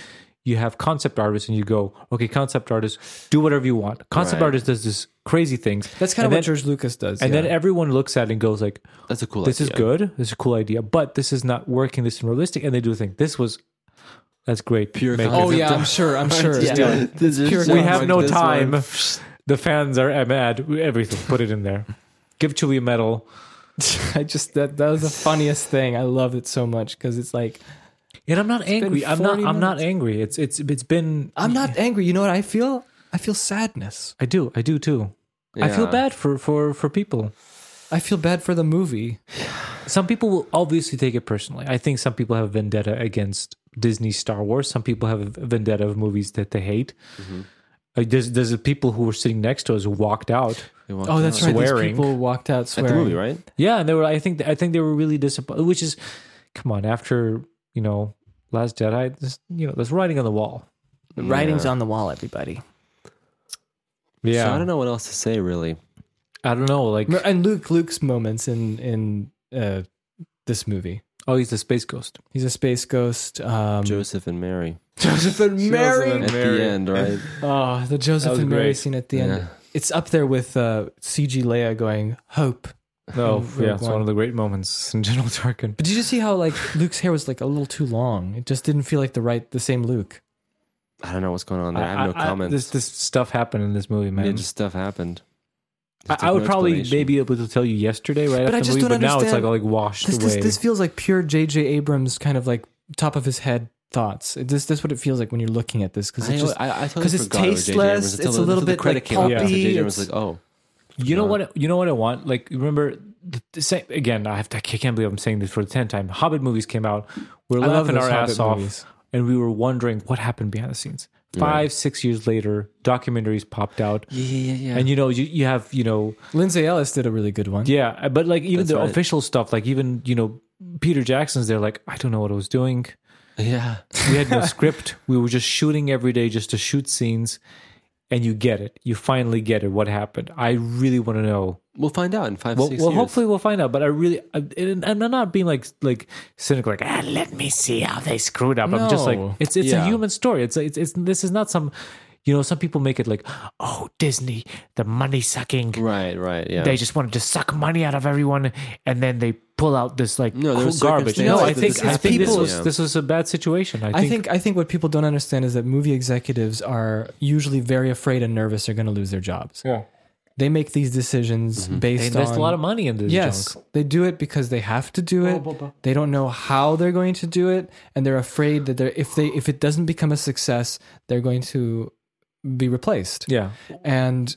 you have concept artists, and you go, okay, concept artist, do whatever you want. Concept
Right.
artist does this crazy things.
That's kind
And
of
then-
what George Lucas does.
And
yeah.
then everyone looks at it and goes like,
That's a cool.
"This is
idea.
good. This is a cool idea, but this is not working. This is realistic." And they do think this was that's great.
Pure
Make it.
oh yeah, I'm sure. I'm sure.
Yeah. This is
Pure
so
we
Yeah,
have
like
no
this
time.
one.
The fans are mad. Everything, put it in there. Give Chewie a medal.
<laughs> I just that that was the funniest thing. I loved it so much because it's like
And I'm not angry. I'm not.
40
I'm not angry. It's it's it's been.
I'm not angry. You know what I feel? I feel sadness.
I do. I do too. I feel
Yeah.
bad for for for people.
I feel bad for the movie.
Some people will obviously take it personally. I think some people have vendetta against Disney Star Wars. Some people have a vendetta of movies that they hate. Like there's there's the people who were sitting next to us who walked out.
Oh, that's right.
Swearing.
These people walked out
At
swearing.
the movie, right?
Yeah, and they were. I think I think they were really disappointed. Which is, come on, after you know, Last Jedi, this, you know, there's writing on the wall.
The writing's on the wall, everybody.
So I don't know what else to say really.
I don't know. <laughs> Like,
Mer- And Luke Luke's moments in in uh, this movie.
oh, he's the space ghost.
He's a space ghost. Um,
Joseph and Mary
Joseph and Mary.
at the end, right?
Oh, the Joseph
was
and Mary
great.
scene at the end.
Yeah.
It's up there with uh, CG Leia going hope.
No,
Mm,
Oh, yeah,
Rogue
it's
One.
one of the great moments in General Tarkin.
But did you see how like <sighs> Luke's hair was like a little too long? It just didn't feel like the right the same Luke.
I don't know what's going on there. I have no comments.
This this stuff happened in this movie, man.
Ninja stuff happened. There's
I, I
no
would probably
explanation.
maybe able to tell you yesterday, right?
But I
after the
just
movie,
don't
but now it's like
understand.
all, like washed
This, this
away.
this feels like pure J.J. Abrams kind of like top of his head thoughts. It- This that's what it feels like when you're looking at this because
I,
it just
I, I totally
'cause it's
forgot it was J.J. Abrams
tasteless,
until
it's
the-
a little
until the
bit,
credit
like,
came out.
poppy,
J.J. Abrams was
it's-
like, oh,
you know what? You know what I want. Like remember the, the same again. I have to, I can't believe I'm saying this for the tenth time. Hobbit movies came out. We're
I love
laughing
those
our
Hobbit
ass off,
movies.
and we were wondering what happened behind the scenes. Five six years later, documentaries popped out,
yeah, yeah, yeah, yeah.
and you know you you have you know
Lindsay Ellis did a really good one.
yeah, but like even
That's
the
right.
official stuff, like even you know Peter Jackson's. They're like, I don't know what I was doing.
yeah.
We had no script. We were just shooting every day just to shoot scenes. And you get it. You finally get it. What happened? I really want to know.
We'll find out in five,
Well,
six
well
years.
hopefully we'll find out. But I really, I, and and I'm not being like like cynical. Like ah,
Ah, let me see how they screw
screwed up. I'm just like
No.
it's it's
Yeah.
a human story. It's, it's it's this is not some. You know, some people make it like, oh, Disney, the money sucking.
Right, right, yeah.
They just wanted to suck money out of everyone, and then they pull out this like
No, there was
garbage.
circumstances
No, I
that
think
this
I think this
happened.
was
Yeah.
this was a bad situation. I think,
I think I think what people don't understand is that movie executives are usually very afraid and nervous they're going to lose their jobs.
Yeah. Mm-hmm.
They make these decisions
they
based on
invest a lot of money in this
Yes,
junk.
they do it because they have to do it. They don't know how they're going to do it, and they're afraid that they're if they if it doesn't become a success, they're going to be replaced.
Yeah,
And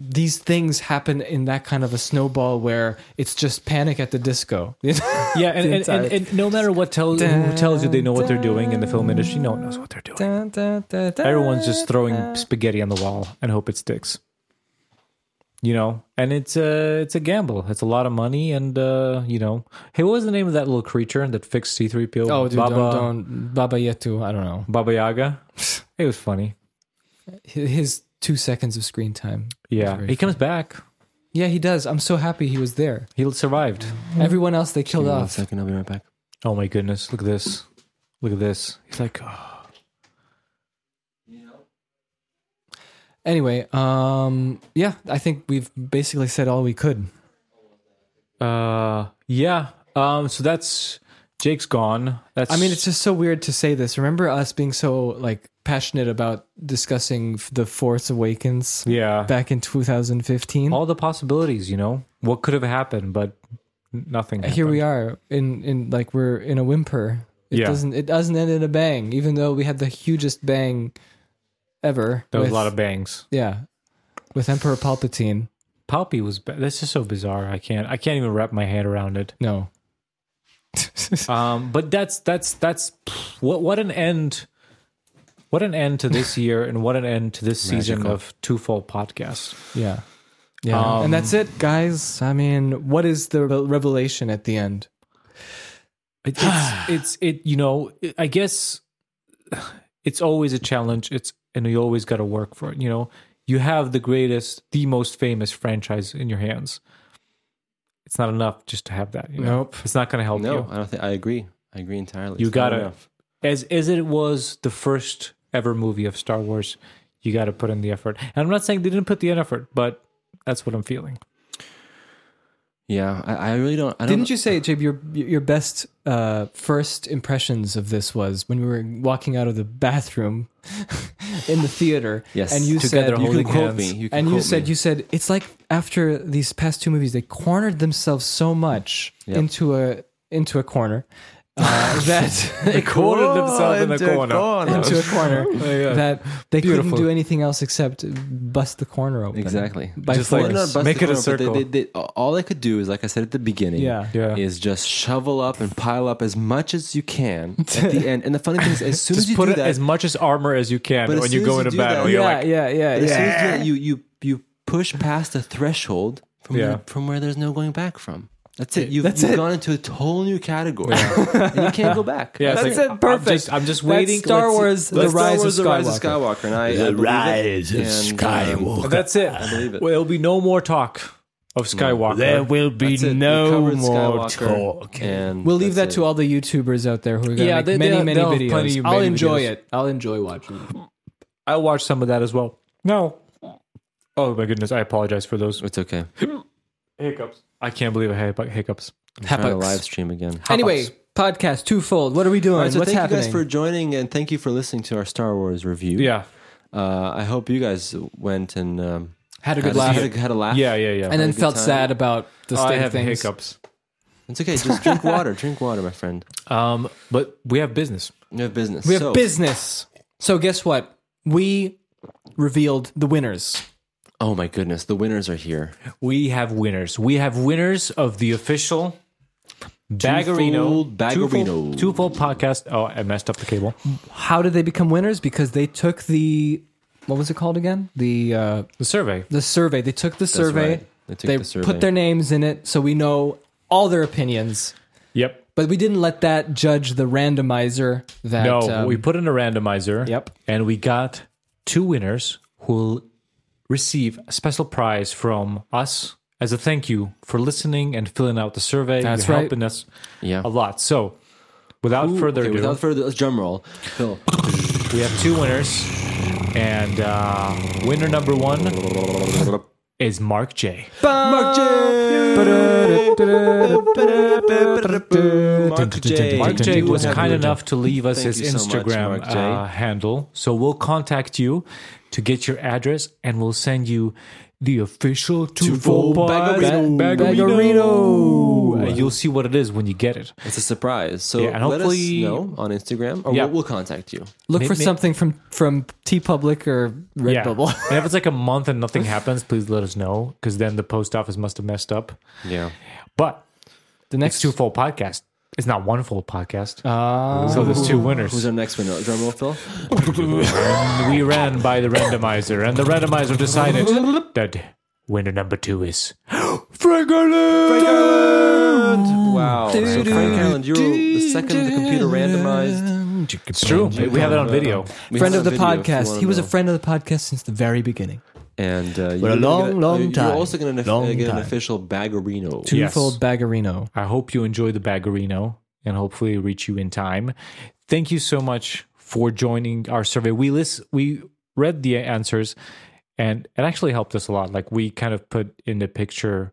these things happen in that kind of a snowball where it's just panic at the disco. <laughs>
yeah, and,
The
and, and,
entire-
and no matter what tells who tells you they know what they're doing in the film industry, no one knows what they're doing. Everyone's just throwing spaghetti on the wall and hope it sticks. You know, and it's a it's a gamble. It's a lot of money, and uh, you know, hey, what was the name of that little creature that fixed C three PO?
Oh, dude,
Baba
don't, don't Baba Yetu. I don't know
Baba Yaga. it was funny.
Hi- his two seconds of screen time.
Yeah, he comes back.
Yeah, he does. I'm so happy he was there.
He survived.
Everyone else they killed
One
off.
second, I'll be right back.
Oh my goodness! Look at this. Look at this. He's like, oh.
Anyway, um, yeah, I think we've basically said all we could.
Uh, yeah. Um, so that's Jake's gone. That's
I mean, it's just so weird to say this. Remember us being so like passionate about discussing f- the Force Awakens
yeah.
back in 2015.
All the possibilities, you know, what could have happened, but n- nothing. Happened.
Here we are in in like we're in a whimper. It
Yeah.
doesn't it doesn't end in a bang, even though we had the hugest bang ever.
There was
with-
a lot of bangs.
yeah, with Emperor Palpatine.
Palpy was. Ba- that's just so bizarre. I can't. I can't even wrap my head around it.
<laughs>
No,
Um, but that's that's that's pff, what what an end. What an end
<laughs>
to this year, and what an end to this season of Twofold Podcast.
yeah, yeah, and that's
Um,
it, guys. I mean, what is the re- revelation at the end?
It, <sighs> it's it's it. You know, I guess it's always a challenge. It's and you always got to work for it. You know, you have the greatest, the most famous franchise in your hands. It's not enough just to have that. You know?
Nope.
it's not going to help
No,
you.
I don't think I agree. I agree entirely.
You
It's not
gotta-
enough.
As as it was the first ever movie of Star Wars, you got to put in the effort. And I'm not saying they didn't put the effort, but that's what I'm feeling.
Yeah, I, I really don't. I don't
Didn't you say, Jabe, your your best uh, first impressions of this was when we were walking out of the bathroom <laughs> in the theater?
Yes.
and you
Together
said
You can holding quote hands. me. You can
and you
quote
said
me.
you said it's like after these past two movies, they cornered themselves so much
Yep.
into a into a corner
<laughs>
uh, that
<laughs> They cornered themselves in the corner.
into a corner
yeah.
that they
Beautiful.
couldn't do anything else except bust the corner open.
Exactly.
By
Just
Just
like-
Well, not
Yes.
bust
Make
the
it a
corner, but they-
circle.
they- they- all I could do is, like I said at the beginning,
Yeah.
Yeah.
is just shovel up and pile up as much as you can at
<laughs>
the end. And the funny thing is, as soon as
Just
you
put
do
it
that,
as much as armor as you can
But as
when you
soon
go
as you
into
do
battle.
that-
You're
yeah,
like,
yeah, yeah,
as
yeah.
soon as you, do that, you you you push past the threshold from
Yeah.
where, from where there's no going back from. That's it. You've,
That's
you've
it.
gone into a whole new category, <laughs> and you can't go back.
yeah, it's
That's
like,
it,
I'm
perfect.
just- I'm
That's
just waiting.
Star
Let's see-
Wars,
That's
the, rise
Star Wars,
of
The Rise of
Skywalker.
Skywalker, and I, I
The
believe it.
rise of
And, uh,
Skywalker.
That's it.
I believe it.
Well, there'll be no more talk of Skywalker.
there will be
That's it. We
no
covered
more
Skywalker,
talk.
and
We'll leave that
that's
to all the YouTubers out there who are going to
Yeah,
make
they-
many,
they'll-
many
they'll have
videos.
plenty of
I'll
many
enjoy
videos.
it. I'll enjoy watching. it.
I watched some of that as well. No. Oh my goodness! I apologize for those
it.
<laughs>
It's okay.
hiccups. I can't believe I had hiccups.
I'm trying to live stream again.
Anyway, podcast twofold. What are we doing?
All right, so
What's
thank
happening?
you guys for joining and thank you for listening to our Star Wars review.
Yeah,
Uh, I hope you guys went and um,
had a good
had,
laugh,
had a, had a laugh.
yeah, yeah, yeah.
and then
good
felt
time.
sad about the state
I
of
have
things.
hiccups.
It's okay. Just drink water. Drink water, my friend.
Um, but we have business.
You have business.
We have
So,
business. So guess what? We revealed the winners.
Oh my goodness, the winners are here.
We have winners. We have winners of the official Baggerino
Twofold Baggerino.
Twofold, twofold podcast. Oh, I messed up the cable.
How did they become winners? Because they took the what was it called again? The uh,
The survey.
the survey. They took the survey.
right. They took the survey.
put their names in it, so we know all their opinions.
Yep.
But we didn't let that judge the randomizer. That
No,
um,
we put in a randomizer.
Yep.
And we got two winners who'll receive a special prize from us as a thank you for listening and filling out the survey.
That's
You're
right.
helping us
Yeah.
a lot. So, without further
Okay,
ado,
without further, let's drum roll. Phil,
we have two winners. And uh, winner
<laughs>
number one is Mark J.
uh,
Mark J.
Mark J
You
was
have
kind
your-
enough to leave us
Thank
his
you so much,
Instagram
Mark J.
uh, handle. So we'll contact you to get your address and we'll send you the official twofold pod-
Baggerino.
Ba- Baggerino. And You'll see what it is when you get it.
It's a surprise. So
Yeah, and
let us
hopefully-
know on Instagram, or
Yeah.
we'll, we'll contact you.
Look
May-
for
may-
something from from T Public or Redbubble.
<laughs> and if it's like a month and nothing happens, please let us know because then the post office must have messed up.
Yeah.
But
the
next
next two.
twofold podcast. It's not one full podcast. so there's two winners.
Ah. Who's our next winner? Drum roll, Phil.
We ran by the randomizer, and the
<laughs>
randomizer decided that winner number two is Frank
Wow. So Frank Island, you were the second the computer randomized.
It's true. We have it on video.
We
friend
have
of the
a video if you
podcast.
wanna
He was a
know.
friend of the podcast since the very beginning.
And uh,
a
you're
long,
gonna-
long
you're
time.
also going to
Long
get an
time.
official Baggerino.
Yes.
Twofold Baggerino.
<laughs> I hope you enjoy the Baggerino and hopefully reach you in time. Thank you so much for joining our survey. We list we read the answers and it actually helped us a lot. Like we kind of put in the picture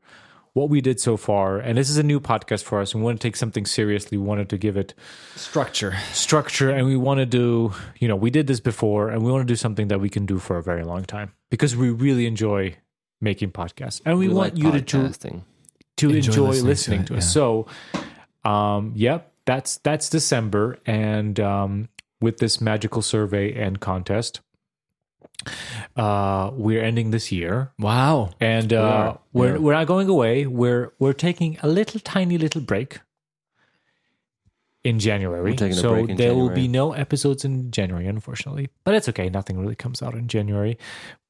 what we did so far. And this is a new podcast for us. We want to take something seriously. We wanted to give it
Structure.
structure and we want to do you know we did this before and we want to do something that we can do for a very long time because we really enjoy making podcasts and we,
We
want
like
you to to,
podcasting.
to enjoy, listening,
listening
to, us so um yep that's that's december and um with this magical survey and contest uh we're ending this year
Wow.
and uh, we are we're not going away. We're we're taking a little tiny little break in January.
We're taking a
so
break in
there will
January.
be no episodes in January, unfortunately. But it's okay. Nothing really comes out in January.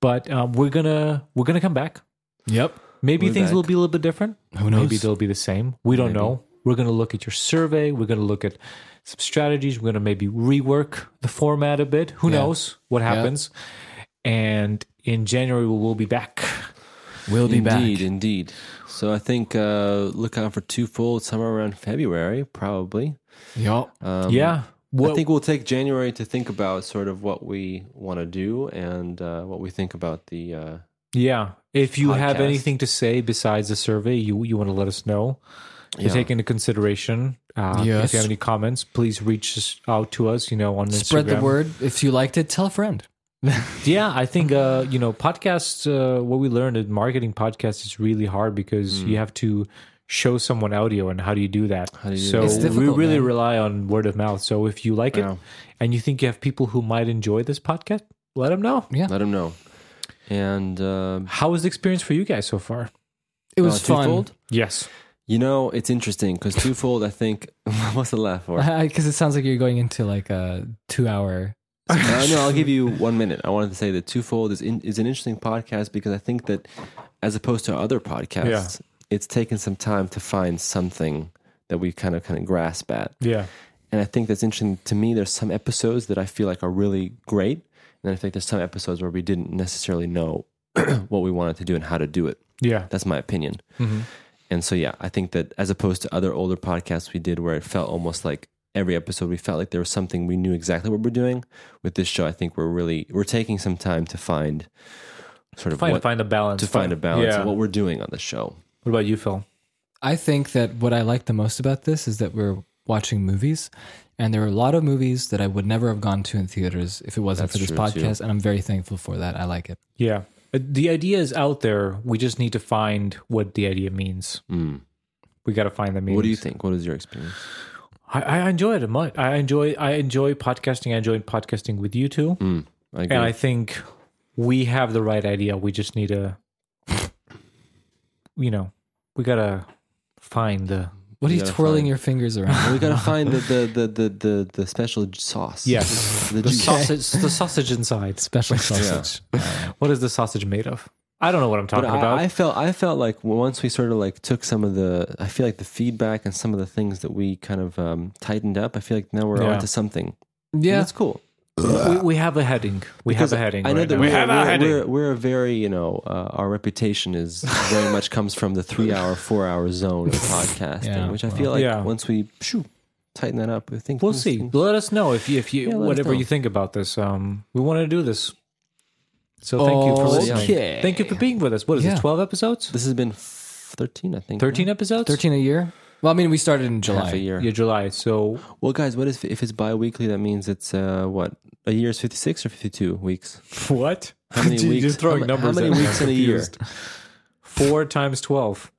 But um, we're gonna we're gonna come back.
Yep.
Maybe
We're
things will
back.
be a little bit different.
Who knows?
Maybe they'll be the same. We don't
Maybe.
know. We're gonna look at your survey. We're gonna look at some strategies. We're gonna maybe rework the format a bit. Who
Yeah.
knows what happens? And in January we will be back.
We'll be
indeed,
back.
indeed. So I think uh, look out for twofold somewhere around February, probably.
Yup.
Um,
yeah.
I think we'll take January to think about sort of what we want to do and uh, what we think about the uh,
Yeah, If you have
Podcast.
anything to say besides the survey, you you want to let us know. We
Yeah.
take into consideration. Uh, If
Yes.
you have any comments, please reach us- out to us. You know, on
Spread the
Instagram.
word. If you liked it, tell a friend.
Yeah, I think uh, you know podcasts. Uh, what we learned in marketing podcasts is really hard
Mm.
because you have to show someone audio, and how do you do that?
do you do
so
that? It's
we
difficult,
really
man.
rely on word of mouth. So if you like
Yeah.
it, and you think you have people who might enjoy this podcast, let them know.
Let them know. And uh,
How was the experience for you guys so far?
It was
uh,
fun
twofold?
Yes.
You know, it's interesting because twofold. I think <laughs> what's the laugh
<laughs>
for? uh,
because it sounds like you're going into like a two-hour.
Uh, no, I'll give you one minute. I wanted to say that twofold is in, is an interesting podcast because I think that as opposed to other podcasts, it's taken some time to find something that we kind of kind of grasp at.
Yeah.
And I think that's interesting to me. There's some episodes that I feel like are really great, and then I think there's some episodes where we didn't necessarily know <clears throat> what we wanted to do and how to do it.
Yeah.
That's my opinion.
Mm-hmm.
And so, yeah, I think that as opposed to other older podcasts we did where it felt almost like every episode we felt like there was something we knew exactly what we're doing, with this show, I think we're really, we're taking some time to find sort of
Find
what,
find a balance.
to find a balance
Yeah.
of what we're doing on the show.
What about you, Phil?
I think that what I like the most about this is that we're watching movies, and there are a lot of movies that I would never have gone to in theaters if it wasn't
That's
for this
true, too.
podcast, and I'm very thankful for that. I like it.
Yeah. Uh, The idea is out there. We just need to find what the idea means.
Mm.
We got to find the meaning.
What do you think? What is your experience?
I, I enjoy it a much. I enjoy I enjoy podcasting. I enjoy podcasting with you two,
I agree.
and I think we have the right idea. We just need to, you know, we gotta find the
What are
You
you
gotta
twirling
find-
your fingers
<laughs>
around?
we
<laughs>
gotta find the the the the the, the special j- sauce.
Yes.
the, juice.
sausage. The sausage
<laughs>
inside.
Special sausage.
What is the sausage made of? I don't know what I'm
But
talking about.
I, I felt I felt like once we sort of like took some of the I feel like the feedback and some of the things that we kind of um, tightened up. I feel like now we're
Yeah.
onto something. And
Yeah,
that's cool.
we, we have a heading. We have a heading.
I know
right
that
now.
we're,
have a
we're,
heading.
We're, we're a very, you know, uh, our reputation is
<laughs>
very much comes from the three hour, four hour zone of podcasting,
Yeah,
which I feel like
Yeah.
once we shoo, tighten that up, I think
We'll
things
see.
can-
Let us know if you, if you
Yeah, let us
whatever
know.
you think about this. Um, we want to do this. So thank you for listening.
Okay.
Thank you for being with us. What is
Yeah.
it? Twelve episodes?
This has been f- 13, I think.
Thirteen episodes?
thirteen a year. Well, I mean, we started in
Half a
July.
year.
Yeah, July. So
Well, guys, what is if it's bi-weekly? That means it's uh, what a year is fifty-six or fifty-two weeks.
what?
How many weeks?
just throwing
how, ma-
numbers
How
at
many
me,
weeks
I'm
in a year?
confused.
Four times twelve.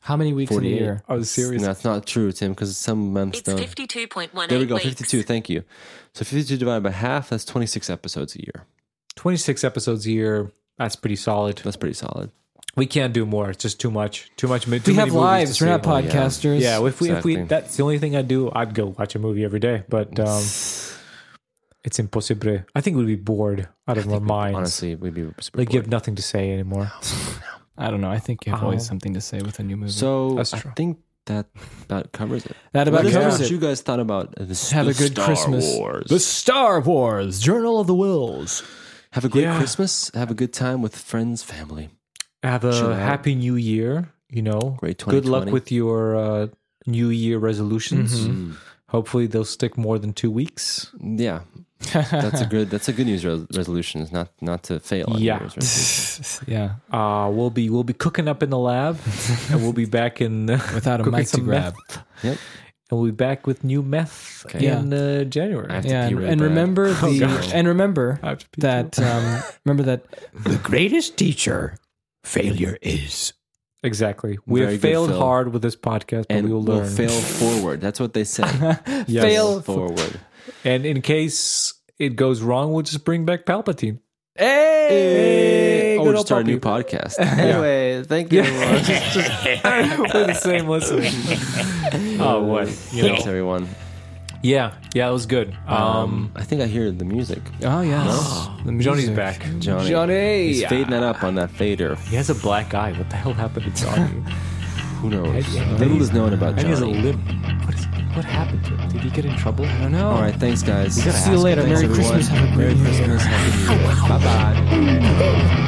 How many weeks in a
48.
year?
Are you serious?
No, that's not true, Tim, because some months
It's
don't.
fifty-two point one eight.
There we go, fifty-two. Thank you. So fifty-two divided by half, that's twenty-six episodes a year.
Twenty six episodes a year. That's pretty solid.
That's pretty solid.
We can't do more. It's just too much. Too much. Too
We
many
have
movies
lives.
to
We're not
see.
yeah.
podcasters.
Yeah, if we if we
Exactly.
that's the only thing I do, I'd go watch a movie every day. But um, it's impossible. I think we'd be bored out of our minds.
Honestly, we'd be super
like you
bored.
have nothing to say anymore.
I don't know. I think you have always
Uh-huh.
Oh.
something to say with a new movie.
So
That's
I
true.
think that about covers it.
that
What
about
is-
covers
what
it.
you guys thought about this?
Have
the
a good
Star
Christmas.
Wars?
The Star Wars Journal of the Wills.
Have a great
Yeah.
Christmas. Have a good time with friends, family.
Have
Chill
a
out.
happy new year. You know,
Great
good luck
2020.
with your uh, new year resolutions.
Mm-hmm.
Hopefully, they'll stick more than two weeks.
Yeah, that's a good. That's a good news res- resolution. Is not not to fail. On
Yeah.
New Year's
<laughs>
resolution.
Yeah,
<laughs> Uh, we'll be we'll be cooking up in
<laughs>
the lab, and we'll be back in uh,
without a
cooking
mic to
some
grab.
meth,
Yep.
and we'll be back with new meth
Okay.
in uh, January.
I have to
Yeah,
pee
and,
really
and
bad.
remember the
gosh.
and remember
I have to pee
that um, remember that
The greatest teacher failure is.
Exactly. We
Very
have
good,
failed
Phil.
hard with this podcast, <laughs> but
and
we will
we'll,
learn.
fail forward. That's what they say.
Yes.
fail.
forward.
And in case it goes wrong, we'll just bring back Palpatine.
Hey,
good
oh,
old
just start a new
puppy.
<laughs> podcast. Anyway, thank <laughs> you. everyone.
We're the same listener. <laughs> oh, what? You
Thanks,
know.
everyone.
Yeah, yeah, that was good. Um,
Um, I think I hear the music.
Oh <gasps> yes, the
Johnny's
music.
back.
Johnny,
Johnny.
he's fading that up on that fader.
He has a black eye. What the hell happened to Johnny?
<laughs> Who knows?
Yeah.
Little is known about
I think he has a
Johnny.
limp. What, is, what happened to him? Did he get in trouble?
I don't know.
All right, thanks, guys.
See you later.
Thanks,
Merry
everyone.
Christmas. Have a
Merry
great year.
Christmas. Happy New Year. Bye bye.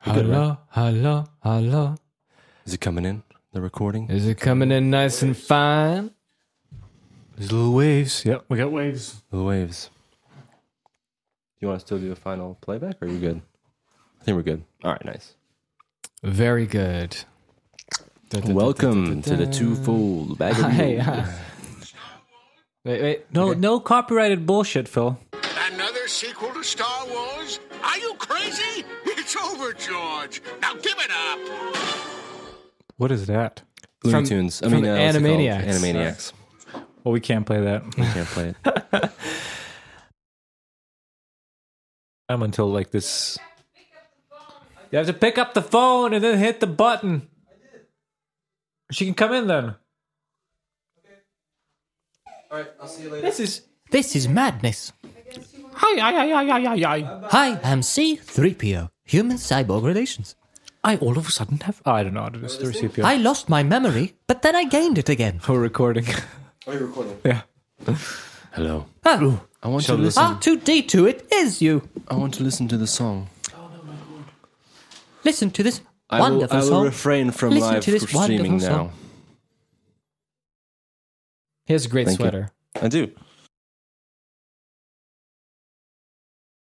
Hello, hello, hello.
Is it coming in? The recording?
Is it coming in nice and fine?
There's little waves.
Yep, we got waves.
Little waves. You want to still do a final playback or are you good? I think we're good. All right, nice.
Very good.
Welcome to the twofold bag <laughs> of
Hey,
meal.
uh, wait, wait.
No, Oh, no copyrighted bullshit, Phil.
Another sequel to Star Wars? Are you crazy? It's over, George. Now give it up.
What is that?
Looney
From-
Tunes. I
from
mean, uh, what's it called?
Animaniacs. <laughs>
Animaniacs.
Well, we can't play <laughs> that
We can't play it.
um, until like this. You have to pick up the phone and then hit the button. She can come in then.
This is this is madness.
Hi, hi, hi, hi, hi, hi, hi.
Hi, I'm C3PO, human cyborg relations.
I all of a sudden have.
oh,
I don't know how to do this. The CPO.
I lost my memory, but then I gained it again.
We're recording.
Hello.
Oh,
I want to listen.
R2D2, it is you.
I want to listen to the song.
Listen to this
I will,
wonderful
I will
song.
refrain from
Listen
live
to this
streaming
wonderful
now.
song.
He has a great
Thank you.
sweater.
I do.